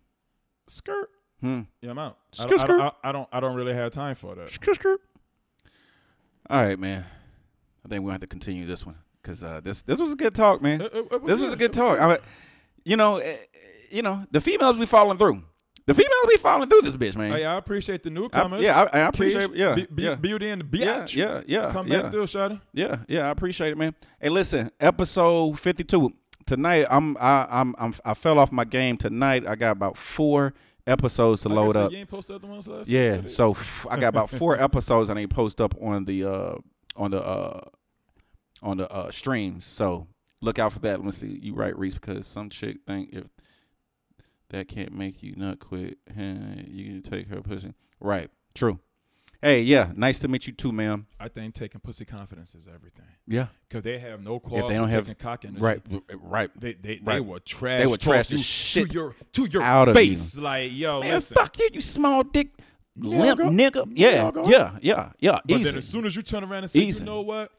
A: Skirt.
B: Mm.
A: Yeah, I'm out. I
B: Skirt,
A: don't, I, don't,
B: skirt.
A: I, I don't. I don't really have time for that.
B: Skirt, skirt. All right, man. I think we'll have to continue this one because uh, this this was a good talk, man.
A: Uh, It- it- it
B: this was a good
A: it
B: talk. I mean, you know, eh, eh, you know, the females be falling through. The females be falling through this bitch, man.
A: Hey, I appreciate the
B: I-
A: newcomers.
B: yeah, I, I
A: Kish,
B: appreciate. Yeah,
A: Be- be-
B: yeah.
A: Beauty and the
B: yeah,
A: Biatch.
B: yeah, yeah,
A: Come
B: yeah.
A: back through, Shotty.
B: Yeah, yeah, I appreciate it, man. Hey, listen, episode 52. tonight I'm I, I'm I'm I fell off my game tonight. I got about four episodes to
A: Like I
B: load
A: said,
B: up.
A: You ain't posted the ones last
B: Yeah,
A: week, did
B: so f- I got about four episodes I need to post up on the uh on the uh on the uh streams. So look out for that. Let me see. You right, Reese, because some chick think if that can't make you not quit, [LAUGHS] huh, you can take her pussy. Right. True. Hey, yeah. Nice to meet you too, ma'am.
A: I think taking pussy confidence is everything
B: Yeah.
A: because they have no claws.
B: they don't
A: for
B: have-
A: taking cock energy.
B: Right. w- Right.
A: They they, they
B: Right.
A: will trash.
B: They will trash
A: talk
B: the
A: you
B: shit
A: to your to your
B: out of
A: face. Like yo,
B: Man,
A: Oh, listen.
B: fuck you, you small dick limp
A: Nigga.
B: nigga. Yeah.
A: Nigga.
B: Yeah. Yeah. Yeah.
A: But
B: Easy.
A: then as soon as you turn around and say,
B: Easy.
A: you know what,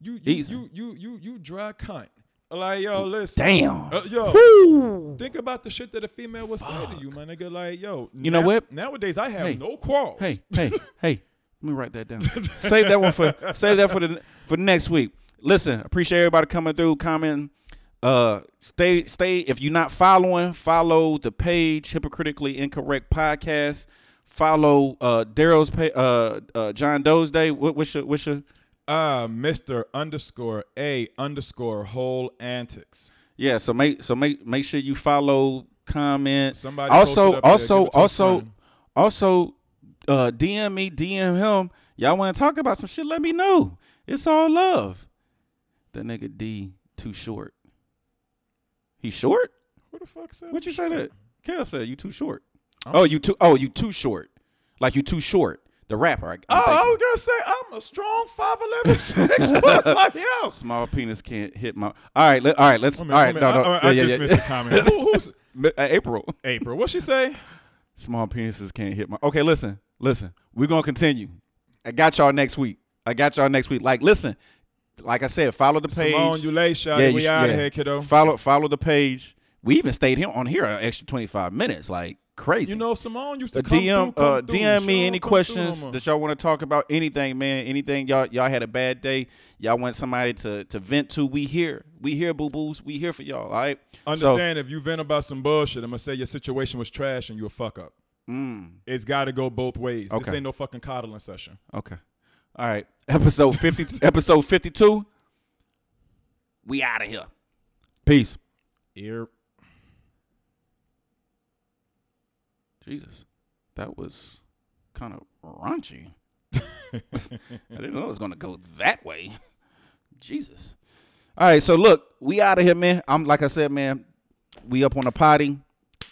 A: you you
B: Easy.
A: you you you you dry cunt. Like yo, listen.
B: Damn.
A: Uh, yo,
B: Woo.
A: think about the shit that a female would say to you, my nigga. Like yo,
B: You know what?
A: Nowadays I have
B: Hey.
A: no quarrels.
B: Hey, hey, hey. Let me write
A: [LAUGHS]
B: that down. save that one for save that for the for next week. Listen, appreciate everybody coming through, commenting. Uh stay stay if you're not following, follow the page Hypocritically Incorrect Podcast. Follow uh Daryl's pa- uh uh John Doe's Day. What what's your what's your
A: Ah, Mister underscore a underscore whole antics.
B: yeah, so make so make make sure you follow, comment.
A: Somebody posted
B: also
A: up there,
B: also
A: give it to a
B: also
A: friend.
B: also uh DM me, DM him. Y'all want to talk about some shit? Let me know. It's all love. That nigga D too short. He short?
A: Who the fuck said?
B: What you say that? Kel said you too short.
A: I'm
B: Oh, you too. Oh, you too short. Like you too short. The rapper. I, I'm
A: Oh, I
B: thinking.
A: was gonna say I'm a strong five eleven six
B: [LAUGHS]
A: foot like yo.
B: Small penis can't hit my. All right, let, all right. Let's.
A: oh, Wait a
B: all
A: minute,
B: right,
A: wait a
B: no,
A: minute.
B: no.
A: I, I- I
B: yeah,
A: just
B: yeah,
A: missed the
B: yeah. [LAUGHS]
A: comment. Who, who's
B: Uh, April.
A: April? What she say?
B: Small penises can't hit my. Okay, listen, listen. We're gonna continue. I got y'all next week. I got y'all next week. Like, listen. Like I said, follow the page.
A: Simone, you late, shot.
B: Yeah, you
A: we
B: sh-
A: out of
B: yeah.
A: here, kiddo.
B: Follow follow the page. We even stayed here on here an extra twenty five minutes. Like crazy.
A: You know, Simone used to
B: Uh,
A: come
B: DM
A: through, come
B: uh,
A: through.
B: DM me
A: Sure,
B: any
A: come through,
B: questions
A: mama.
B: that y'all want to talk about. Anything, man. Anything y'all y'all had a bad day. Y'all want somebody to to vent to. We here. We here, boo boos. We here for y'all. All right.
A: Understand if you vent about some bullshit, I'm gonna say your situation was trash and you a fuck up.
B: mm.
A: It's got to go both ways. This
B: Okay.
A: ain't no fucking coddling session.
B: So okay. All right. [LAUGHS] Episode fifty. episode fifty two. We out of here. Peace.
A: Ear.
B: Jesus, that was kind of raunchy. [LAUGHS] I didn't know it was going to go that way. Jesus. All right, so look, we out of here, man. I'm like I said, man. We up on the potty.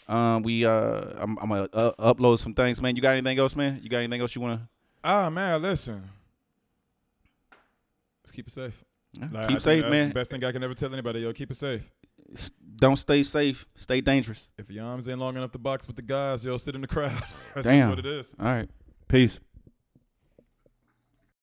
B: Um, we uh, I'm, I'm gonna uh, upload some things, man. You got anything else, man? You got anything else you wanna?
A: Ah man, listen. Let's keep it safe. Like, I
B: keep
A: think
B: safe,
A: that's
B: man.
A: The best thing I can ever tell anybody, yo, keep it safe.
B: S- Don't stay safe. Stay dangerous.
A: If your arms ain't long enough to box with the guys, yo, sit in the crowd. [LAUGHS] That's just
B: Damn.
A: what it is.
B: All right. Peace.